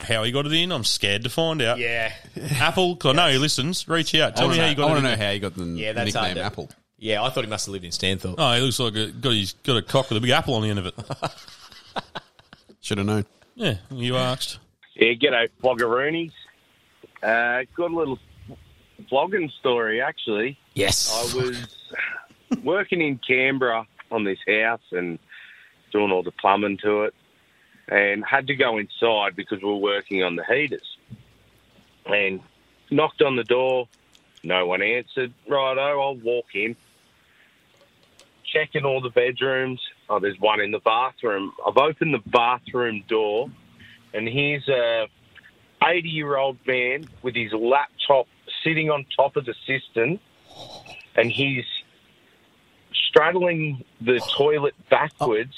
Speaker 8: How he got it in? I'm scared to find out.
Speaker 1: Yeah,
Speaker 8: Apple. 'cause I know he listens. Reach out. Tell
Speaker 10: I
Speaker 8: me
Speaker 10: wanna
Speaker 8: how
Speaker 10: know-
Speaker 8: you got.
Speaker 10: I
Speaker 8: it
Speaker 10: wanna
Speaker 8: in
Speaker 10: know
Speaker 8: there.
Speaker 10: how he got the
Speaker 1: Yeah, that's hard to- Yeah, I thought he must have lived in Stanthorpe.
Speaker 8: Oh, he looks like a, got he's got a cock with a big apple on the end of it.
Speaker 10: Should have known.
Speaker 8: Yeah, you asked.
Speaker 17: Yeah, g'day, Floggeroonies. Uh, got a little flogging story, actually.
Speaker 1: Yes.
Speaker 17: I was working in Canberra on this house and doing all the plumbing to it and had to go inside because we were working on the heaters. And knocked on the door, no one answered. Righto, I'll walk in. Checking all the bedrooms. Oh, there's one in the bathroom. I've opened the bathroom door and here's a 80 year old man with his laptop sitting on top of the cistern and he's straddling the toilet backwards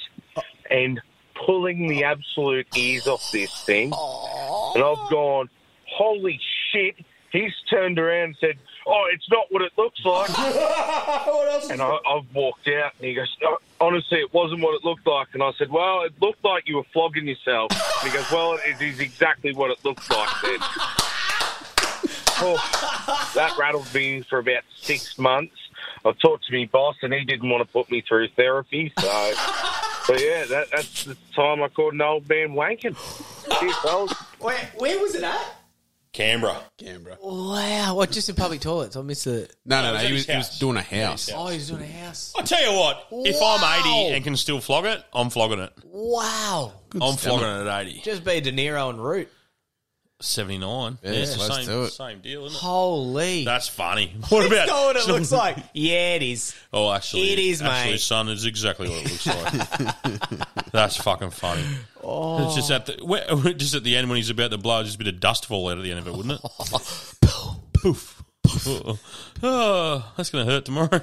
Speaker 17: and pulling the absolute ears off this thing. And I've gone, holy shit. He's turned around and said, Oh, it's not what it looks like. and I, I've walked out, and he goes, no, Honestly, it wasn't what it looked like. And I said, Well, it looked like you were flogging yourself. And he goes, Well, it is exactly what it looked like then. Oh, that rattled me for about six months. I talked to my boss, and he didn't want to put me through therapy. So, but yeah, that, that's the time I called an old man wanking. Cheers, fellas.
Speaker 1: Where, where was it at?
Speaker 8: Canberra.
Speaker 10: Canberra.
Speaker 1: Wow, what? Just in public toilets? I missed it.
Speaker 10: No, no, no.
Speaker 8: was
Speaker 10: He
Speaker 8: at
Speaker 10: was,
Speaker 8: his
Speaker 10: he was
Speaker 8: house.
Speaker 10: doing a house.
Speaker 1: Oh, he's doing a house.
Speaker 8: I tell you what, if I'm 80 and can still flog it, I'm flogging it.
Speaker 1: Wow.
Speaker 8: I'm
Speaker 1: stomach.
Speaker 8: flogging it at 80.
Speaker 1: Just be De Niro and Root.
Speaker 8: 79. Yeah,
Speaker 1: Yeah,
Speaker 8: it's the
Speaker 1: let's
Speaker 8: same,
Speaker 1: do it.
Speaker 8: same deal, isn't it?
Speaker 1: Holy.
Speaker 8: That's funny. What
Speaker 1: It's
Speaker 8: about
Speaker 1: not what it looks like. Yeah, it is.
Speaker 8: Oh, actually,
Speaker 1: It is,
Speaker 8: actually,
Speaker 1: mate.
Speaker 8: son, it's exactly what it looks like. That's fucking funny.
Speaker 1: Oh.
Speaker 8: It's just at the we- just at the end when he's about to blow, just a bit of dust fall out at the end of it, wouldn't it? Poof. Oh, that's gonna hurt tomorrow.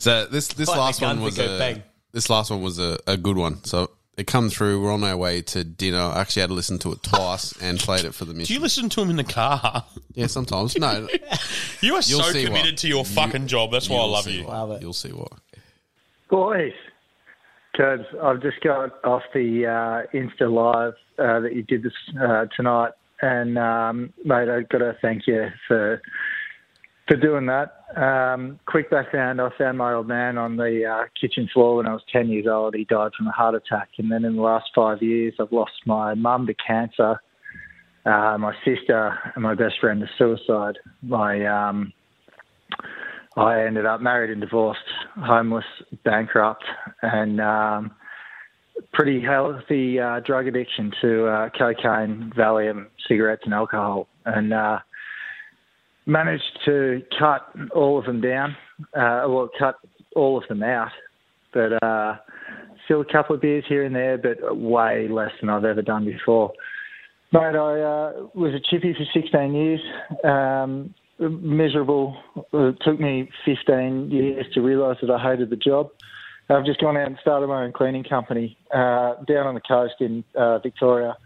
Speaker 10: So this this
Speaker 8: Like
Speaker 10: last
Speaker 8: the guns
Speaker 10: one was
Speaker 8: that go
Speaker 10: a,
Speaker 8: bang.
Speaker 10: this last one was a, a good one. So it come through. We're on our way to dinner. I actually had to listen to it twice and played it for the mission.
Speaker 8: Do you listen to him in the car?
Speaker 10: Yeah, sometimes. No,
Speaker 8: You are so
Speaker 10: You'll see
Speaker 8: committed
Speaker 10: why.
Speaker 8: to your fucking job. That's why I
Speaker 10: you'll
Speaker 8: love
Speaker 10: see
Speaker 8: you.
Speaker 10: why. You'll see what.
Speaker 18: Boys, Curbs, I've just got off the uh, Insta Live uh, that you did this uh, tonight, and um, mate, I've got to thank you for for doing that. Um, quick background: I found my old man on the uh, kitchen floor when I was ten years old. He died from a heart attack, and then in the last five years, I've lost my mum to cancer, uh, my sister, and my best friend to suicide. My um, I ended up married and divorced, homeless, bankrupt, and um, pretty healthy uh, drug addiction to uh, cocaine, Valium, cigarettes, and alcohol, and uh, managed to cut all of them down. Uh, well, cut all of them out, but uh, still a couple of beers here and there, but way less than I've ever done before. Mate, I uh, was a chippy for 16 years. Um, miserable. It took me 15 years to realise that I hated the job. I've just gone out and started my own cleaning company uh, down on the coast in uh, Victoria.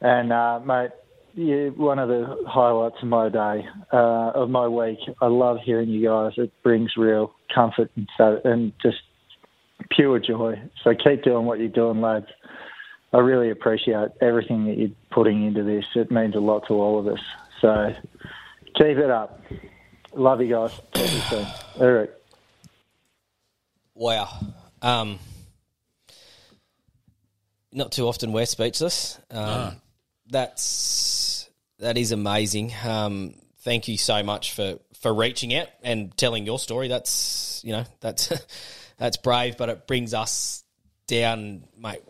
Speaker 18: And, uh, mate, yeah, one of the highlights of my day, uh, of my week. I love hearing you guys. It brings real comfort and, so, and just pure joy. So keep doing what you're doing, lads. I really appreciate everything that you're putting into this. It means a lot to all of us. So keep it up. Love you guys. Talk to you soon. All right.
Speaker 1: Wow. Um, not too often we're speechless. Um,
Speaker 8: Ah.
Speaker 19: No.
Speaker 1: That's that is amazing. Um, thank you so much for for reaching out and telling your story. That's you know that's that's brave, but it brings us down, mate.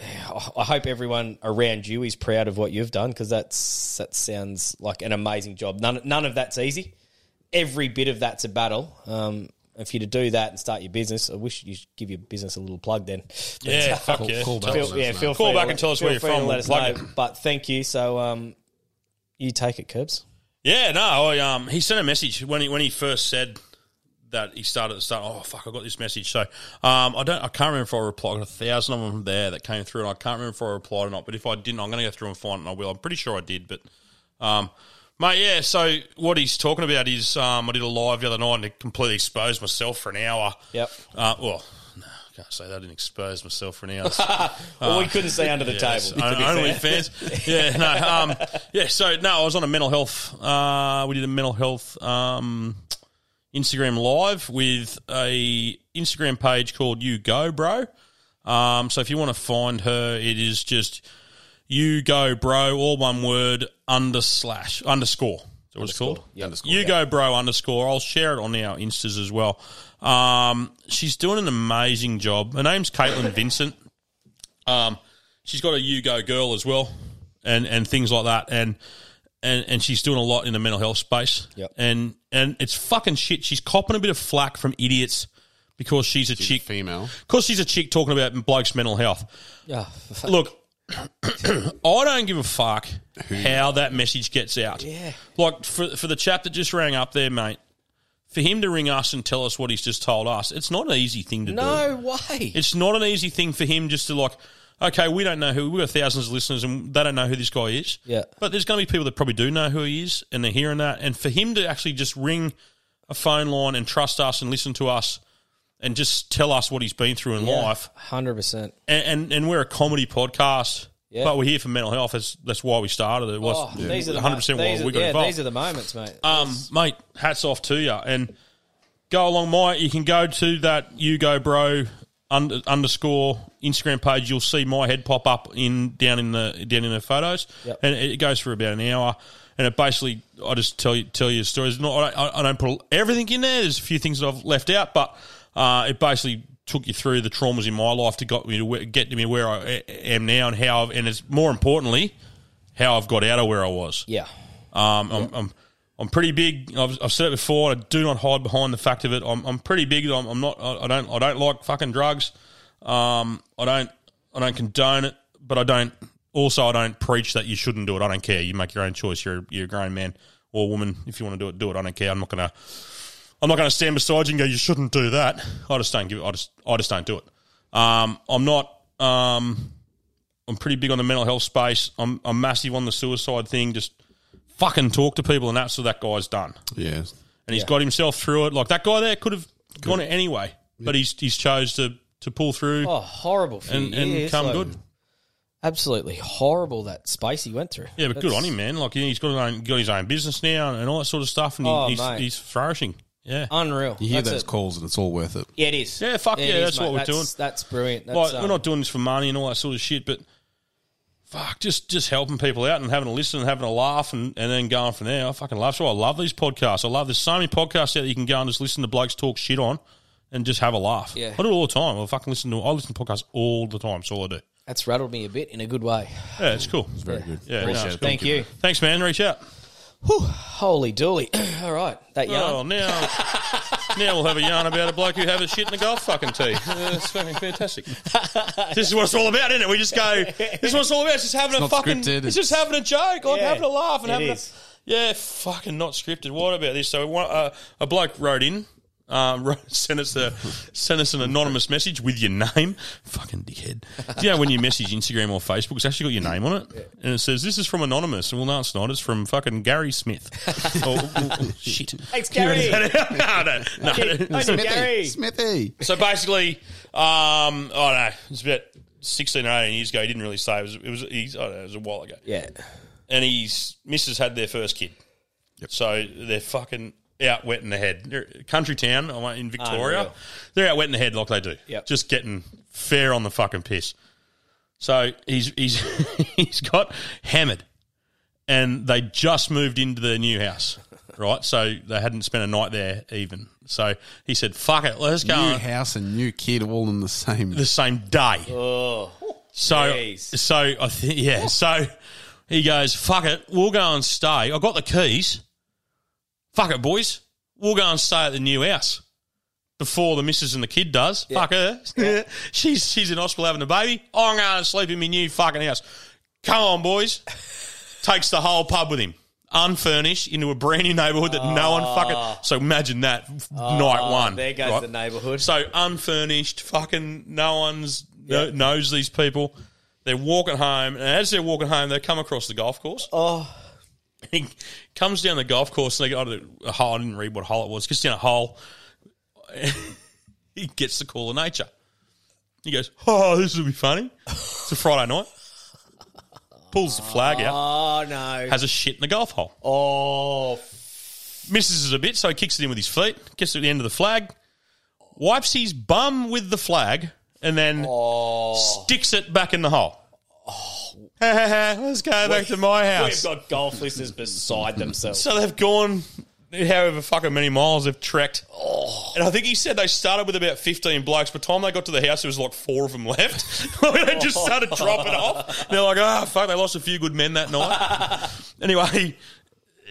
Speaker 1: I I hope everyone around you is proud of what you've done because that's that sounds like an amazing job. None none of that's easy. Every bit of that's a battle. Um, if you to do that and start your business, I wish you should give your business a little plug then.
Speaker 8: Yeah,
Speaker 1: But,
Speaker 8: fuck
Speaker 1: uh,
Speaker 8: yeah.
Speaker 1: Feel,
Speaker 8: Tell us,
Speaker 1: yeah,
Speaker 8: mate.
Speaker 1: feel
Speaker 8: Call
Speaker 1: free to
Speaker 8: back
Speaker 1: let-
Speaker 8: and tell us
Speaker 1: feel
Speaker 8: where you're
Speaker 1: free to
Speaker 8: from.
Speaker 1: Let us
Speaker 8: Plug
Speaker 1: know. But thank you. So um, you take it, Curbs.
Speaker 8: Yeah, no, I, um, he sent a message when he when he first said that he started at the start. Oh fuck, I got this message. So um, I don't, I can't remember if I replied. I got a thousand of them there that came through, and I can't remember if I replied or not. But if I didn't, I'm going to go through and find it. and I will. I'm pretty sure I did, but um, mate, yeah. So what he's talking about is um, I did a live the other night and it completely exposed myself for an hour.
Speaker 1: Yep.
Speaker 8: Uh, well. no, I Can't say that I didn't expose myself for an hour.
Speaker 1: Well, we couldn't say under the
Speaker 8: yes,
Speaker 1: table, to be
Speaker 8: Only
Speaker 1: fair.
Speaker 8: fans. Yeah, no, um, yeah. So no, I was on a mental health. Uh, we did a mental health um, Instagram live with a Instagram page called You Go Bro. Um, so if you want to find her, it is just You Go Bro, all one word under slash underscore. Is that what it's called? you go bro underscore. I'll share it on our instas as well. Um, she's doing an amazing job. Her name's Caitlin Vincent. Um, she's got a you go girl as well, and and things like that, and and and she's doing a lot in the mental health space.
Speaker 1: Yep.
Speaker 8: And and it's fucking shit. She's copping a bit of flack from idiots because she's a chick, female. Because she's a chick talking about blokes' mental health.
Speaker 1: Yeah.
Speaker 8: Look, I don't give a fuck how that message gets out.
Speaker 1: Yeah.
Speaker 8: Like for for the chap that just rang up there, mate. For him to ring us and tell us what he's just told us, it's not an easy thing to do.
Speaker 1: No way.
Speaker 8: It's not an easy thing for him just to like, okay, we don't know who we've got thousands of listeners and they don't know who this guy is.
Speaker 1: Yeah.
Speaker 8: But there's gonna be people that probably do know who he is and they're hearing that. And for him to actually just ring a phone line and trust us and listen to us and just tell us what he's been through in life.
Speaker 1: hundred percent.
Speaker 8: And, and and we're a comedy podcast.
Speaker 1: Yeah.
Speaker 8: But we're here for mental health. That's that's why we started. It was
Speaker 1: Oh, these are the
Speaker 8: 100 percent
Speaker 1: mo-
Speaker 8: why
Speaker 1: these are-
Speaker 8: we got
Speaker 1: yeah,
Speaker 8: involved.
Speaker 1: These are the moments, mate.
Speaker 8: Um, mate, hats off to you. And go along, my. You can go to that you go bro under, underscore Instagram page. You'll see my head pop up in down in the down in the photos,
Speaker 1: Yep.
Speaker 8: and it goes for about an hour. And it basically, I just tell you tell you stories. Not, I, I don't put everything in there. There's a few things that I've left out, but uh, it basically took you through the traumas in my life to got me to where, get to me where I am now, and how. I've, and it's more importantly, how I've got out of where I was.
Speaker 1: Yeah.
Speaker 8: Um, I'm, I'm, I'm pretty big. I've, I've said it before. I do not hide behind the fact of it. I'm, I'm pretty big. I'm, I'm not. I I don't. I don't like fucking drugs. Um, I don't. I don't condone it, but I don't. Also, I don't preach that you shouldn't do it. I don't care. You make your own choice. You're you're a grown man or woman. If you want to do it, do it. I don't care. I'm not gonna. I'm not going to stand beside you and go, you shouldn't do that. I just don't give. I just, I just don't do it. Um, I'm not. Um, I'm pretty big on the mental health space. I'm, I'm massive on the suicide thing. Just fucking talk to people, and that's what that guy's done.
Speaker 10: Yeah.
Speaker 8: And he's
Speaker 10: Yeah.
Speaker 8: got himself through it. Like that guy there could have gone it anyway, but he's he's chose to to pull through.
Speaker 1: Oh, horrible few
Speaker 8: and, and
Speaker 1: years,
Speaker 8: come
Speaker 1: like,
Speaker 8: good.
Speaker 1: Absolutely horrible that space he went through.
Speaker 8: Yeah, but good
Speaker 1: That's-
Speaker 8: on him, man. Like he's got his own, got his own business now and all that sort of stuff, and he-
Speaker 1: Oh,
Speaker 8: he's,
Speaker 1: mate.
Speaker 8: he's flourishing. Yeah,
Speaker 1: unreal.
Speaker 10: You hear
Speaker 1: That's
Speaker 10: those
Speaker 1: a-
Speaker 10: calls and it's all worth it.
Speaker 1: Yeah, it is.
Speaker 8: Yeah, fuck
Speaker 1: It
Speaker 8: yeah,
Speaker 1: is,
Speaker 8: that's
Speaker 1: mate.
Speaker 8: what we're
Speaker 1: That's-
Speaker 8: doing.
Speaker 1: That's brilliant. That's,
Speaker 8: like,
Speaker 1: um,
Speaker 8: we're not doing this for money and all that sort of shit, but fuck, just just helping people out and having a listen and having a laugh and, and then going from there. I fucking love. So I love these podcasts. I love there's so many podcasts out that you can go and just listen to blokes talk shit on and just have a laugh.
Speaker 19: Yeah.
Speaker 8: I do it all the time. I fucking listen to I listen to podcasts all the time. It's all I do.
Speaker 19: That's rattled me a bit in a good way.
Speaker 8: Yeah, it's cool.
Speaker 19: It's very good.
Speaker 8: Yeah,
Speaker 19: Appreciate
Speaker 8: no, it's
Speaker 19: it. Thank you.
Speaker 8: Thanks, man. Reach out.
Speaker 19: Holy dooly. All right. That yarn.
Speaker 8: Oh, now, now we'll have a yarn about a bloke who had a shit in the golf fucking tee. Uh, It's fucking fantastic. this is what it's all about, isn't it? We just go. This is what it's all about. It's just having
Speaker 10: It's
Speaker 8: a
Speaker 10: not
Speaker 8: fucking.
Speaker 10: scripted,
Speaker 8: It's,
Speaker 10: it's-
Speaker 8: just having a joke. I'm
Speaker 10: Yeah,
Speaker 8: having a laugh and
Speaker 10: it
Speaker 8: having.
Speaker 10: is.
Speaker 8: A, yeah, fucking not scripted. What about this? So one, uh, a bloke wrote in. Um, wrote- sent us a sent us an anonymous message with your name. Fucking dickhead. Do you know when you message Instagram or Facebook, it's actually got your name on it, and it says this is from anonymous. And well, no, it's not. It's from fucking Gary Smith. oh, oh, oh, shit.
Speaker 1: Thanks,
Speaker 8: Can you
Speaker 1: Gary.
Speaker 8: edit that out? no, no,
Speaker 1: Okay,
Speaker 8: no.
Speaker 1: I did Gary. Smithy.
Speaker 8: So basically, um, I don't know. It's about sixteen or eighteen years ago. He didn't really say it was. It was. He's, I don't know. It was a while ago.
Speaker 19: Yeah.
Speaker 8: And his missus had their first kid. So they're fucking out wet in the head. They're- country town I went in Victoria.
Speaker 19: Unreal.
Speaker 8: They're out wet in the head like they do.
Speaker 19: Yep.
Speaker 8: Just getting fair on the fucking piss. So he's he's he's got hammered, and they just moved into their new house, right? So they hadn't spent a night there even. So he said, "Fuck it, let's go."
Speaker 10: New house and new kid all in the same the
Speaker 8: same day.
Speaker 10: Oh,
Speaker 8: So, so I think yeah. So he goes, "Fuck it, we'll go and stay." I got the keys. Fuck it, boys, we'll go and stay at the new house before the missus and the kid does. Fuck her. she's she's in hospital having a baby. I'm going to sleep in my new fucking house. Come on, boys. Takes the whole pub with him. Unfurnished into a brand new neighborhood that no one
Speaker 1: Oh.
Speaker 10: Ah.
Speaker 8: fucking. So imagine that f-
Speaker 1: Oh,
Speaker 8: night one.
Speaker 1: there goes
Speaker 8: right?
Speaker 1: the neighbourhood.
Speaker 8: So unfurnished, fucking no one's no, knows these people. They're walking home, and as they're walking home, they come across the golf course.
Speaker 19: Oh.
Speaker 8: He comes down the golf course, and they go to a hole. I didn't read what hole it was. Gets down a hole. he gets the call of nature. He goes, "Oh, this will be funny." It's a Friday night. Pulls the flag out.
Speaker 1: Oh, no.
Speaker 8: Has a shit in the golf hole. Oh. Misses it a bit, so he kicks it in with his feet. Gets it at the end of the flag. Wipes his bum with the flag, and then sticks it back in the hole. Let's go back to my house.
Speaker 1: We've got golf listeners beside themselves.
Speaker 8: So they've gone however fucking many miles they've trekked. And I think he said they started with about 15 blokes. By the time they got to the house, there was like four of them left. they just started dropping off. They're like, oh, fuck, they lost a few good men that night. anyway,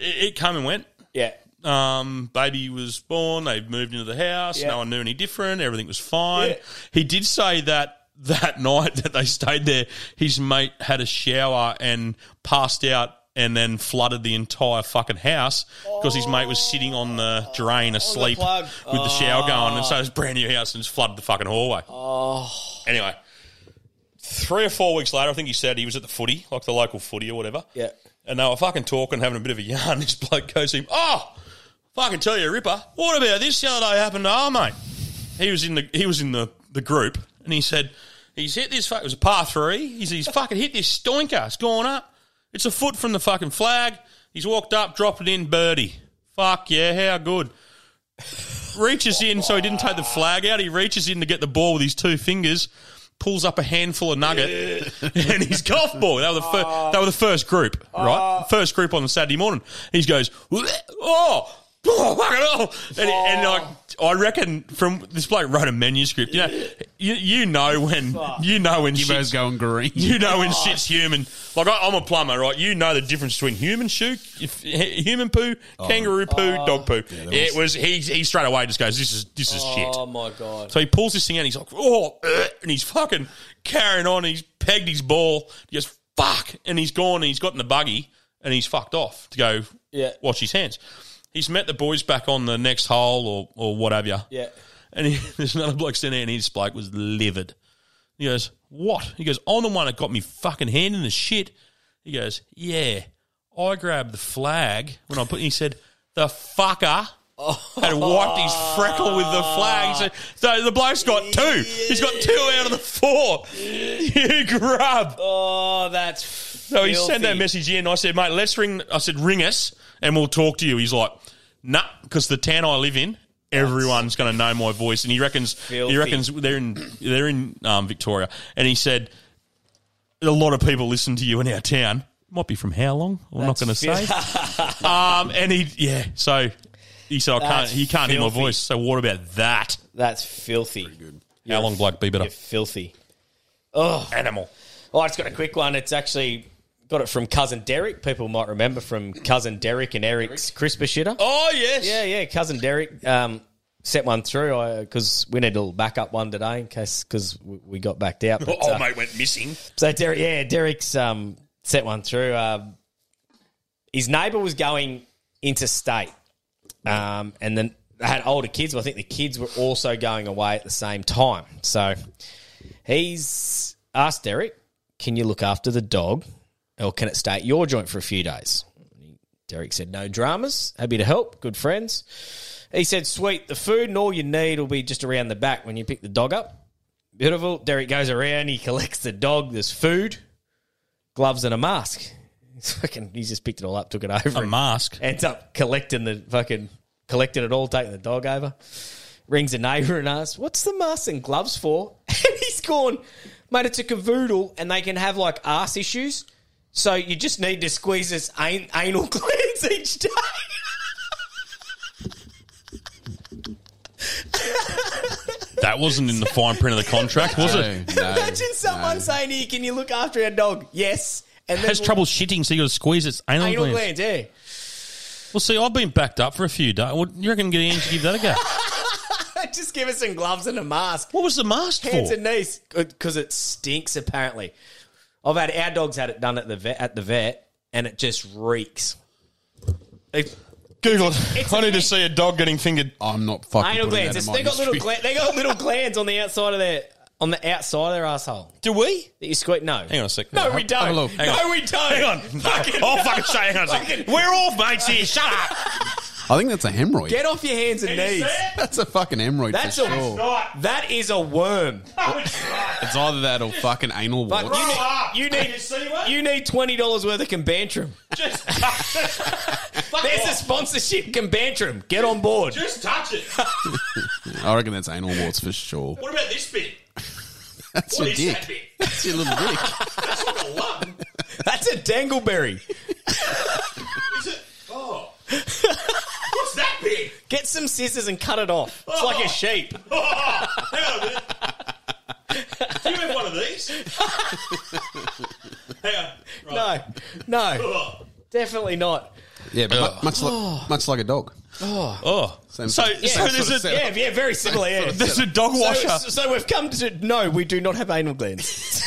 Speaker 8: it, it came and went.
Speaker 1: Yeah.
Speaker 8: Um, baby was born. They moved into the house.
Speaker 1: Yeah.
Speaker 8: No one knew any different. Everything was fine. He did say that that night that they stayed there, his mate had a shower and passed out. And then flooded the entire fucking house because his mate was sitting on the drain asleep
Speaker 1: Oh, plug.
Speaker 8: with the shower going, and so his brand new house and just flooded the fucking hallway.
Speaker 1: Oh.
Speaker 8: Anyway, three or four weeks later, I think he said he was at the footy, like the local footy or whatever.
Speaker 19: Yeah.
Speaker 8: And they were fucking talking, having a bit of a yarn. This bloke goes to him, Oh, fucking tell you a ripper. What about this the other day happened to our mate? He was in the he was in the, the group and he said, He's hit this fu- it was a par three. He's he's fucking hit this stoinker. It's gone up. It's a foot from the fucking flag. He's walked up, dropped it in, birdie. Fuck yeah, how good reaches in, so he didn't take the flag out. He reaches in to get the ball with his two fingers, pulls up a handful of nugget, and his golf ball. They were the first. They were the first group, right? First group on the Saturday morning. He goes, oh. Oh, fuck it all. And, he- and like, I reckon from this bloke wrote a manuscript. You know, you, you know when you know when shit's
Speaker 10: going green.
Speaker 8: You know when shit's human. Like I, I'm a plumber, right? You know the difference between human shoe, if, human poo, kangaroo poo, dog poo. it was he. He straight away just goes, "This is this is shit."
Speaker 19: Oh, my God.
Speaker 8: So he pulls this thing out and he's like, oh, uh," and he's fucking carrying on. He's pegged his ball. He goes, fuck. And he's gone and he's got in the buggy and he's fucked off to go
Speaker 19: Yeah.
Speaker 8: watch his hands. He's met the boys back on the next hole or, or what have you.
Speaker 19: Yeah.
Speaker 8: And he, there's another bloke standing there and his bloke was livid. He goes, what? He goes, I'm the one that got me fucking hand in the shit. He goes, yeah, I grabbed the flag when I put, he said, the fucker had wiped his freckle with the flag. So, so the bloke's got two. He's got two out of the four. you grub.
Speaker 1: Oh, that's.
Speaker 8: So he sent that message in. I said, mate, let's ring. I said, ring us and we'll talk to you. He's like, nah, because the town I live in, everyone's going to know my voice. And he reckons,
Speaker 1: Filthy.
Speaker 8: he reckons they're in, they're in um, Victoria. And he said, a lot of people listen to you in our town. Might be from how long? I'm not going to
Speaker 12: That's
Speaker 8: say. um, and he, yeah. So he said, I can't.
Speaker 1: That's
Speaker 8: He can't hear my
Speaker 1: filthy.
Speaker 8: voice. So what about that?
Speaker 1: That's filthy. good.
Speaker 8: How long, bloke? Be better.
Speaker 1: filthy. Oh,
Speaker 8: animal.
Speaker 1: Oh, I just got a quick one. It's actually got it from cousin Derek. People might remember from cousin Derek and Eric's crisper shitter.
Speaker 8: Oh yes,
Speaker 1: yeah, yeah. Cousin Derek um, sent one through because we need a little backup one today in case because we, we got backed out. but,
Speaker 8: oh,
Speaker 1: uh,
Speaker 8: mate went missing.
Speaker 1: so Derek, yeah, Derek's um, set one through. Um, his neighbour was going interstate, um, and then they had older kids. But I think the kids were also going away at the same time. So he's asked Derek, "Can you look after the dog, or can it stay at your joint for a few days?" Derek said, "No dramas. Happy to help. Good friends." He said, "Sweet. The food and all you need will be just around the back when you pick the dog up." Beautiful. Derek goes around. He collects the dog. There's food, gloves, and a mask. He's fucking. He just picked it all up, took it over.
Speaker 8: A mask.
Speaker 1: Ends up collecting the fucking collecting it all, taking the dog over. Rings a neighbour and asks, "What's the mask and gloves for?" And he's gone, mate. It's a cavoodle, and they can have like arse issues. So you just need to squeeze this an- anal cleanse each day.
Speaker 8: That wasn't in the fine print of the contract, was it?
Speaker 1: Imagine someone saying to you, "Can you look after our dog?" Yes, and then
Speaker 8: Has trouble shitting, so you got to squeeze its anal,
Speaker 1: anal
Speaker 8: glands.
Speaker 1: glands. Yeah.
Speaker 8: Well, see, I've been backed up for a few days. Well, you reckon get in to give that a go?
Speaker 1: Just give us some gloves and a mask.
Speaker 8: What was the mask
Speaker 1: Hands
Speaker 8: for?
Speaker 1: and knees, because it stinks. Apparently, I've had our dogs had it done at the vet, at the vet, and it just reeks. It,
Speaker 8: Google it. I need to see a dog getting fingered.
Speaker 10: I'm not
Speaker 1: anal glands. It's- They got little gla- they got little glands on the outside of their on the outside of their asshole.
Speaker 8: Do we?
Speaker 1: That you squeak? No.
Speaker 8: Hang on a sec.
Speaker 1: No, we don't.
Speaker 8: Have a look. Hang
Speaker 1: no,
Speaker 8: on.
Speaker 1: we don't.
Speaker 8: Hang on.
Speaker 1: Fucking-
Speaker 8: I'll fucking show you. Hang on a sec. We're all mates here. Shut up.
Speaker 10: I think that's a hemorrhoid.
Speaker 1: Get off your hands and knees.
Speaker 10: That's a fucking hemorrhoid.
Speaker 1: That's a
Speaker 10: for sure.
Speaker 1: that is a worm.
Speaker 10: It's either that or fucking anal
Speaker 1: Fuck,
Speaker 10: warts.
Speaker 1: you need, you need, you need twenty dollars worth of Combantrum. There's a sponsorship, Combantrum. Get on board.
Speaker 8: Just touch it.
Speaker 10: I reckon that's anal warts for sure.
Speaker 8: What about this bit?
Speaker 10: That's
Speaker 8: What
Speaker 10: your
Speaker 8: is
Speaker 10: dick.
Speaker 8: that bit?
Speaker 10: That's your little dick.
Speaker 1: That's a dangleberry.
Speaker 8: Oh. What's that bit?
Speaker 1: Get some scissors and cut it off. It's
Speaker 8: Oh.
Speaker 1: like a sheep.
Speaker 8: Hang on a minute. Do you have one of these? Hang on. Right. Oh.
Speaker 1: No, no, definitely not.
Speaker 10: Yeah, but mu- much
Speaker 1: Oh.
Speaker 10: like much like a dog.
Speaker 1: Oh.
Speaker 8: Oh,
Speaker 10: Same
Speaker 8: So-
Speaker 10: sort of-
Speaker 8: so
Speaker 10: same
Speaker 8: there's
Speaker 10: sort of
Speaker 8: a-
Speaker 10: setup.
Speaker 1: Yeah, yeah, very similar.
Speaker 10: Same
Speaker 1: Yeah.
Speaker 10: sort of This is a setup. dog
Speaker 1: So-
Speaker 10: washer.
Speaker 1: So, we've come to no, we do not have anal glands.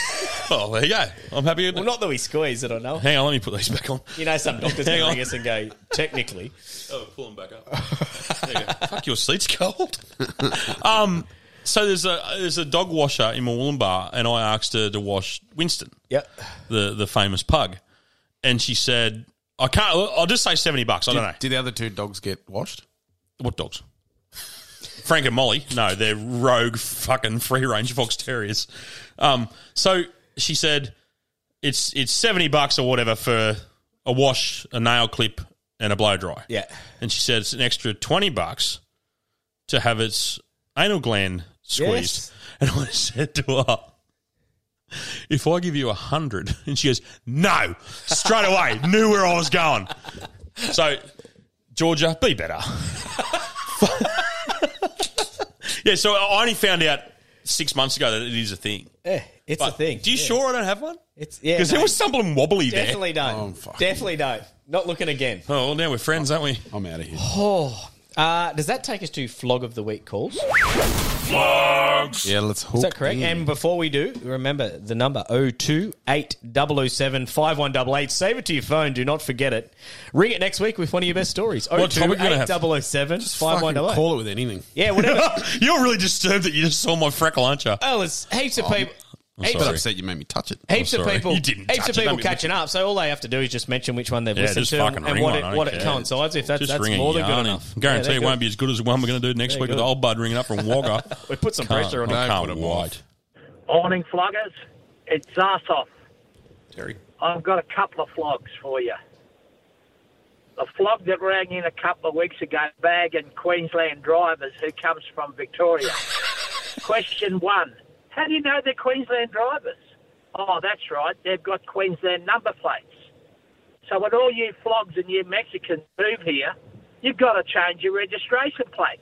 Speaker 8: Oh, there you go. I'm happy. Well,
Speaker 1: not that we squeeze it. I know.
Speaker 8: Hang on, let me put these back on.
Speaker 1: You know, some doctors
Speaker 8: Hang
Speaker 1: can
Speaker 8: on.
Speaker 1: ring us and go. Technically,
Speaker 8: Oh, pull them back up. There you go. Fuck, your seat's cold. um, so there's a there's a dog washer in Mooloolambar, and I asked her to wash Winston.
Speaker 1: Yep.
Speaker 8: The the famous pug, and she said, "I can't. I'll just say seventy bucks. I
Speaker 10: Did,
Speaker 8: don't know."
Speaker 10: did the other two dogs get washed?
Speaker 8: What dogs? Frank and Molly. No, they're rogue fucking free range fox terriers. Um, so she said it's it's seventy bucks or whatever for a wash, a nail clip, and a blow dry.
Speaker 1: Yeah.
Speaker 8: And she said it's an extra twenty bucks to have its anal gland squeezed. And I said to her, if I give you a hundred, and she goes, no, straight away, knew where I was going. So, Georgia, be better. yeah, so I only found out six months ago that it is a thing.
Speaker 1: yeah, it's a
Speaker 8: But
Speaker 1: thing.
Speaker 8: Do you
Speaker 1: Yeah.
Speaker 8: sure I don't have one?
Speaker 1: It's yeah,
Speaker 8: Because
Speaker 1: no.
Speaker 8: there was something wobbly
Speaker 1: Definitely
Speaker 8: there.
Speaker 10: Oh,
Speaker 1: don't. Definitely don't. Not looking again.
Speaker 8: Oh, well, now we're friends, aren't we?
Speaker 10: I'm out of here.
Speaker 1: Oh, uh, does that take us to flog of the week calls?
Speaker 8: Vlogs.
Speaker 10: Yeah, let's hook
Speaker 1: Is that correct?
Speaker 10: in.
Speaker 1: And before we do, remember the number 028007518. Save it to your phone. Do not forget it. Ring it next week with one of your best stories.
Speaker 8: What topic are we gonna have?
Speaker 1: 028007518.
Speaker 10: Fucking call it with anything.
Speaker 1: Yeah, whatever.
Speaker 8: You're really disturbed that you just saw my freckle, aren't you?
Speaker 1: Oh, there's heaps of people.
Speaker 10: I'm
Speaker 1: heaps
Speaker 10: sorry.
Speaker 1: of-
Speaker 10: upset you made me touch it.
Speaker 1: Heaps of people,
Speaker 10: You didn't
Speaker 1: heaps
Speaker 10: touch
Speaker 1: of
Speaker 10: it.
Speaker 1: people
Speaker 10: Don't be-
Speaker 1: catching up. So all they have to do is just mention which one they've
Speaker 8: Yeah,
Speaker 1: listened
Speaker 8: just
Speaker 1: to
Speaker 8: fucking
Speaker 1: and,
Speaker 8: ring
Speaker 1: what
Speaker 8: one. I
Speaker 1: it
Speaker 8: don't
Speaker 1: what
Speaker 8: care.
Speaker 1: it coincides. If that's
Speaker 8: Just
Speaker 1: that's
Speaker 8: ring a
Speaker 1: more than good
Speaker 8: yarn
Speaker 1: enough,
Speaker 8: in. Guarantee
Speaker 1: Yeah,
Speaker 8: it won't be as good as the one we're going to do next
Speaker 1: They're
Speaker 8: week with
Speaker 1: good.
Speaker 8: old bud ringing up from Wagga.
Speaker 1: We put some
Speaker 8: Can't-
Speaker 1: pressure on
Speaker 8: I
Speaker 1: him.
Speaker 8: can't wait.
Speaker 20: Morning, floggers. It's Zartov.
Speaker 8: Terry.
Speaker 20: I've got a couple of flogs for you. The flog that rang in a couple of weeks ago, bag and Queensland drivers who comes from Victoria. Question one: How do you know they're Queensland drivers? Oh, that's right. They've got Queensland number plates. So when all you flogs and you Mexicans move here, you've got to change your registration plate.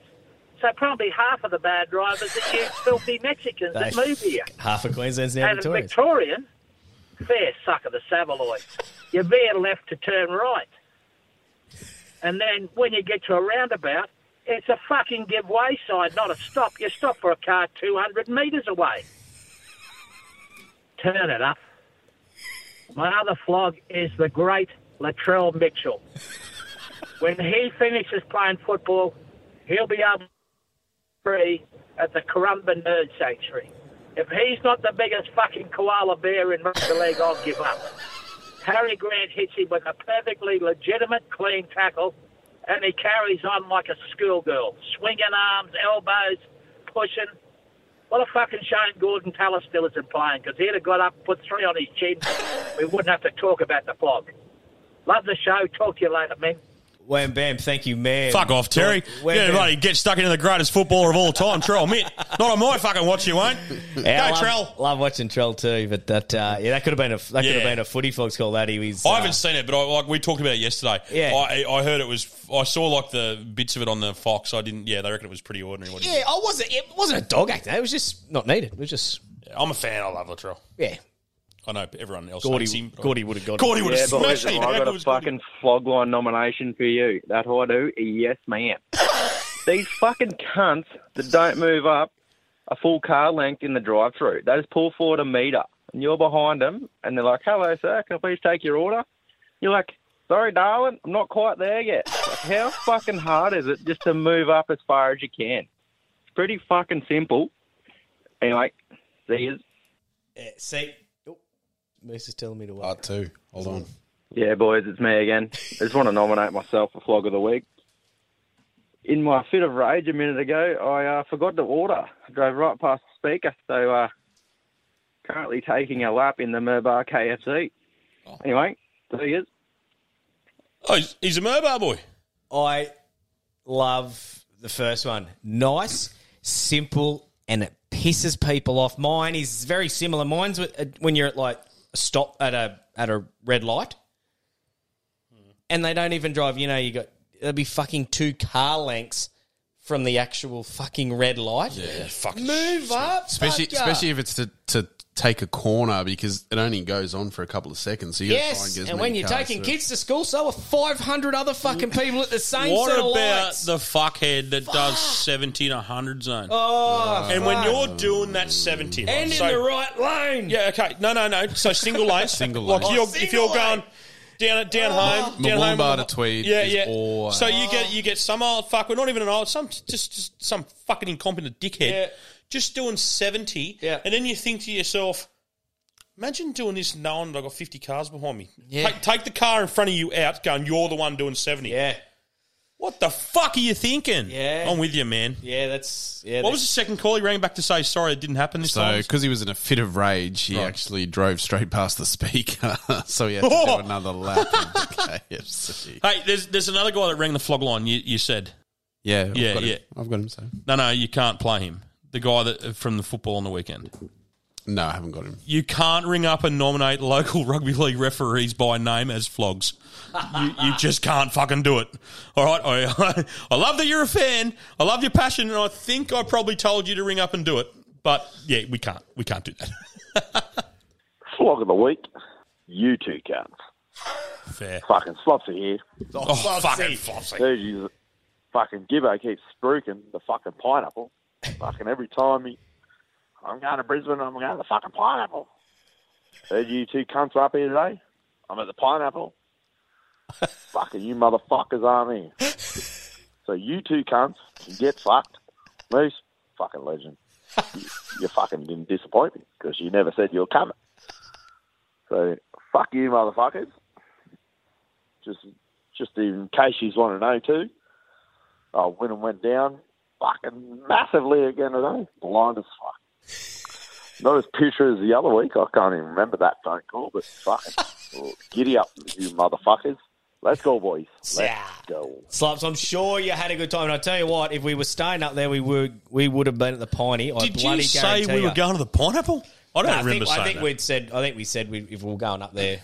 Speaker 20: So probably half of the bad drivers are you filthy Mexicans that
Speaker 1: They-
Speaker 20: move here.
Speaker 1: Half of Queensland's now
Speaker 20: And a
Speaker 1: Victorians.
Speaker 20: Victorian, fair suck of the Savaloy. You're there left to turn right. And then when you get to a roundabout, it's a fucking give way sign, not a stop. You stop for a car 200 metres away. Turn it up. My other flog is the great Latrell Mitchell. When he finishes playing football, he'll be able free at the Corumba Nerd Sanctuary. If he's not the biggest fucking koala bear in rugby league, I'll give up. Harry Grant hits him with a perfectly legitimate clean tackle, and he carries on like a schoolgirl, swinging arms, elbows, pushing. What a fucking shame Gordon Tallis still isn't playing, because he'd have got up, put three on his chin. We wouldn't have to talk about the flog. Love the show. Talk to you later, man.
Speaker 1: Wham bam, thank you, man.
Speaker 8: Fuck off, Terry.
Speaker 1: Wham,
Speaker 8: yeah,
Speaker 1: bam.
Speaker 8: right. Get stuck into the greatest footballer of all time, Trell Mitt. Not on my fucking watch, you won't. Go,
Speaker 1: Yeah, I love,
Speaker 8: Trell.
Speaker 1: Love watching Trell too, but that uh, yeah, that could have been a that could
Speaker 8: Yeah.
Speaker 1: have been a footy fox call that he was.
Speaker 8: I
Speaker 1: uh,
Speaker 8: haven't seen it, but I, like we talked about it yesterday.
Speaker 1: Yeah.
Speaker 8: I, I heard it was. I saw like the bits of it on the Fox. I didn't. Yeah, they reckon it was pretty ordinary. What do you
Speaker 1: Yeah, I wasn't. It wasn't a dog act. eh? It was just not needed. It was just
Speaker 8: think? I'm a fan. I love Latrell.
Speaker 1: yeah.
Speaker 8: I know everyone else.
Speaker 1: Gordy-
Speaker 8: hates him, but I-
Speaker 1: Gordy would've got it.
Speaker 8: Gordy would have
Speaker 1: Yeah, boys,
Speaker 8: smashed
Speaker 1: I
Speaker 8: him.
Speaker 1: got
Speaker 8: That
Speaker 1: a
Speaker 8: was-
Speaker 13: fucking flog line nomination for you. That I do, yes, ma'am. These fucking cunts that don't move up a full car length in the drive through. They just pull forward a metre and you're behind them and they're like, hello, sir, can I please take your order? You're like, sorry, darling, I'm not quite there yet. Like, how fucking hard is it just to move up as far as you can? It's pretty fucking simple. Anyway, see you.
Speaker 1: yeah see, oh, Moose is telling me to wait.
Speaker 10: Part two. Hold on.
Speaker 13: Yeah, boys, it's me again. I just want to nominate myself for flog of the week. In my fit of rage a minute ago, I uh, forgot to order. I drove right past the speaker, so uh, currently taking a lap in the Murbar KFC. Anyway, there he is.
Speaker 8: Oh, he's, he's a Murbar boy.
Speaker 1: I love the first one. Nice, simple, and it pisses people off. Mine is very similar. Mine's with- uh, when you're at like a stop at a at a red light, and they don't even drive. You know, you got there'll be fucking two car lengths from the actual fucking red light. Yeah,
Speaker 8: fuck.
Speaker 1: Move up,
Speaker 10: Especially,
Speaker 1: fucker.
Speaker 10: especially if it's to, to take a corner because it only goes on for a couple of seconds. So you gotta try and
Speaker 1: Yes,
Speaker 10: get as
Speaker 1: and
Speaker 10: many
Speaker 1: when you're
Speaker 10: cars
Speaker 1: taking
Speaker 10: through.
Speaker 1: kids to school, so are 500 other fucking people at the same
Speaker 8: What
Speaker 1: set of
Speaker 8: about
Speaker 1: lights.
Speaker 8: the fuckhead that does 70 in a 100 zone?
Speaker 1: Oh,
Speaker 8: and when
Speaker 1: fuck.
Speaker 8: you're doing that 70, right,
Speaker 1: And in the right lane.
Speaker 8: Yeah, okay. No, no, no. So single lane. single
Speaker 10: lane.
Speaker 8: Like you're,
Speaker 10: Oh,
Speaker 8: if
Speaker 10: single
Speaker 8: you're going down down
Speaker 1: Oh.
Speaker 8: home, down home,
Speaker 10: Mwamba to Tweed.
Speaker 8: Yeah,
Speaker 10: is
Speaker 8: yeah.
Speaker 10: all-
Speaker 8: So you get you get some old fuck. We're not even an old. Some just, just some fucking incompetent dickhead. Just doing seventy. Yeah. And then you think to yourself, imagine doing this knowing that I've got fifty cars behind me.
Speaker 1: Yeah.
Speaker 8: Take, take the car in front of you out, going. You're the one doing seventy.
Speaker 1: Yeah.
Speaker 8: What the fuck are you thinking? Yeah. I'm with you, man.
Speaker 1: Yeah, that's
Speaker 8: what
Speaker 1: yeah. that's-
Speaker 8: was the second call? He rang back to say sorry, it didn't happen this
Speaker 10: So,
Speaker 8: time.
Speaker 10: because he was in a fit of rage, he actually drove straight past the speaker. so he had to
Speaker 1: Oh!
Speaker 10: do another lap of the KFC.
Speaker 8: Hey, there's there's another guy that rang the flog line. You, you said,
Speaker 10: Yeah, I've
Speaker 8: yeah,
Speaker 10: got him.
Speaker 8: yeah.
Speaker 10: I've got him. So
Speaker 8: No, no, you can't play him. The guy that uh, from the football on the weekend.
Speaker 10: no, I haven't got him.
Speaker 8: You can't ring up and nominate local rugby league referees by name as flogs. You, you just can't fucking do it. All right, I, I love that you're a fan. I love your passion, and I think I probably told you to ring up and do it. But yeah, we can't. We can't do that.
Speaker 21: Flog of the week. You two cunts.
Speaker 8: Fair.
Speaker 21: Fucking Slopsy here.
Speaker 8: Oh, fucking Flopsy.
Speaker 21: There's you- Fucking Gibbo keeps spruiking the fucking pineapple. fucking every time he, I'm going to Brisbane, I'm going to the fucking pineapple. Heard you two cunts are up here today. I'm at the pineapple. fucking you motherfuckers aren't here. so you two cunts can get fucked. Moose, fucking legend. You, you fucking didn't disappoint me because you never said you were coming. So fuck you, motherfuckers. Just, just in case you want to know too. I went and went down, fucking massively again today. Blind as fuck. Not as picture as the other week. I can't even remember that phone call, but fucking well, giddy up, you motherfuckers. Let's go, boys. Let's
Speaker 1: Yeah.
Speaker 21: go.
Speaker 1: Slops, I'm sure you had a good time. And I tell you what, if we were staying up there, we were we would have been at the Piney. I
Speaker 8: Did you
Speaker 1: bloody
Speaker 8: say
Speaker 1: guarantee
Speaker 8: we were
Speaker 1: ya.
Speaker 8: going to the pineapple? I don't
Speaker 1: No,
Speaker 8: remember
Speaker 1: think,
Speaker 8: saying
Speaker 1: I think
Speaker 8: that.
Speaker 1: we'd said. I think we said we, if we were going up there,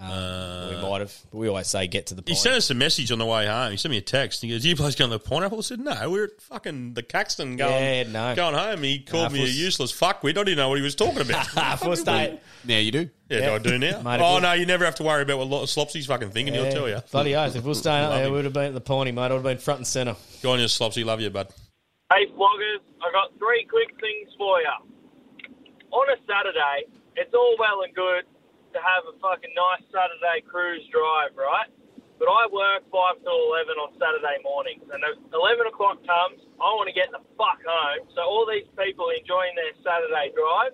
Speaker 1: um, we might have. But we always say get to the
Speaker 8: He
Speaker 1: point.
Speaker 8: sent us Uh, a message on the way home. He sent me a text. He goes, "You guys going to the pineapple?" I said, "No, we're at fucking the Caxton going,
Speaker 1: Yeah, no.
Speaker 8: going home." He
Speaker 1: Nah,
Speaker 8: called me a
Speaker 1: fuss.
Speaker 8: useless fuckwit. I didn't know what he was talking about.
Speaker 1: Fuss, mate.
Speaker 10: Now you do.
Speaker 8: Yeah,
Speaker 1: Yeah.
Speaker 8: I do now.
Speaker 1: Mate,
Speaker 8: oh
Speaker 1: it-
Speaker 8: no, you never have to worry about what lo- Slopsy's fucking thinking.
Speaker 1: Yeah.
Speaker 8: He'll tell you.
Speaker 1: Bloody oath. If we were staying up
Speaker 8: Love
Speaker 1: there,
Speaker 8: him.
Speaker 1: we would have been at the Pawnee, mate. I would have been front and centre.
Speaker 8: Go on, you Slopsy. Love you, bud.
Speaker 22: Hey, vloggers, I got three quick things for you. On a Saturday, it's all well and good to have a fucking nice Saturday cruise drive, right? But I work 5 till 11 on Saturday mornings, and if 11 o'clock comes, I want to get the fuck home. So all these people enjoying their Saturday drive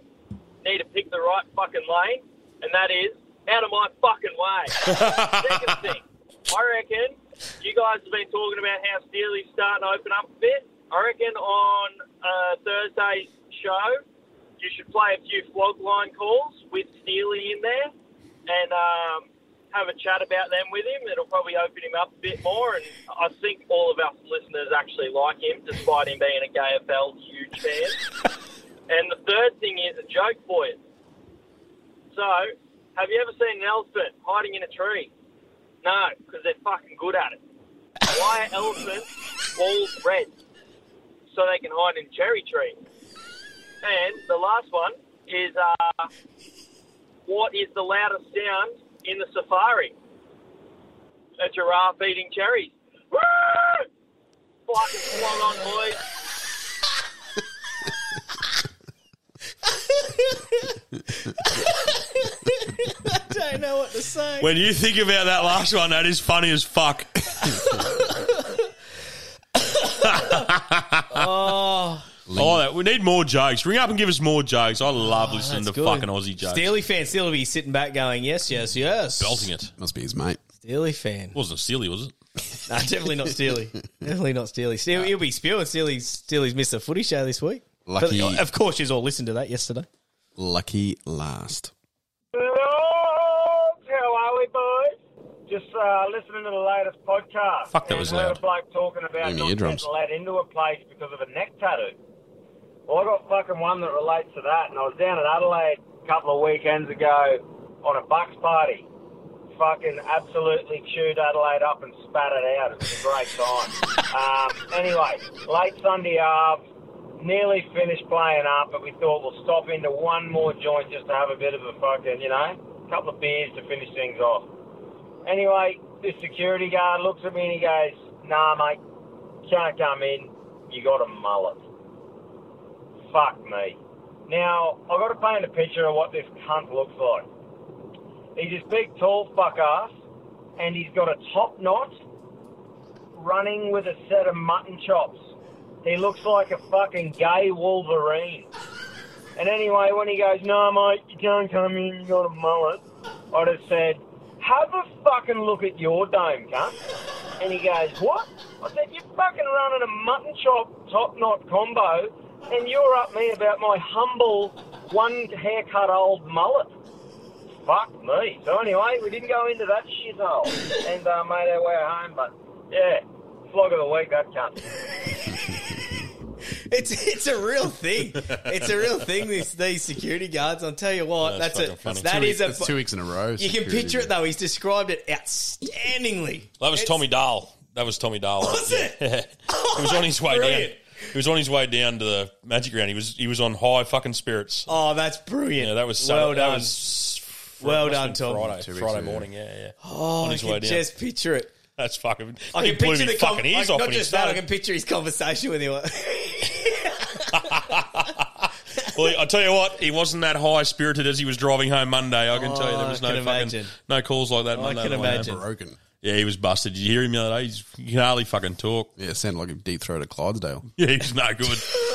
Speaker 22: need to pick the right fucking lane, and that is out of my fucking way. Second thing, I reckon you guys have been talking about how Steely's starting to open up a bit. I reckon on uh, Thursday's show, you should play a few flog line calls with Steely in there and um, have a chat about them with him. It'll probably open him up a bit more. And I think all of us listeners actually like him, despite him being a KFL huge fan. and the third thing is a joke for you. So, have you ever seen an elephant hiding in a tree? No, because they're fucking good at it. Why are elephants all red? So they can hide in cherry trees. And the last one is uh, what is the loudest sound in the safari? A giraffe eating cherries. Woo! Fucking flung on, boys.
Speaker 1: I don't know what to say.
Speaker 8: When you think about that last one, that is funny as fuck.
Speaker 1: oh,
Speaker 8: oh, that, we need more jokes. Ring up and give us more jokes. I love
Speaker 1: Oh,
Speaker 8: listening to fucking Aussie jokes.
Speaker 1: Steely fan still be sitting back going, yes, yes, yes.
Speaker 8: Belting it.
Speaker 10: Must be his mate.
Speaker 1: Steely fan.
Speaker 8: Wasn't Steely, was it?
Speaker 1: Nah, definitely not Steely. definitely not Steely. Steely he'll be spewing. Steely's, Steely's missed the footy show this week.
Speaker 10: Lucky-
Speaker 1: But, oh, of course, you all listened to that yesterday.
Speaker 10: Lucky last.
Speaker 23: How are we, boys? Just uh, listening to the latest podcast.
Speaker 10: Fuck, that was
Speaker 23: And heard
Speaker 10: loud.
Speaker 23: a bloke talking about
Speaker 10: In the
Speaker 23: not
Speaker 10: eardrums.
Speaker 23: getting let into a place because of a neck tattoo. Well, I got fucking one that relates to that, and I was down in Adelaide a couple of weekends ago on a bucks party. Fucking absolutely chewed Adelaide up and spat it out. It was a great time. um, anyway, late Sunday half, nearly finished playing up, but we thought we'll stop into one more joint just to have a bit of a fucking, you know, couple of beers to finish things off. Anyway, this security guard looks at me and he goes, "Nah, mate, can't come in. You got a mullet." Fuck me. Now I've got to paint a picture of what this cunt looks like. He's this big, tall fuck ass, and he's got a top knot running with a set of mutton chops. He looks like a fucking gay Wolverine. And anyway, when he goes, no, mate, you can't come in, you got a mullet, I just said, have a fucking look at your dome, cunt. And he goes, what? I said, you're fucking running a mutton chop top knot combo, and you're up me about my humble one haircut old mullet. Fuck me. So anyway, we didn't go into that shithole and uh, made our way home, but yeah, flog of the week, that cunt.
Speaker 1: It's it's a real thing. It's a real thing. This these security guards. I'll tell you what.
Speaker 10: That's
Speaker 1: That's,
Speaker 10: fucking
Speaker 1: a
Speaker 10: funny.
Speaker 1: that
Speaker 10: Two
Speaker 1: is
Speaker 10: weeks-
Speaker 1: a
Speaker 10: that's two weeks in a row,
Speaker 1: You can
Speaker 10: security
Speaker 1: picture it though. He's described it outstandingly.
Speaker 8: That was
Speaker 1: It's- Oh,
Speaker 8: Tommy Dahl. That was Tommy Dahl. Was it? he was on his way
Speaker 1: Brilliant.
Speaker 8: down. He was on his way down to the Magic Round. He was he was on high fucking spirits.
Speaker 1: Oh, that's brilliant.
Speaker 8: Yeah, that was so,
Speaker 1: well
Speaker 8: that
Speaker 1: done.
Speaker 8: was fr-
Speaker 1: well
Speaker 8: must have been
Speaker 1: done, Tom.
Speaker 8: Friday, Friday morning. Yeah, yeah.
Speaker 1: Oh, I can just picture it.
Speaker 8: That's fucking.
Speaker 1: I
Speaker 8: he
Speaker 1: can
Speaker 8: blew
Speaker 1: picture
Speaker 8: me
Speaker 1: the
Speaker 8: fucking
Speaker 1: com-
Speaker 8: ears
Speaker 1: I,
Speaker 8: off
Speaker 1: not
Speaker 8: when he
Speaker 1: just that. I
Speaker 8: started.
Speaker 1: can picture his conversation with him.
Speaker 8: Well, I tell you what, he wasn't that high spirited as he was driving home Monday. I can tell you there
Speaker 1: Oh,
Speaker 8: was
Speaker 1: I
Speaker 8: no
Speaker 1: can
Speaker 8: fucking
Speaker 1: imagine.
Speaker 8: no calls like that.
Speaker 1: I
Speaker 8: Monday
Speaker 1: can
Speaker 8: morning.
Speaker 1: imagine.
Speaker 10: Broken.
Speaker 8: Yeah, he was busted. Did you hear him the other day? He's, he can hardly fucking talk.
Speaker 10: Yeah, it sounded like a deep throat of Clydesdale.
Speaker 8: Yeah, he was no good.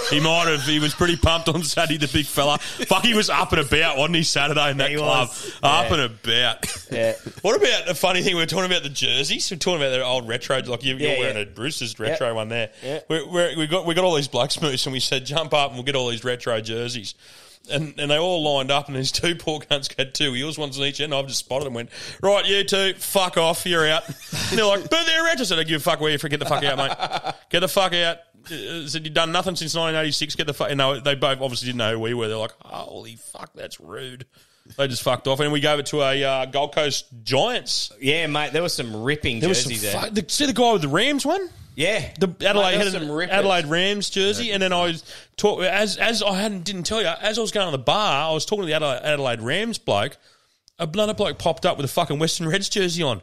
Speaker 8: he might have. He was pretty pumped on Saturday, the big fella. Fuck, he was up and about, wasn't he, Saturday in that club?
Speaker 10: was.
Speaker 8: Up
Speaker 10: Yeah.
Speaker 8: and about. What about the funny thing? We were talking about the jerseys. We are talking about the old retro. Like you,
Speaker 10: Yeah,
Speaker 8: you're wearing
Speaker 10: yeah.
Speaker 8: a Brewster's retro
Speaker 10: Yep.
Speaker 8: one there.
Speaker 10: Yeah.
Speaker 8: we we we got we got all these blacksmiths, and we said jump up and we'll get all these retro jerseys. And, and they all lined up, and these two poor cunts had two eels, ones on each end. I've just spotted them. Went right, you two, fuck off, you're out. And they're like, but they're retro. So they give a fuck where you get the fuck out, mate. Get the fuck out. uh, said, You've done nothing since 1986. Get the fuck. And they, they both obviously didn't know who we were. They're like, Holy fuck, that's rude. They just fucked off. And we gave it to a uh, Gold Coast Giants.
Speaker 1: Yeah, mate, there was some ripping
Speaker 8: There was some
Speaker 1: jerseys there.
Speaker 8: fu- the, see the guy with the Rams one?
Speaker 1: Yeah,
Speaker 8: the Adelaide
Speaker 1: there
Speaker 8: had
Speaker 1: was
Speaker 8: an
Speaker 1: some rippers.
Speaker 8: Adelaide Rams jersey, and then I was talk as as I hadn't didn't tell you as I was going to the bar, I was talking to the Adelaide, Adelaide Rams bloke. Another bloke popped up with a fucking Western Reds jersey on.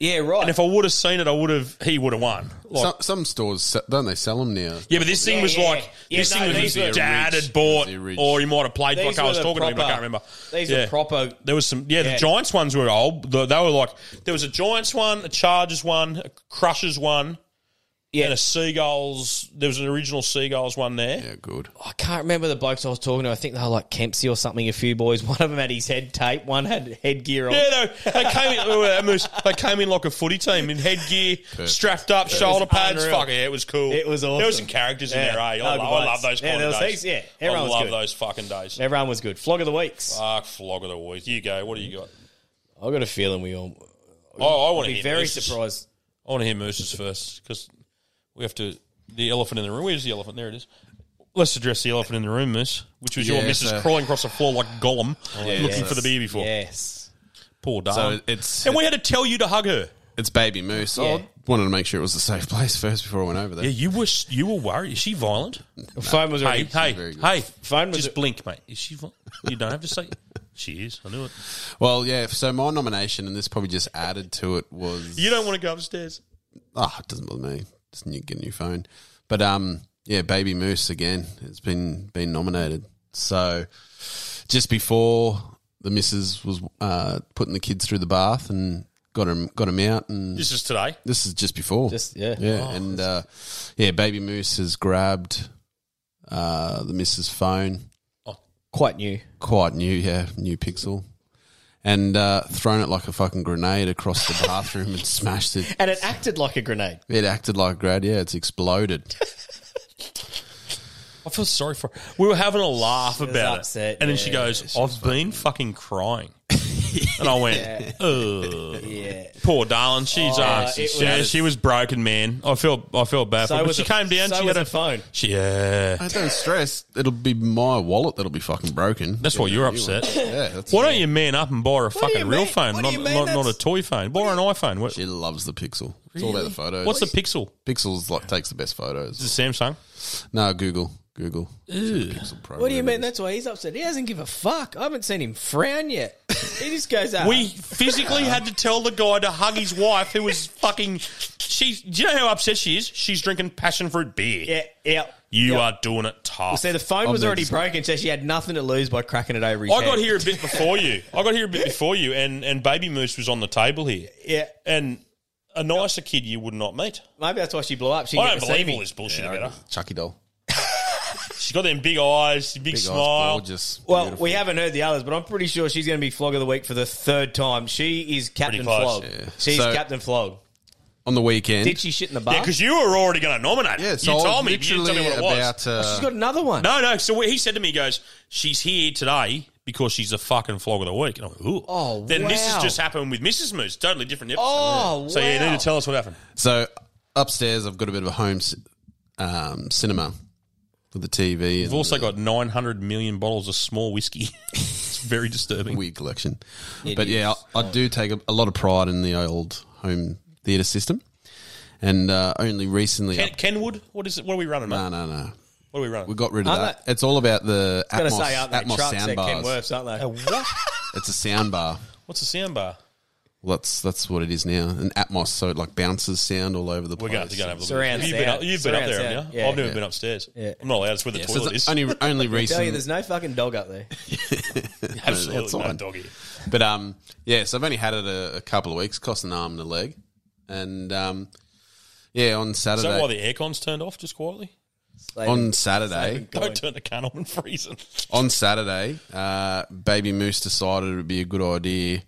Speaker 1: Yeah, right.
Speaker 8: And if I would have seen it, I would have. He would have won. Like,
Speaker 10: some, some stores se- don't they sell them now?
Speaker 8: yeah, but this thing
Speaker 10: Yeah,
Speaker 8: was
Speaker 10: yeah.
Speaker 8: like
Speaker 10: Yeah,
Speaker 8: this
Speaker 10: no,
Speaker 8: thing was
Speaker 10: these
Speaker 8: his
Speaker 10: were
Speaker 8: dad
Speaker 10: rich.
Speaker 8: had bought,
Speaker 10: These were rich.
Speaker 8: or he might have played.
Speaker 1: These
Speaker 8: like I
Speaker 1: were
Speaker 8: was
Speaker 1: the
Speaker 8: talking to him, I
Speaker 1: proper-
Speaker 8: can't remember.
Speaker 1: these were proper.
Speaker 8: There was some. Yeah,
Speaker 1: Yeah.
Speaker 8: the Giants ones were old. The- They were like there was a Giants one, a Chargers one, a Crushers one. Yeah, and a seagulls. There was an original seagulls one there. Yeah,
Speaker 10: good.
Speaker 1: I can't remember the blokes I was talking to. I think they were like Kempsey or something. A few boys. One of them had his head tape. One had headgear on.
Speaker 8: Yeah, they, they came in. they was- They came in like a footy team in headgear,
Speaker 1: Perfect.
Speaker 8: strapped up,
Speaker 1: It was
Speaker 8: shoulder pads.
Speaker 1: unreal.
Speaker 8: Fuck yeah, it was cool.
Speaker 1: It was awesome.
Speaker 8: There were some characters
Speaker 1: Yeah.
Speaker 8: in there. Eh? I,
Speaker 1: No
Speaker 8: love, I
Speaker 1: complaints.
Speaker 8: love those.
Speaker 1: Yeah,
Speaker 8: kind
Speaker 1: there
Speaker 8: of
Speaker 1: was
Speaker 8: days.
Speaker 1: heaps. Yeah, everyone
Speaker 8: I
Speaker 1: was
Speaker 8: love
Speaker 1: good.
Speaker 8: those fucking days.
Speaker 1: Everyone was good. Flog of the weeks.
Speaker 8: Fuck, flog of the week. You go. What do you got?
Speaker 1: I got a feeling we all.
Speaker 8: Oh, I want to
Speaker 1: I'd be
Speaker 8: hear
Speaker 1: very
Speaker 8: Moose's.
Speaker 1: surprised.
Speaker 8: I want to hear Moose's first because we have to. The elephant in the room. Where's the elephant? There it is. Let's address the elephant in the room, Moose, which was your
Speaker 10: Yeah,
Speaker 8: Mrs.
Speaker 10: so-
Speaker 8: crawling across the floor like Gollum,
Speaker 10: Yeah,
Speaker 8: looking
Speaker 10: yes.
Speaker 8: for the baby before.
Speaker 1: Yes.
Speaker 8: Poor darling.
Speaker 10: So it's
Speaker 8: and we had to tell you to hug her.
Speaker 10: it's baby moose. Oh,
Speaker 8: Yeah.
Speaker 10: I wanted to make sure it was a safe place first before I went over there.
Speaker 8: Yeah, you were you were worried. Is she violent?
Speaker 1: Phone was
Speaker 8: hey
Speaker 1: already-
Speaker 8: hey
Speaker 10: Very good.
Speaker 8: hey. Phone was just blink, mate. Is she? violent? You don't have to say. She is. I knew it.
Speaker 10: Well, yeah. So my nomination, and this probably just added to it, was
Speaker 8: You don't want to go upstairs.
Speaker 10: Ah, it doesn't bother me. Just new, get a new phone. But um, yeah, Baby Moose again. It's been been nominated. So just before the missus was uh, putting the kids through the bath and got him got him out and
Speaker 8: This is today?
Speaker 10: This is just before.
Speaker 1: Just- yeah.
Speaker 10: yeah.
Speaker 1: Oh,
Speaker 10: and uh, yeah, Baby Moose has grabbed uh, the missus' phone.
Speaker 8: Oh.
Speaker 1: Quite new.
Speaker 10: Quite new, yeah, new pixel. And uh, thrown it like a fucking grenade across the bathroom and smashed it.
Speaker 1: And it acted like a grenade.
Speaker 10: It acted like a grad, yeah. It's exploded.
Speaker 8: I feel sorry for. her. We were having a laugh
Speaker 1: She was
Speaker 8: about
Speaker 1: upset,
Speaker 8: it, and then she
Speaker 1: yeah.
Speaker 8: goes, "I've been fucking crying," and I went, "Ugh,
Speaker 1: yeah."
Speaker 8: Poor darling, she's
Speaker 1: Oh,
Speaker 8: uh,
Speaker 1: it was-
Speaker 8: yeah, she was broken, man. I feel I feel bad
Speaker 1: So
Speaker 8: for her. But
Speaker 1: was
Speaker 8: she
Speaker 1: a-
Speaker 8: came down.
Speaker 1: so
Speaker 8: she had
Speaker 1: was a
Speaker 8: her
Speaker 1: phone.
Speaker 8: She, yeah.
Speaker 10: I don't stress. It'll be my wallet that'll be fucking broken.
Speaker 8: That's why
Speaker 10: Yeah,
Speaker 8: you're
Speaker 10: you
Speaker 8: upset.
Speaker 10: won't. Yeah, that's
Speaker 8: Why don't you man up and buy her a
Speaker 10: do
Speaker 8: fucking
Speaker 10: you
Speaker 8: real
Speaker 10: mean?
Speaker 8: phone,
Speaker 10: What do
Speaker 8: not,
Speaker 10: you mean?
Speaker 8: not, not a toy phone? Buy her an iPhone. What-
Speaker 10: She loves the Pixel. It's all about the
Speaker 8: Really?
Speaker 10: photos.
Speaker 8: What's the Pixel?
Speaker 10: Pixel's like takes the best photos.
Speaker 8: Is it Samsung?
Speaker 10: No, Google. Google.
Speaker 1: Ew. What do you mean? That's why he's upset. He doesn't give a fuck. I haven't seen him frown yet. He just goes out.
Speaker 8: We physically had to tell the guy to hug his wife, who was fucking. She, do you know how upset she is? She's drinking passion fruit beer.
Speaker 1: Yeah, yeah.
Speaker 8: You
Speaker 1: Yeah.
Speaker 8: are doing it tough.
Speaker 1: Well, see, Oh. the phone was already broken, so she had nothing to lose by cracking it over his
Speaker 8: I
Speaker 1: head.
Speaker 8: got here a bit before you. I got here a bit before you, and and baby moose was on the table here.
Speaker 1: Yeah.
Speaker 8: and a nicer kid you would not meet.
Speaker 1: Maybe that's why she blew up. She
Speaker 8: I
Speaker 1: didn't
Speaker 8: don't believe
Speaker 1: receive
Speaker 8: all
Speaker 1: me.
Speaker 8: this bullshit about her.
Speaker 10: Chucky doll.
Speaker 8: She's got them big eyes, big, smile.
Speaker 1: Well, we haven't heard the others, but I'm pretty sure she's going to be flog of the week for the third time. She is Captain
Speaker 10: close.
Speaker 1: Flog.
Speaker 10: Yeah.
Speaker 1: She's
Speaker 10: So-
Speaker 1: Captain Flog.
Speaker 10: On the weekend.
Speaker 1: Did she shit in the bar?
Speaker 8: Yeah, because you were already going to nominate. her.
Speaker 10: Yeah, so
Speaker 8: you
Speaker 10: I
Speaker 8: told me. You
Speaker 10: was
Speaker 8: didn't tell me what it
Speaker 10: literally
Speaker 8: was.
Speaker 10: about, uh, Oh, she's
Speaker 1: got another one.
Speaker 8: No, no. So he said to me, he goes, "She's here today because she's the fucking flog of the week." And I went, "Ooh."
Speaker 1: Oh,
Speaker 8: Then this
Speaker 1: wow.
Speaker 8: has just happened with Mrs. Moose. Totally different episode.
Speaker 1: Oh,
Speaker 8: So yeah, you
Speaker 1: wow.
Speaker 8: need to tell us what happened.
Speaker 10: So upstairs, I've got a bit of a home c- um, cinema with the TV.
Speaker 8: We've
Speaker 10: And
Speaker 8: also got 900 million bottles of small whiskey. it's very disturbing.
Speaker 10: Weird collection.
Speaker 8: It
Speaker 10: but yeah,
Speaker 8: is.
Speaker 10: I, I do take a, a lot of pride in the old home theatre system. And uh, only recently.
Speaker 8: Ken, Kenwood, what is it? What are we running? mate?
Speaker 10: no, no, no.
Speaker 8: What are we running?
Speaker 10: We got rid of
Speaker 8: Aren't
Speaker 10: that. It's all about the
Speaker 8: I was
Speaker 10: Atmos,
Speaker 8: gonna say,
Speaker 1: aren't they
Speaker 10: Atmos
Speaker 1: trucks? They're
Speaker 10: sound bars.
Speaker 1: Kenworths, aren't they?
Speaker 8: what?
Speaker 10: It's a sound bar.
Speaker 8: What's a soundbar?
Speaker 10: Well, that's that's what it is now. An Atmos, so it like bounces sound all over the
Speaker 8: We're going
Speaker 10: place.
Speaker 8: to have to go and have a look.
Speaker 1: Surround
Speaker 8: at this. you've been
Speaker 1: sound.
Speaker 8: up, you've been up
Speaker 1: Surround
Speaker 8: there,
Speaker 1: sound.
Speaker 8: haven't you?
Speaker 1: Yeah.
Speaker 8: I've never
Speaker 1: Yeah.
Speaker 8: been upstairs. I'm not allowed. That's where the
Speaker 10: Yeah, so
Speaker 8: toilet is.
Speaker 10: it's only only
Speaker 1: I tell you,
Speaker 10: recent.
Speaker 1: there's no fucking dog up there.
Speaker 8: Absolutely
Speaker 10: That's
Speaker 8: no
Speaker 10: fine.
Speaker 8: dog ear.
Speaker 10: But um, yeah. So I've only had it a, a couple of weeks. Cost an arm and a leg, and um, yeah, on
Speaker 8: Is
Speaker 10: Saturday.
Speaker 8: that why the aircon's turned off just quietly?
Speaker 10: on Saturday,
Speaker 8: Don't turn the can on and freeze it.
Speaker 10: on Saturday, uh, Baby Moose decided it would be a good idea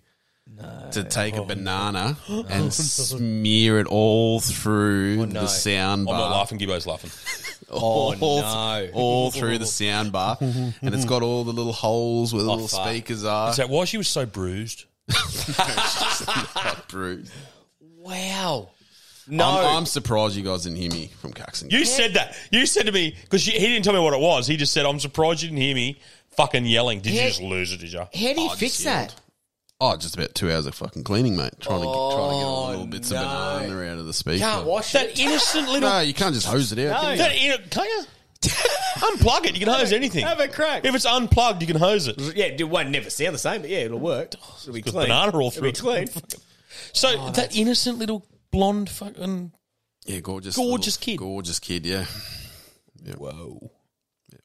Speaker 10: to
Speaker 8: Oh,
Speaker 10: take a banana and smear it all through the sound bar.
Speaker 8: Oh, I'm not laughing. Gibbo's laughing.
Speaker 10: all,
Speaker 8: Oh,
Speaker 10: th-
Speaker 8: no.
Speaker 10: all through the sound bar, and it's got all the little holes where the
Speaker 8: Oh,
Speaker 10: little
Speaker 8: fuck.
Speaker 10: speakers are.
Speaker 8: Is that why she was so bruised?
Speaker 10: Bruce?
Speaker 1: Wow.
Speaker 10: No. I'm, I'm surprised you guys didn't hear me from Caxton.
Speaker 8: You said that. You said to me because he didn't tell me what it was. He just said, "I'm surprised you didn't hear me fucking yelling." Did
Speaker 10: Yeah.
Speaker 8: you just lose it? Did you?
Speaker 19: How do you fix that?
Speaker 10: Oh, just about two hours of fucking cleaning, mate. Trying to get, trying to get all the little bits
Speaker 8: Oh, no.
Speaker 10: of banana out of the speaker.
Speaker 8: wash that innocent little.
Speaker 10: No, you can't just hose it out. can you?
Speaker 8: That inno- can you? Unplug it. You can hose anything.
Speaker 1: Have a crack.
Speaker 8: If it's unplugged, you can hose it.
Speaker 1: Yeah, it won't never sound the same, but yeah, it'll work.
Speaker 10: Oh,
Speaker 1: It'll be
Speaker 8: With
Speaker 1: clean.
Speaker 8: banana all
Speaker 1: It'll be
Speaker 8: through.
Speaker 1: clean.
Speaker 8: So
Speaker 1: Oh,
Speaker 8: that innocent little blonde fucking
Speaker 10: Yeah, gorgeous,
Speaker 8: Gorgeous
Speaker 10: kid, gorgeous kid. Yeah. yeah. Whoa.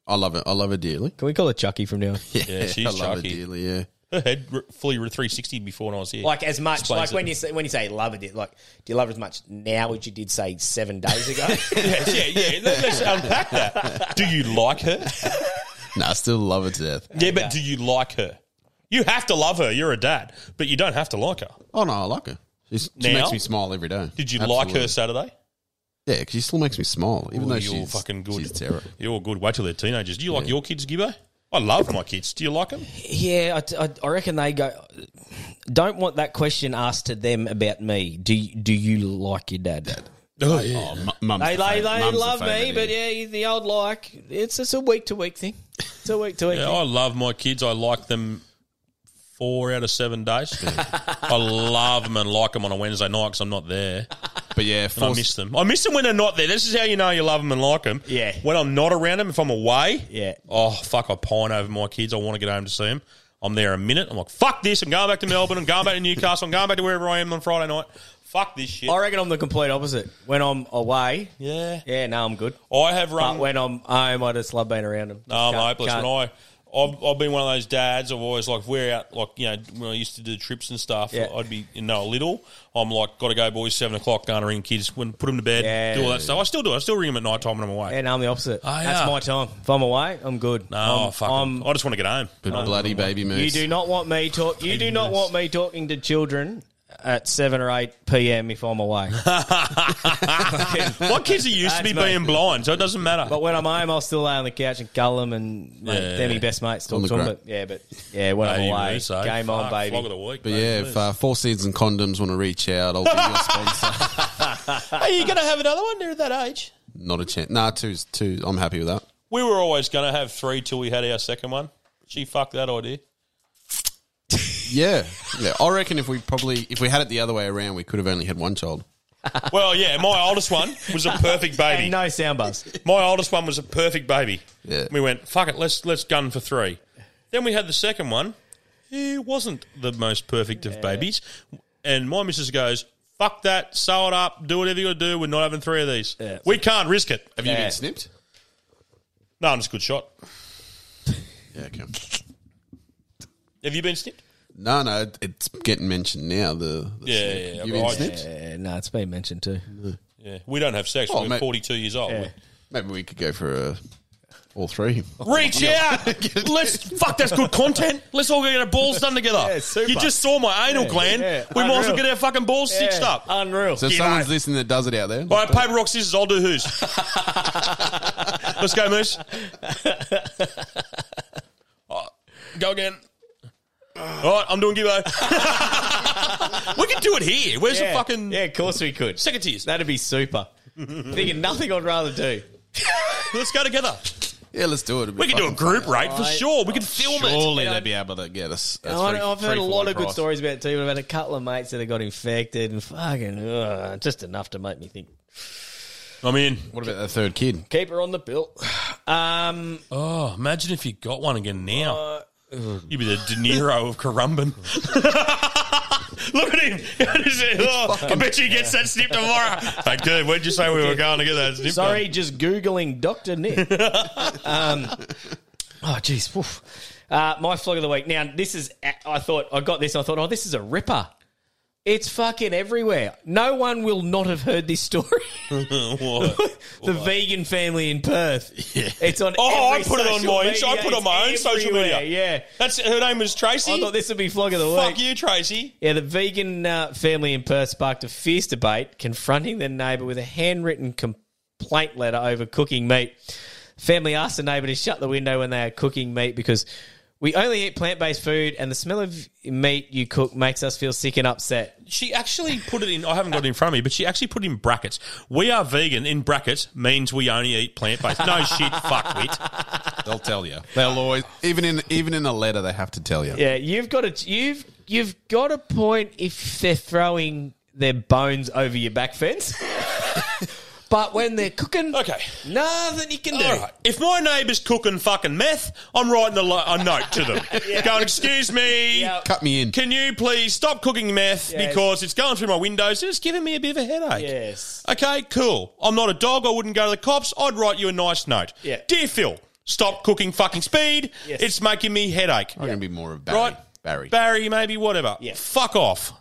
Speaker 10: I love it. I love her dearly.
Speaker 1: Can we call her Chucky from now on?
Speaker 10: Yeah,
Speaker 8: Yeah, she's
Speaker 10: I love her
Speaker 8: Chucky.
Speaker 10: dearly. Yeah.
Speaker 8: her head re- fully re- 360 before when I was here.
Speaker 1: Like as much,
Speaker 8: Explains
Speaker 1: like
Speaker 8: it.
Speaker 1: when you say, when you say love it, like do you love it as much now as you did say seven days ago?
Speaker 8: yeah, yeah. Let, us unpack that. Do you like her?
Speaker 10: No, I still love her to death.
Speaker 8: Yeah, but do you like her? You have to love her. You're a dad, but you don't have to like her.
Speaker 10: Oh no, I like her. She's, she
Speaker 8: Now?
Speaker 10: makes me smile every day.
Speaker 8: Did you like
Speaker 10: Absolutely.
Speaker 8: her Saturday?
Speaker 10: Yeah, 'cause she still makes me smile, even
Speaker 8: Ooh,
Speaker 10: though
Speaker 8: you're
Speaker 10: she's
Speaker 8: fucking good.
Speaker 10: She's terror.
Speaker 8: You're good. Wait till they're teenagers. Do you like your kids, Gibbo? I love my kids. Do you like them?
Speaker 19: Yeah, I t- I, I reckon they go. Don't want that question asked to them about me. Do you, do you like your dad?
Speaker 10: Oh, yeah. mum's
Speaker 19: they they,
Speaker 10: the fav-
Speaker 19: they
Speaker 10: mum's the
Speaker 19: love me,
Speaker 10: favourite,
Speaker 19: but yeah, you- the old like it's it's a week to week thing. It's a week to week.
Speaker 8: Yeah,
Speaker 19: thing.
Speaker 8: I love my kids. I like them four out of seven days. I love them and like them on a Wednesday night because I'm not there.
Speaker 10: But yeah,
Speaker 8: and I
Speaker 10: force-
Speaker 8: miss them. I miss them when they're not there. This is how you know you love them and like them. Yeah. When I'm not around them, if I'm away,
Speaker 1: yeah.
Speaker 8: Oh fuck, I pine over my kids. I want to get home to see them. I'm there a minute. I'm like, fuck this. I'm going back to Melbourne. I'm going back to Newcastle. I'm going back to wherever I am on Friday night. Fuck this shit.
Speaker 1: I reckon I'm the complete opposite. When I'm away,
Speaker 8: yeah,
Speaker 1: yeah, no, I'm good.
Speaker 8: I have run.
Speaker 1: But when I'm home, I just love being around them.
Speaker 8: No, I'm
Speaker 1: Can't-
Speaker 8: hopeless.
Speaker 1: can't-
Speaker 8: When I, I've, I've been one of those dads. I've always like if we're out, like you know, when I used to do trips and stuff,
Speaker 1: Yeah.
Speaker 8: I'd be you know a little. I'm like, got to go, boys. Seven o'clock, going to ring kids, when put them to bed,
Speaker 1: Yeah.
Speaker 8: do all that stuff. I still do. it. I still ring them at night time when I'm away.
Speaker 1: Yeah, no, I'm the opposite.
Speaker 10: Ah,
Speaker 8: Oh,
Speaker 1: That's
Speaker 8: yeah.
Speaker 1: my time. If I'm away, I'm good.
Speaker 8: No,
Speaker 1: I'm,
Speaker 8: fuck 'em.
Speaker 1: I'm- Um,
Speaker 8: I just want to get home.
Speaker 10: But bloody baby moose.
Speaker 1: you do not want me talk. You do not want me talking to children at seven or eight p.m. if I'm away.
Speaker 8: My kids are used to
Speaker 1: That's
Speaker 8: me
Speaker 1: me.
Speaker 8: being blind, so it doesn't matter.
Speaker 1: But when I'm home, I'll still lay on the couch and gull them, and mate,
Speaker 10: Yeah.
Speaker 1: they're my best mates. Talk
Speaker 10: On the
Speaker 1: to 'em,
Speaker 10: gra-
Speaker 1: but yeah, but yeah, when
Speaker 10: Baby
Speaker 1: I'm away,
Speaker 10: moose, eh?
Speaker 1: game
Speaker 8: Fuck,
Speaker 1: on, baby.
Speaker 8: flog of the week,
Speaker 10: But yeah, if uh, Four Seasons and Condoms want to reach out, I'll be your sponsor.
Speaker 8: Are you going to have another one? They're that age.
Speaker 10: Not a chance. Nah, two's two. I'm happy with that.
Speaker 8: We were always going to have three till we had our second one. She fucked that idea.
Speaker 10: Yeah, yeah. I reckon if we probably if we had it the other way around, we could have only had one child.
Speaker 8: Well, yeah, my oldest one was a perfect baby.
Speaker 1: no sound buzz.
Speaker 8: My oldest one was a perfect baby.
Speaker 10: Yeah.
Speaker 8: We went, fuck it, let's let's gun for three. Then we had the second one. He wasn't the most perfect of babies. And my missus goes, fuck that, sew it up, do whatever you gotta do, we're not having three of these. We can't risk it.
Speaker 10: Have you been snipped?
Speaker 8: No, I'm just a good shot.
Speaker 10: Yeah, okay.
Speaker 8: Have you been snipped?
Speaker 10: No, no, it- it's getting mentioned now. The,
Speaker 8: Yeah,
Speaker 10: the snip.
Speaker 8: yeah, yeah,
Speaker 10: you been
Speaker 8: right.
Speaker 10: snipped?
Speaker 1: Yeah, no, it's been mentioned too.
Speaker 8: Yeah. We don't have sex,
Speaker 10: Oh,
Speaker 8: we're
Speaker 10: mate.
Speaker 8: forty two years old.
Speaker 10: Yeah. Maybe we could go for a, all three.
Speaker 8: Reach out. Let's fuck. That's good content. Let's all get our balls done together. You just saw my anal
Speaker 10: Yeah,
Speaker 8: gland.
Speaker 10: yeah.
Speaker 8: We might as well
Speaker 10: Unreal.
Speaker 8: get our fucking balls stitched up.
Speaker 1: Unreal.
Speaker 10: So someone's listening that does it out there.
Speaker 8: All right, paper, rock, scissors. I'll do whose. Let's go, Moose. Oh, go again. All right, I'm doing Gibbo. we could do it here. Where's
Speaker 1: Yeah.
Speaker 8: the fucking.
Speaker 1: Yeah, of course we could.
Speaker 8: Second tiers.
Speaker 1: That'd be super. Thinking nothing I'd rather do.
Speaker 8: Let's go together.
Speaker 10: Yeah, let's do it. It'd be
Speaker 8: We could do a
Speaker 10: fucking
Speaker 8: group
Speaker 10: great.
Speaker 8: rate for sure. We could film it.
Speaker 10: Surely they'd be able to get us. a
Speaker 1: I,
Speaker 10: three-
Speaker 1: I've heard
Speaker 10: three
Speaker 1: a
Speaker 10: for
Speaker 1: lot
Speaker 10: one
Speaker 1: of good
Speaker 10: price.
Speaker 1: stories about it too. I've had a couple of mates that have got infected and fucking ugh, just enough to make me think.
Speaker 8: I'm in.
Speaker 10: What about that third kid?
Speaker 1: Keep her on the bill. Um, uh,
Speaker 8: oh, imagine if you got one again now. You'd be the De Niro of Corumban. Look at him. Oh, I bet you he gets that snip tomorrow. Like, dude, where'd you say we were going to get that snip?
Speaker 1: Sorry, just googling Doctor Nick. um, oh, jeez. woof. Uh, my flog of the week. Now, this is. I thought I got this. I thought, oh, this is a ripper. It's fucking everywhere. No one will not have heard this story.
Speaker 8: the
Speaker 1: vegan family in Perth. It's on.
Speaker 8: Oh, I
Speaker 1: every
Speaker 8: put it on
Speaker 1: social
Speaker 8: my
Speaker 1: media.
Speaker 8: I put it on my own
Speaker 1: It's
Speaker 8: social media.
Speaker 1: everywhere, Yeah,
Speaker 8: that's her name was Tracy.
Speaker 1: I thought this would be flog of the week.
Speaker 8: Fuck you, Tracy.
Speaker 1: Yeah, the vegan uh, family in Perth sparked a fierce debate, confronting their neighbour with a handwritten complaint letter over cooking meat. Family asked the neighbour to shut the window when they are cooking meat because We only eat plant based food, and the smell of meat you cook makes us feel sick and upset.
Speaker 8: She actually put it in. I haven't got it in front of me, but she actually put it in brackets. We are vegan in brackets means we only eat plant based. No shit, fuckwit.
Speaker 10: They'll tell you. They'll always even in even in a letter they have to tell you.
Speaker 1: Yeah, you've got a you've you've got a point if they're throwing their bones over your back fence. But when they're cooking,
Speaker 8: okay,
Speaker 1: nothing you can do.
Speaker 8: All right. If my neighbour's cooking fucking meth, I'm writing a, lo- a note to them. Going, excuse me.
Speaker 10: Cut me in.
Speaker 8: Can you please stop cooking meth
Speaker 1: Yes.
Speaker 8: because it's going through my windows and it's giving me a bit of a headache?
Speaker 1: Yes.
Speaker 8: Okay, cool. I'm not a dog. I wouldn't go to the cops. I'd write you a nice note.
Speaker 1: Yeah.
Speaker 8: Dear Phil, stop cooking fucking speed.
Speaker 10: Yes.
Speaker 8: It's making me headache.
Speaker 10: I'm gonna be more of Barry.
Speaker 8: Right?
Speaker 10: Barry.
Speaker 8: Barry, maybe, whatever. Fuck off.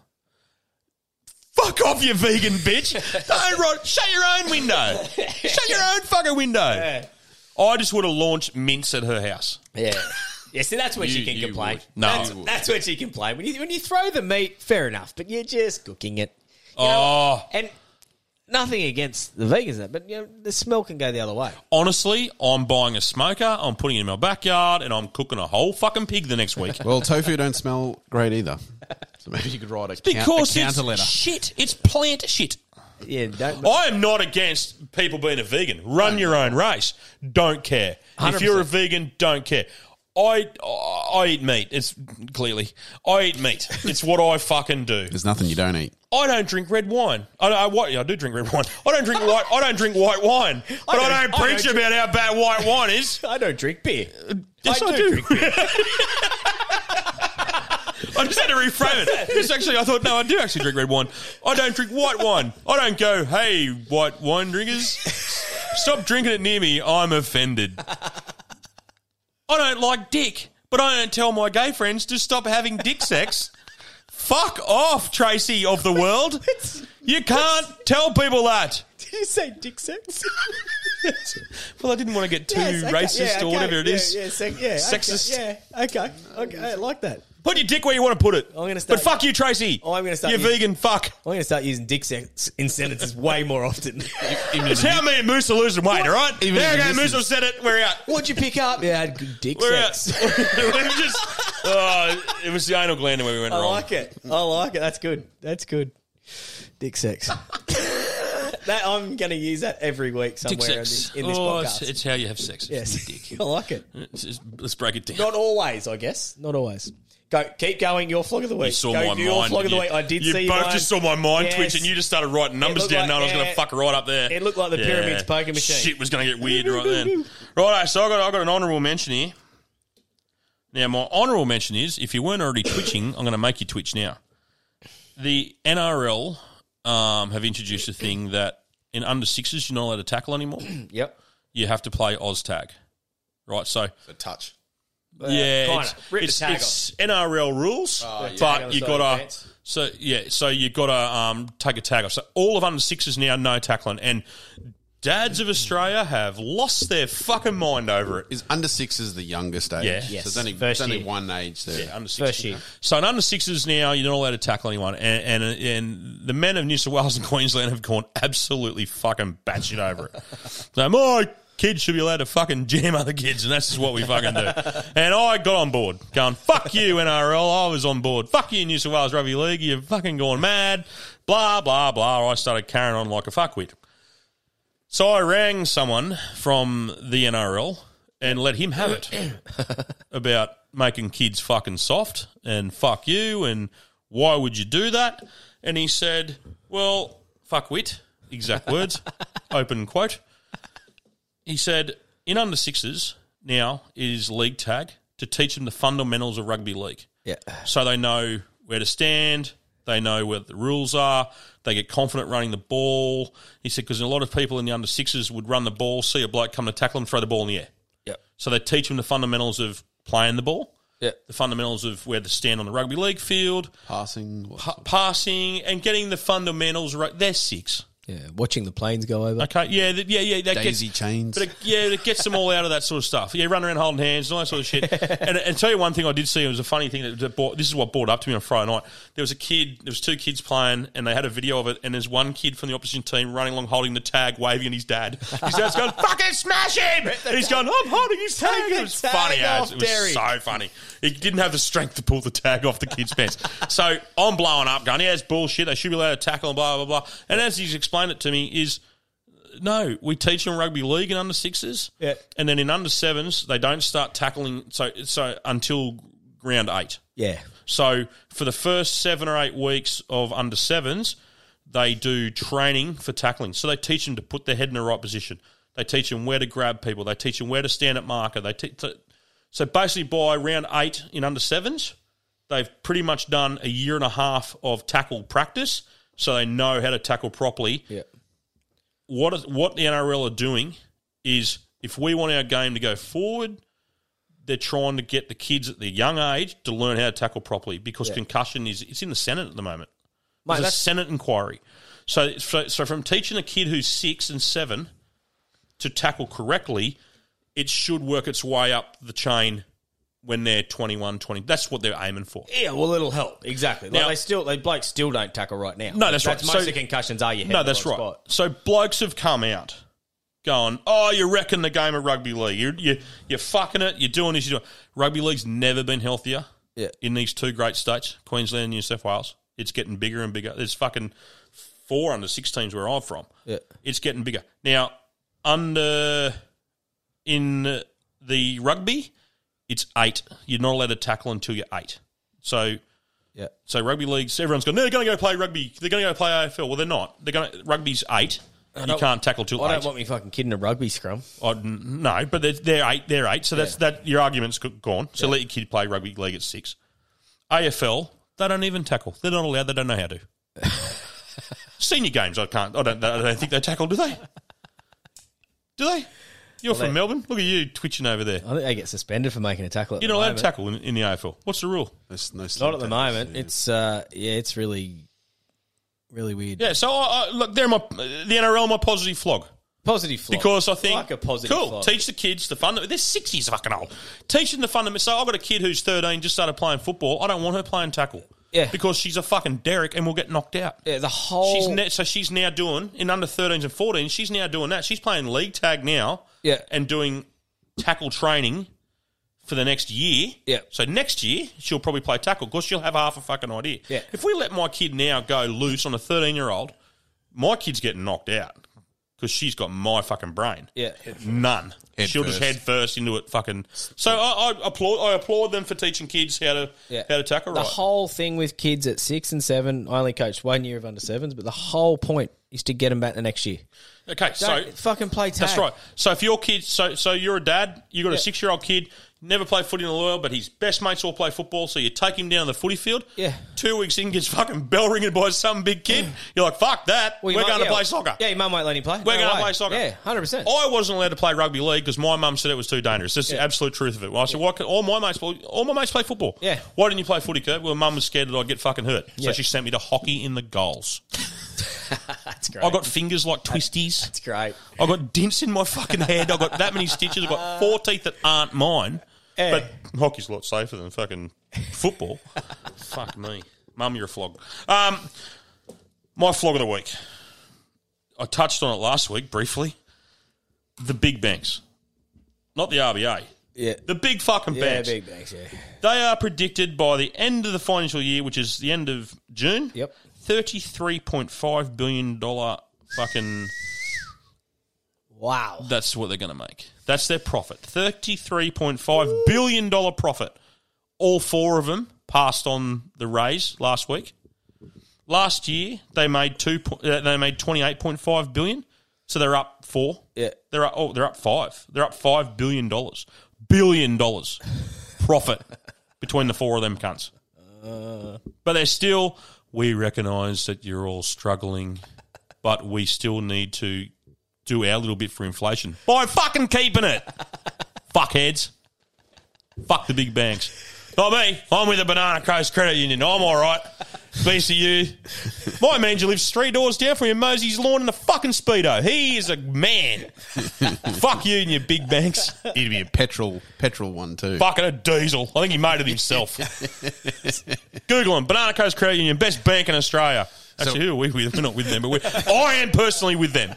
Speaker 8: Fuck off, you vegan bitch. Don't rot. Shut your own window. Shut your own fucking window. I just would have launched mints at her house.
Speaker 1: Yeah. Yeah, see, that's where she
Speaker 8: You-
Speaker 1: can
Speaker 8: you
Speaker 1: complain.
Speaker 8: would. No.
Speaker 1: that's,
Speaker 8: You would.
Speaker 1: that's where she can complain. When you when you throw the meat, fair enough, but you're just cooking it. You
Speaker 8: know,
Speaker 1: and nothing against the vegans, that, but you know, the smell can go the other way.
Speaker 8: Honestly, I'm buying a smoker, I'm putting it in my backyard, and I'm cooking a whole fucking pig the next week.
Speaker 10: Well, tofu don't smell great either. So maybe you could write a, count, a
Speaker 8: because it's
Speaker 10: counter letter.
Speaker 8: shit. It's plant shit.
Speaker 1: Yeah, don't.
Speaker 8: I am not against people being a vegan. Run your own race. Don't care. If you're a vegan, don't care. I I eat meat. It's clearly I eat meat. It's what I fucking do.
Speaker 10: There's nothing you don't eat.
Speaker 8: I don't drink red wine. I, I, what, I do drink red wine. I don't drink white. I don't drink white wine. But I don't, preach
Speaker 1: drink-
Speaker 8: about how bad white wine is. Uh,
Speaker 1: I don't drink beer.
Speaker 8: Yes, I, do. I just had to reframe it. Because actually, I thought, no, I do actually drink red wine. I don't drink white wine. I don't go, hey, white wine drinkers, stop drinking it near me. I'm offended. I don't like dick, but I don't tell my gay friends to stop having dick sex. Fuck off, Tracy of the world. You can't tell people that.
Speaker 1: Did you say dick sex?
Speaker 8: Well, I didn't want to get too
Speaker 1: Yes, okay,
Speaker 8: racist
Speaker 1: yeah,
Speaker 8: or
Speaker 1: okay,
Speaker 8: whatever it
Speaker 1: yeah,
Speaker 8: is.
Speaker 1: Yeah, sec- yeah,
Speaker 8: Sexist.
Speaker 1: Okay, yeah, okay, okay, I like that.
Speaker 8: Put your dick where you want to put it.
Speaker 1: I'm gonna start. Oh,
Speaker 8: But fuck you, Tracy.
Speaker 1: I'm gonna start.
Speaker 8: You're
Speaker 1: using-
Speaker 8: vegan. Fuck. I'm
Speaker 1: gonna start using dick sex in sentences way more often.
Speaker 8: It's how me and Moose are losing weight, all right?
Speaker 1: Even
Speaker 8: there
Speaker 1: if
Speaker 8: you
Speaker 1: it
Speaker 8: go, Moose
Speaker 1: isn't.
Speaker 8: will said it. We're out.
Speaker 1: What'd you pick up? Yeah, I had good dick
Speaker 8: We're
Speaker 1: sex.
Speaker 8: out. It was just, oh, it was the anal gland where we went
Speaker 1: I
Speaker 8: wrong.
Speaker 1: like it. Oh, I like it. That's good. That's good. Dick sex. that I'm going to use that every week
Speaker 8: Dick
Speaker 1: somewhere in
Speaker 8: sex.
Speaker 1: this, in this
Speaker 8: oh,
Speaker 1: podcast.
Speaker 8: It's, it's how you have sex. It's
Speaker 1: Yes.
Speaker 8: dick.
Speaker 1: I like it.
Speaker 8: It's just- let's break it down.
Speaker 1: Not always, I guess. Not always. Go. Keep going. Your flog of the week.
Speaker 8: You saw
Speaker 1: Go,
Speaker 8: my
Speaker 1: your
Speaker 8: mind.
Speaker 1: flog of the
Speaker 8: You-
Speaker 1: week. I did
Speaker 8: you
Speaker 1: see
Speaker 8: both
Speaker 1: mine.
Speaker 8: just saw my mind
Speaker 1: Yes.
Speaker 8: twitch, and you just started writing numbers
Speaker 1: looked
Speaker 8: down,
Speaker 1: like-
Speaker 8: knowing I was going
Speaker 1: yeah.
Speaker 8: to fuck right up there.
Speaker 1: It looked like the pyramids poker machine.
Speaker 8: Shit was going to get weird right then. Right, so I got I got an honourable mention here. Now my honourable mention is if you weren't already twitching, I'm going to make you twitch now. The NRL um, have introduced a thing that in under sixes you're not allowed to tackle anymore.
Speaker 1: yep.
Speaker 8: You have to play Oz tag. Right, so
Speaker 10: a touch.
Speaker 8: yeah,
Speaker 10: kinda.
Speaker 8: it's,
Speaker 10: Rip the
Speaker 8: it's,
Speaker 10: tag
Speaker 8: it's NRL rules,
Speaker 10: Oh, yeah. Tag on
Speaker 8: Uh, but
Speaker 10: the
Speaker 8: you
Speaker 10: side
Speaker 8: got
Speaker 10: of the
Speaker 8: to so yeah, so you got to um, take a tag off. So all of under sixes now no tackling, and dads of Australia have lost their fucking mind over it.
Speaker 10: Is under sixes the youngest age?
Speaker 8: Yeah.
Speaker 10: So
Speaker 8: Yes.
Speaker 10: there's only,
Speaker 8: First
Speaker 10: there's only
Speaker 8: year.
Speaker 10: one age there.
Speaker 8: Yeah, under sixes. First year. So in under sixes now, you're not allowed to tackle anyone, and, and and the men of New South Wales and Queensland have gone absolutely fucking batshit over it. so my kids should be allowed to fucking jam other kids, and that's just what we fucking do. and I got on board, going fuck you NRL. I was on board. Fuck you New South Wales Rugby League. You're fucking going mad. Blah blah blah. I started carrying on like a fuckwit. So I rang someone from the NRL and let him have it about making kids fucking soft and fuck you and why would you do that? And he said, well, fuck wit, exact words, open quote. He said, in under sixes now is league tag to teach them the fundamentals of rugby league.
Speaker 1: Yeah.
Speaker 8: So they know where to stand, they know where the rules are, they get confident running the ball. He said, because a lot of people in the under sixes would run the ball, see a bloke come to tackle them, throw the ball in the air.
Speaker 1: Yeah.
Speaker 8: So they teach them the fundamentals of playing the ball.
Speaker 1: Yeah.
Speaker 8: The fundamentals of where to stand on the rugby league field,
Speaker 10: passing,
Speaker 8: passing, and getting the fundamentals right. They're six.
Speaker 1: Yeah, watching the planes go over.
Speaker 8: Okay, yeah, th- yeah, yeah. That
Speaker 1: Daisy
Speaker 8: gets,
Speaker 10: chains.
Speaker 8: But it, yeah, it gets them all out of that sort of stuff. Yeah, run around holding hands and all that sort of shit. and, and tell you one thing I did see, it was a funny thing that, that brought, this is what brought up to me on Friday night. There was a kid, there was two kids playing, and they had a video of it, and there's one kid from the opposition team running along holding the tag, waving at his dad. His dad's going, fucking smash him! And he's going, I'm holding his tag. It was
Speaker 7: tag
Speaker 8: funny
Speaker 7: off
Speaker 8: as. It was
Speaker 7: Derek.
Speaker 8: so funny. He didn't have the strength to pull the tag off the kid's pants. So I'm blowing up, going, yeah, it's bullshit. They should be allowed to tackle and blah, blah, blah. And as he's explained it to me, is no, we teach them rugby league in under sixes.
Speaker 1: Yeah.
Speaker 8: And then in under sevens, they don't start tackling so so until round eight.
Speaker 1: Yeah.
Speaker 8: So for the first seven or eight weeks of under sevens, they do training for tackling. So they teach them to put their head in the right position. They teach them where to grab people. They teach them where to stand at marker. They te- t- so basically by round eight in under sevens, they've pretty much done a year and a half of tackle practice, so they know how to tackle properly.
Speaker 1: Yeah.
Speaker 8: What is, what the NRL are doing is if we want our game to go forward, they're trying to get the kids at the young age to learn how to tackle properly because
Speaker 1: Yeah.
Speaker 8: concussion is it's in the Senate at the moment.
Speaker 1: Mate,
Speaker 8: There's a
Speaker 1: that's-
Speaker 8: Senate inquiry. So, so so from teaching a kid who's six and seven to tackle correctly, it should work its way up the chain when they're 21, 20. That's what they're aiming for.
Speaker 1: Yeah, well, it'll help exactly. Like
Speaker 8: Now-
Speaker 1: they still, they blokes still don't tackle right now.
Speaker 8: No, that's, right.
Speaker 1: Most of the concussions are your head.
Speaker 8: No,
Speaker 1: in the
Speaker 8: that's
Speaker 1: wrong
Speaker 8: right.
Speaker 1: spot.
Speaker 8: So blokes have come out going, oh, you reckon the game of rugby league? You you you're fucking it. You're doing this. You're doing rugby league's never been healthier.
Speaker 1: Yeah.
Speaker 8: in these two great states, Queensland and New South Wales, it's getting bigger and bigger. There's fucking four under six teams where I'm from.
Speaker 1: Yeah.
Speaker 8: It's getting bigger now. Under in the rugby, it's eight. You're not allowed to tackle until you're eight. So
Speaker 1: Yeah.
Speaker 8: so rugby leagues, everyone's going. No, they're going to go play rugby. They're going to go play AFL. Well, they're not. They're going. To, rugby's eight.
Speaker 1: I
Speaker 8: You
Speaker 1: don't-
Speaker 8: can't tackle till
Speaker 1: I
Speaker 8: eight.
Speaker 1: don't want me fucking kid in a rugby scrum.
Speaker 8: Oh, n- no, but they're, they're eight. They're eight. So that's that. Your argument's go- gone. So let your kid play rugby league at six. AFL, they don't even tackle. They're not allowed. They don't know how to. Senior games, I can't. I don't. I don't think they tackle. Do they? Do they? You're
Speaker 1: Well,
Speaker 8: from
Speaker 1: they-
Speaker 8: Melbourne. Look at you twitching over there.
Speaker 1: I think they get suspended for making a tackle. At
Speaker 8: You're
Speaker 1: the
Speaker 8: not allowed
Speaker 1: moment.
Speaker 8: to tackle in, in the AFL. What's the rule?
Speaker 10: There's no
Speaker 1: Not at the moment. It's uh, yeah, it's really, really weird.
Speaker 8: Yeah, so I, I, look, they're my the NRL my positive flog.
Speaker 1: Positive flog.
Speaker 8: Because I think
Speaker 1: Like a positive
Speaker 8: cool.
Speaker 1: flog.
Speaker 8: Teach the kids the fun. They're sixties fucking old. Teach them the fundamentals. So I've got a kid who's thirteen, just started playing football. I don't want her playing tackle.
Speaker 1: Yeah.
Speaker 8: because she's a fucking Derek and will get knocked out.
Speaker 1: Yeah, the whole
Speaker 8: She's ne- so she's now doing in under 13s and 14s. She's now doing that. She's playing league tag now.
Speaker 1: Yeah.
Speaker 8: and doing tackle training for the next year.
Speaker 1: Yeah.
Speaker 8: So next year she'll probably play tackle because she'll have half a fucking idea.
Speaker 1: Yeah.
Speaker 8: If we let my kid now go loose on a 13 year old, my kid's getting knocked out because she's got my fucking brain.
Speaker 1: Yeah.
Speaker 8: None.
Speaker 10: Head
Speaker 8: she'll
Speaker 10: first.
Speaker 8: just head first into it. Fucking. So I, I applaud. I applaud them for teaching kids how to
Speaker 1: Yeah.
Speaker 8: how to tackle
Speaker 1: The
Speaker 8: right.
Speaker 1: whole thing with kids at six and seven, I only coached one year of under sevens, but the whole point is to get them back the next year.
Speaker 8: Okay, so
Speaker 1: Don't fucking play tag.
Speaker 8: That's right. So if your kid, so so you're a dad, you got
Speaker 1: Yeah.
Speaker 8: a six year old kid, never played footy in the world, but his best mates all play football. So you take him down to the footy field.
Speaker 1: Yeah.
Speaker 8: Two weeks in, gets fucking bell ringing by some big kid. You're like, fuck that.
Speaker 1: Well,
Speaker 8: We're
Speaker 1: your mum-
Speaker 8: going
Speaker 1: yeah,
Speaker 8: to play soccer.
Speaker 1: Yeah, your mum won't let him play.
Speaker 8: We're
Speaker 1: No
Speaker 8: going
Speaker 1: way.
Speaker 8: to play soccer.
Speaker 1: Yeah, hundred percent.
Speaker 8: I wasn't allowed to play rugby league because my mum said it was too dangerous. That's the
Speaker 1: Yeah.
Speaker 8: absolute truth of it. Well, I said, why can, all my mates, all my mates play football.
Speaker 1: Yeah.
Speaker 8: Why didn't you play footy, Kurt? Well, mum was scared that I'd get fucking hurt,
Speaker 1: Yeah.
Speaker 8: so she sent me to hockey in the goals.
Speaker 1: That's great.
Speaker 8: I got fingers like twisties. That's
Speaker 1: great.
Speaker 8: I got dents in my fucking head. I got that many stitches. I got four teeth that aren't mine.
Speaker 1: Yeah.
Speaker 8: But hockey's a lot safer than fucking football. Fuck me, mum, you're a flog. Um, my flog of the week. I touched on it last week briefly. The big banks, not the RBA.
Speaker 1: Yeah,
Speaker 8: the big fucking
Speaker 1: yeah,
Speaker 8: banks.
Speaker 1: big banks. Yeah,
Speaker 8: They are predicted by the end of the financial year, which is the end of June. Yep. Thirty-three point five billion dollar fucking.
Speaker 1: Wow.
Speaker 8: That's what they're going to make. That's their profit. Thirty-three point five billion dollar profit. All four of them passed on the raise last week. Last year they made two. po- uh, They made twenty-eight point five billion. So they're up four.
Speaker 1: Yeah.
Speaker 8: They're up, oh, they're up five. They're up five billion dollars. Billion dollars profit between the four of them cunts. But they're still. We recognise that you're all struggling, but we still need to do our little bit for inflation by fucking keeping it. Fuckheads. Fuck the big banks. Not me. I'm with the Banana Coast Credit Union. I'm all right. BCU. My manager lives three doors down from you, Mosey's lawn in a fucking speedo. He is a man. Fuck you and your big banks.
Speaker 10: He'd be a petrol petrol one too.
Speaker 8: Fucking a diesel. I think he made it himself. Google him. Banana Coast Credit Union, best bank in Australia. Actually, who are we with? We're not with them, but we're, I am personally with them.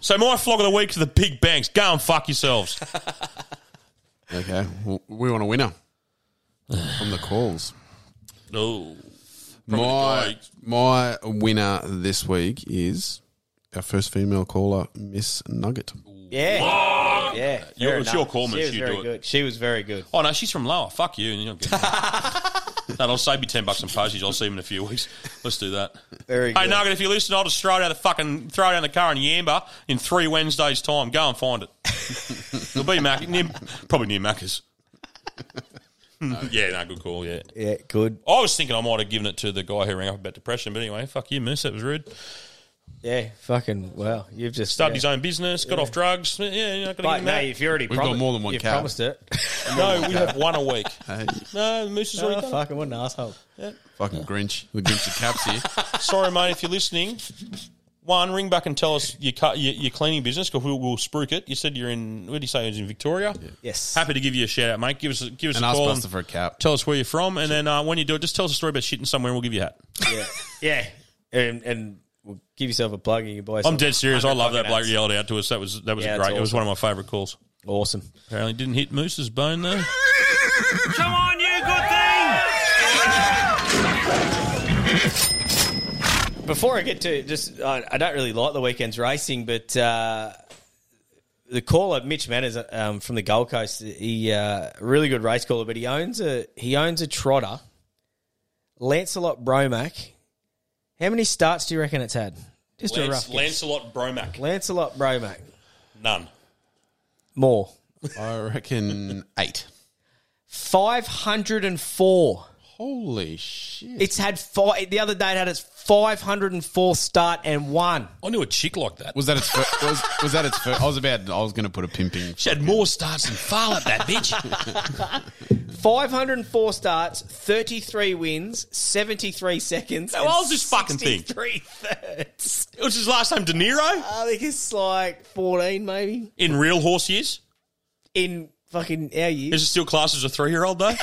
Speaker 8: So my flog of the week to the big banks. Go and fuck yourselves.
Speaker 10: Okay, well, we want a winner from the calls.
Speaker 15: Oh.
Speaker 8: No,
Speaker 10: my my winner this week is our first female caller, Miss Nugget.
Speaker 1: Yeah. Yeah.
Speaker 8: Your-
Speaker 1: fair
Speaker 8: it's
Speaker 1: enough.
Speaker 8: your call, man.
Speaker 1: She was
Speaker 8: You
Speaker 1: very
Speaker 8: do it.
Speaker 1: good. She was very good.
Speaker 8: Oh no, she's from Lower. Fuck you. And you're not getting it. no, I'll save you ten bucks in postage. I'll see him in a few weeks. Let's do that.
Speaker 1: Very
Speaker 8: Hey Nugget, if you listen, I'll just throw it out the fucking throw it down the car in Yamba in three Wednesdays' time. Go and find it. It'll be Mac near, probably near Macca's. Uh, Yeah, no, good call. Yeah,
Speaker 1: Yeah, good.
Speaker 8: I was thinking I might have given it to the guy who rang up about depression, but anyway, fuck you, Moose. That was rude.
Speaker 1: Yeah, fucking wow. You've just
Speaker 8: Started
Speaker 1: yeah.
Speaker 8: his own business, got
Speaker 1: Yeah.
Speaker 8: off drugs. Yeah, you're not
Speaker 1: But
Speaker 8: going to
Speaker 1: no, if you already We've got promi- more than one you've cab. promised it.
Speaker 8: no, we have one a week.
Speaker 1: No,
Speaker 8: Moose
Speaker 1: is
Speaker 8: has already done it.
Speaker 1: Ah, fucking what an asshole.
Speaker 10: Fucking Grinch, the Grinch of caps here.
Speaker 8: Sorry, mate, if you're listening. One, ring back and tell us your cu- your, your cleaning business because we'll, we'll spruik it. You said you're in. Where did you say it was in Victoria?
Speaker 1: Yes.
Speaker 8: Happy to give you a shout out, mate. Give us a- give us
Speaker 10: And
Speaker 8: a
Speaker 10: ask
Speaker 8: call.
Speaker 10: Buster for a cap.
Speaker 8: Tell us where you're from, and then uh, when you do it, just tell us a story about shitting somewhere, and we'll give you a hat.
Speaker 1: Yeah. Yeah. And, and we'll give yourself a plug and you can buy
Speaker 8: I'm
Speaker 1: some
Speaker 8: dead serious. I love that bloke
Speaker 1: hundred fucking
Speaker 8: yelled out to us. That was that was
Speaker 1: Yeah,
Speaker 8: great.
Speaker 1: it's
Speaker 8: It was
Speaker 1: awesome.
Speaker 8: one of my favourite calls.
Speaker 1: Awesome.
Speaker 8: Apparently didn't hit Moose's bone though.
Speaker 7: Come on, you good thing!
Speaker 1: ads. Before I get to just, I, I don't really like the weekend's racing, but uh, the caller Mitch Manners um, from the Gold Coast, he uh, really good race caller, but he owns a he owns a trotter, Lancelot Bromac. How many starts do you reckon it's had? Just a rough guess.
Speaker 8: Lancelot Bromac.
Speaker 1: Lancelot Bromac.
Speaker 8: None.
Speaker 1: More.
Speaker 10: I reckon eight.
Speaker 1: 504.
Speaker 10: Holy shit.
Speaker 1: It's had five. The other day it had its 504th start and won.
Speaker 8: I knew a chick like that.
Speaker 10: Was that its first? Was, was that its first? I was about. I was going to put a pimping. She
Speaker 8: had more starts than Farlap, that bitch.
Speaker 1: 504 starts, 33 wins, 73 seconds.
Speaker 8: How
Speaker 1: and
Speaker 8: old's this fucking thing?
Speaker 1: 63 thirds.
Speaker 8: It was his last name, De Niro,
Speaker 1: I think it's like 14 maybe
Speaker 8: in real horse years.
Speaker 1: in fucking our year.
Speaker 8: Is it still classed as a three year old though?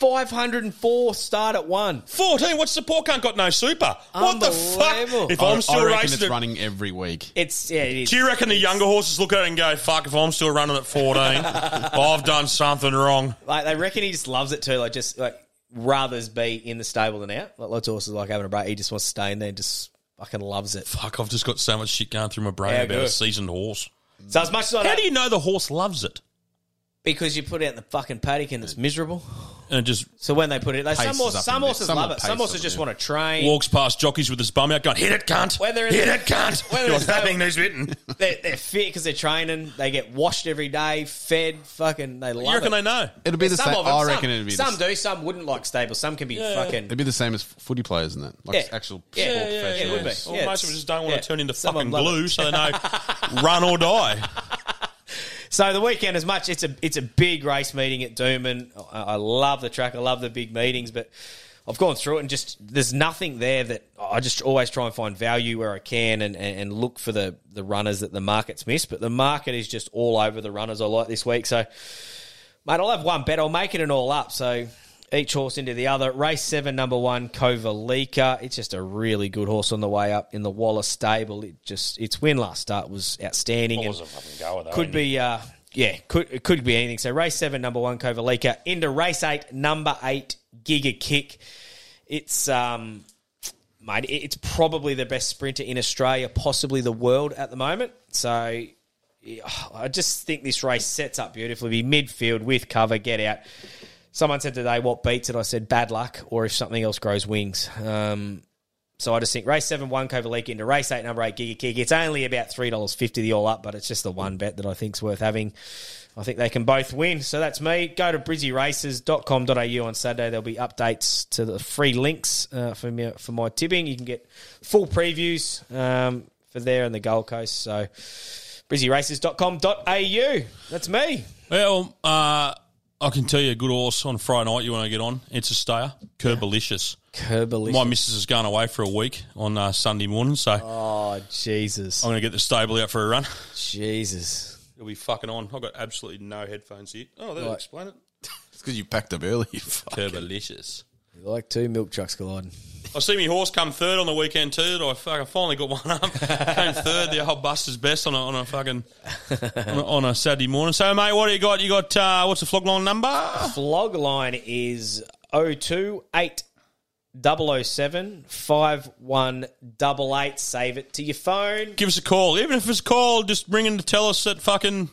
Speaker 1: 504 start at one.
Speaker 8: 14. What's the poor cunt got no super? What the fuck?
Speaker 1: Unbelievable.
Speaker 8: If
Speaker 10: I,
Speaker 8: I'm
Speaker 10: I
Speaker 8: still
Speaker 10: reckon
Speaker 8: racing,
Speaker 10: it's
Speaker 8: it-
Speaker 10: running every week.
Speaker 1: It's Oh. yeah. It is.
Speaker 8: do you reckon the younger horses look at it and go, "Fuck! If I'm still running at 14, I've done something wrong."
Speaker 1: Like they reckon he just loves it too. Like just like rather's be in the stable than out. Like lots of horses like having a break. He just wants to stay in there. and Just fucking loves it.
Speaker 8: Fuck! I've just got so much shit going through my brain
Speaker 1: How
Speaker 8: about a
Speaker 1: good.
Speaker 8: seasoned horse.
Speaker 1: So as much as I
Speaker 8: how
Speaker 1: don't-
Speaker 8: do you know the horse loves it?
Speaker 1: Because you put it out in the fucking paddock and it's miserable.
Speaker 8: And it just
Speaker 1: so when they put it, like some
Speaker 8: Paces
Speaker 1: horses,
Speaker 8: up
Speaker 1: some
Speaker 8: a bit.
Speaker 1: horses
Speaker 8: Some
Speaker 1: love
Speaker 8: will
Speaker 1: it. Some
Speaker 8: pace
Speaker 1: horses
Speaker 8: up,
Speaker 1: just
Speaker 8: yeah.
Speaker 1: want to train.
Speaker 8: walks past jockeys with his bum out, going, "Hit it, cunt!
Speaker 1: Whether it's-
Speaker 8: Hit it, cunt!
Speaker 1: whether
Speaker 8: Your
Speaker 1: it's-
Speaker 8: that thing needs hitting."
Speaker 1: They're, they're fit because they're training. They get washed every day, fed. Fucking, they love
Speaker 8: reckon they
Speaker 1: it.
Speaker 8: know?
Speaker 10: It'll be the
Speaker 1: Some
Speaker 10: same-
Speaker 1: of them-
Speaker 10: I
Speaker 1: some-
Speaker 10: reckon it'd be the
Speaker 1: Some do. Some wouldn't like stables. Some can be fucking.
Speaker 10: It'd be the same as footy players, isn't it? Like actual
Speaker 1: yeah, yeah,
Speaker 10: sport
Speaker 1: yeah, it would be.
Speaker 10: professionals.
Speaker 8: Well, most of them just don't want
Speaker 1: yeah.
Speaker 8: to turn into
Speaker 1: Some of
Speaker 8: fucking
Speaker 1: them love
Speaker 8: glue,
Speaker 1: it.
Speaker 8: so they know run or die.
Speaker 1: So the weekend, as much it's a it's a big race meeting at Dooman. I, I love the track. I love the big meetings, but I've gone through it and just there's nothing there that I just always try and find value where I can and, and, and look for the the runners that the market's missed. But the market is just all over the runners I like this week. So, mate, I'll have one bet. I'll make it an all up. So. Each horse into the other. Race seven, number one, Kovalika. It's just a really good horse on the way up in the Wallace stable. It just its win last start was outstanding. and- could be, uh, yeah, could it could be anything. So race seven, number one, Kovalika into race eight, number eight, Giga Kick. It's um, mate, it- it's probably the best sprinter in Australia, possibly the world at the moment. So yeah, I just think this race sets up beautifully. Be midfield with cover, get out. Someone said today, "What beats it?" I said, "Bad luck," or if something else grows wings. Um, so I just think race seven one Kovalika into race eight number eight Giga Kick. It's only about three dollars fifty the all up, but it's just the one bet that I think's worth having. I think they can both win. So that's me. Go to brizzyraces.com.au on Saturday. There'll be updates to the free links uh, for me, for my tipping. You can get full previews um, for there on the Gold Coast. So brizzyraces.com.au. That's me.
Speaker 8: Well, uh, I can tell you a good horse on Friday night you want to get on. It's a stayer. Kerbalicious.
Speaker 1: Kerbalicious.
Speaker 8: My missus is going away for a week on uh, Sunday morning, so.
Speaker 1: Oh, Jesus.
Speaker 8: I'm going to get the stable out for a run.
Speaker 1: Jesus.
Speaker 8: It'll be fucking on. I've got absolutely no headphones here. Oh, that'll
Speaker 1: Right.
Speaker 8: explain it.
Speaker 10: It's because you packed up early.
Speaker 8: Kerbalicious.
Speaker 1: You like two milk trucks colliding.
Speaker 8: I see my horse come third on the weekend too. that I fucking finally got one up. Came third, the old Buster's best on a, on a fucking on a, on a Saturday morning. So mate, what do you got? You got uh, what's the flog line number?
Speaker 1: Flog line is 028 007 5188. Save it to your phone.
Speaker 8: Give us a call, even if it's a call, just ring in to tell us that fucking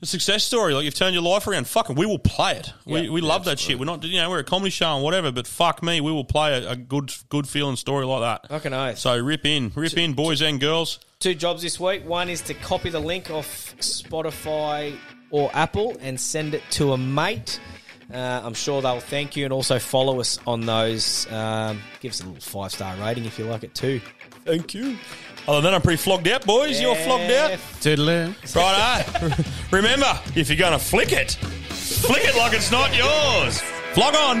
Speaker 8: the success story. Like you've turned your life around. Fucking, we will play it. we
Speaker 1: Yeah,
Speaker 8: we love that shit. We're not you know we're a comedy show and whatever, but fuck me, we will play a, a good good feeling story like that.
Speaker 1: Fucking oath.
Speaker 8: So rip in, rip in, boys and girls.
Speaker 1: Two jobs this week. One is to copy the link off Spotify or Apple and send it to a mate. Uh, I'm sure they'll thank you and also follow us on those. Um, give us a little five star rating if you like it too. Thank you.
Speaker 8: Other than I'm pretty flogged out, boys. You're flogged out.
Speaker 10: Toodaloo.
Speaker 8: Righto. Remember, if you're going to flick it, flick it like it's not yours. Flog on.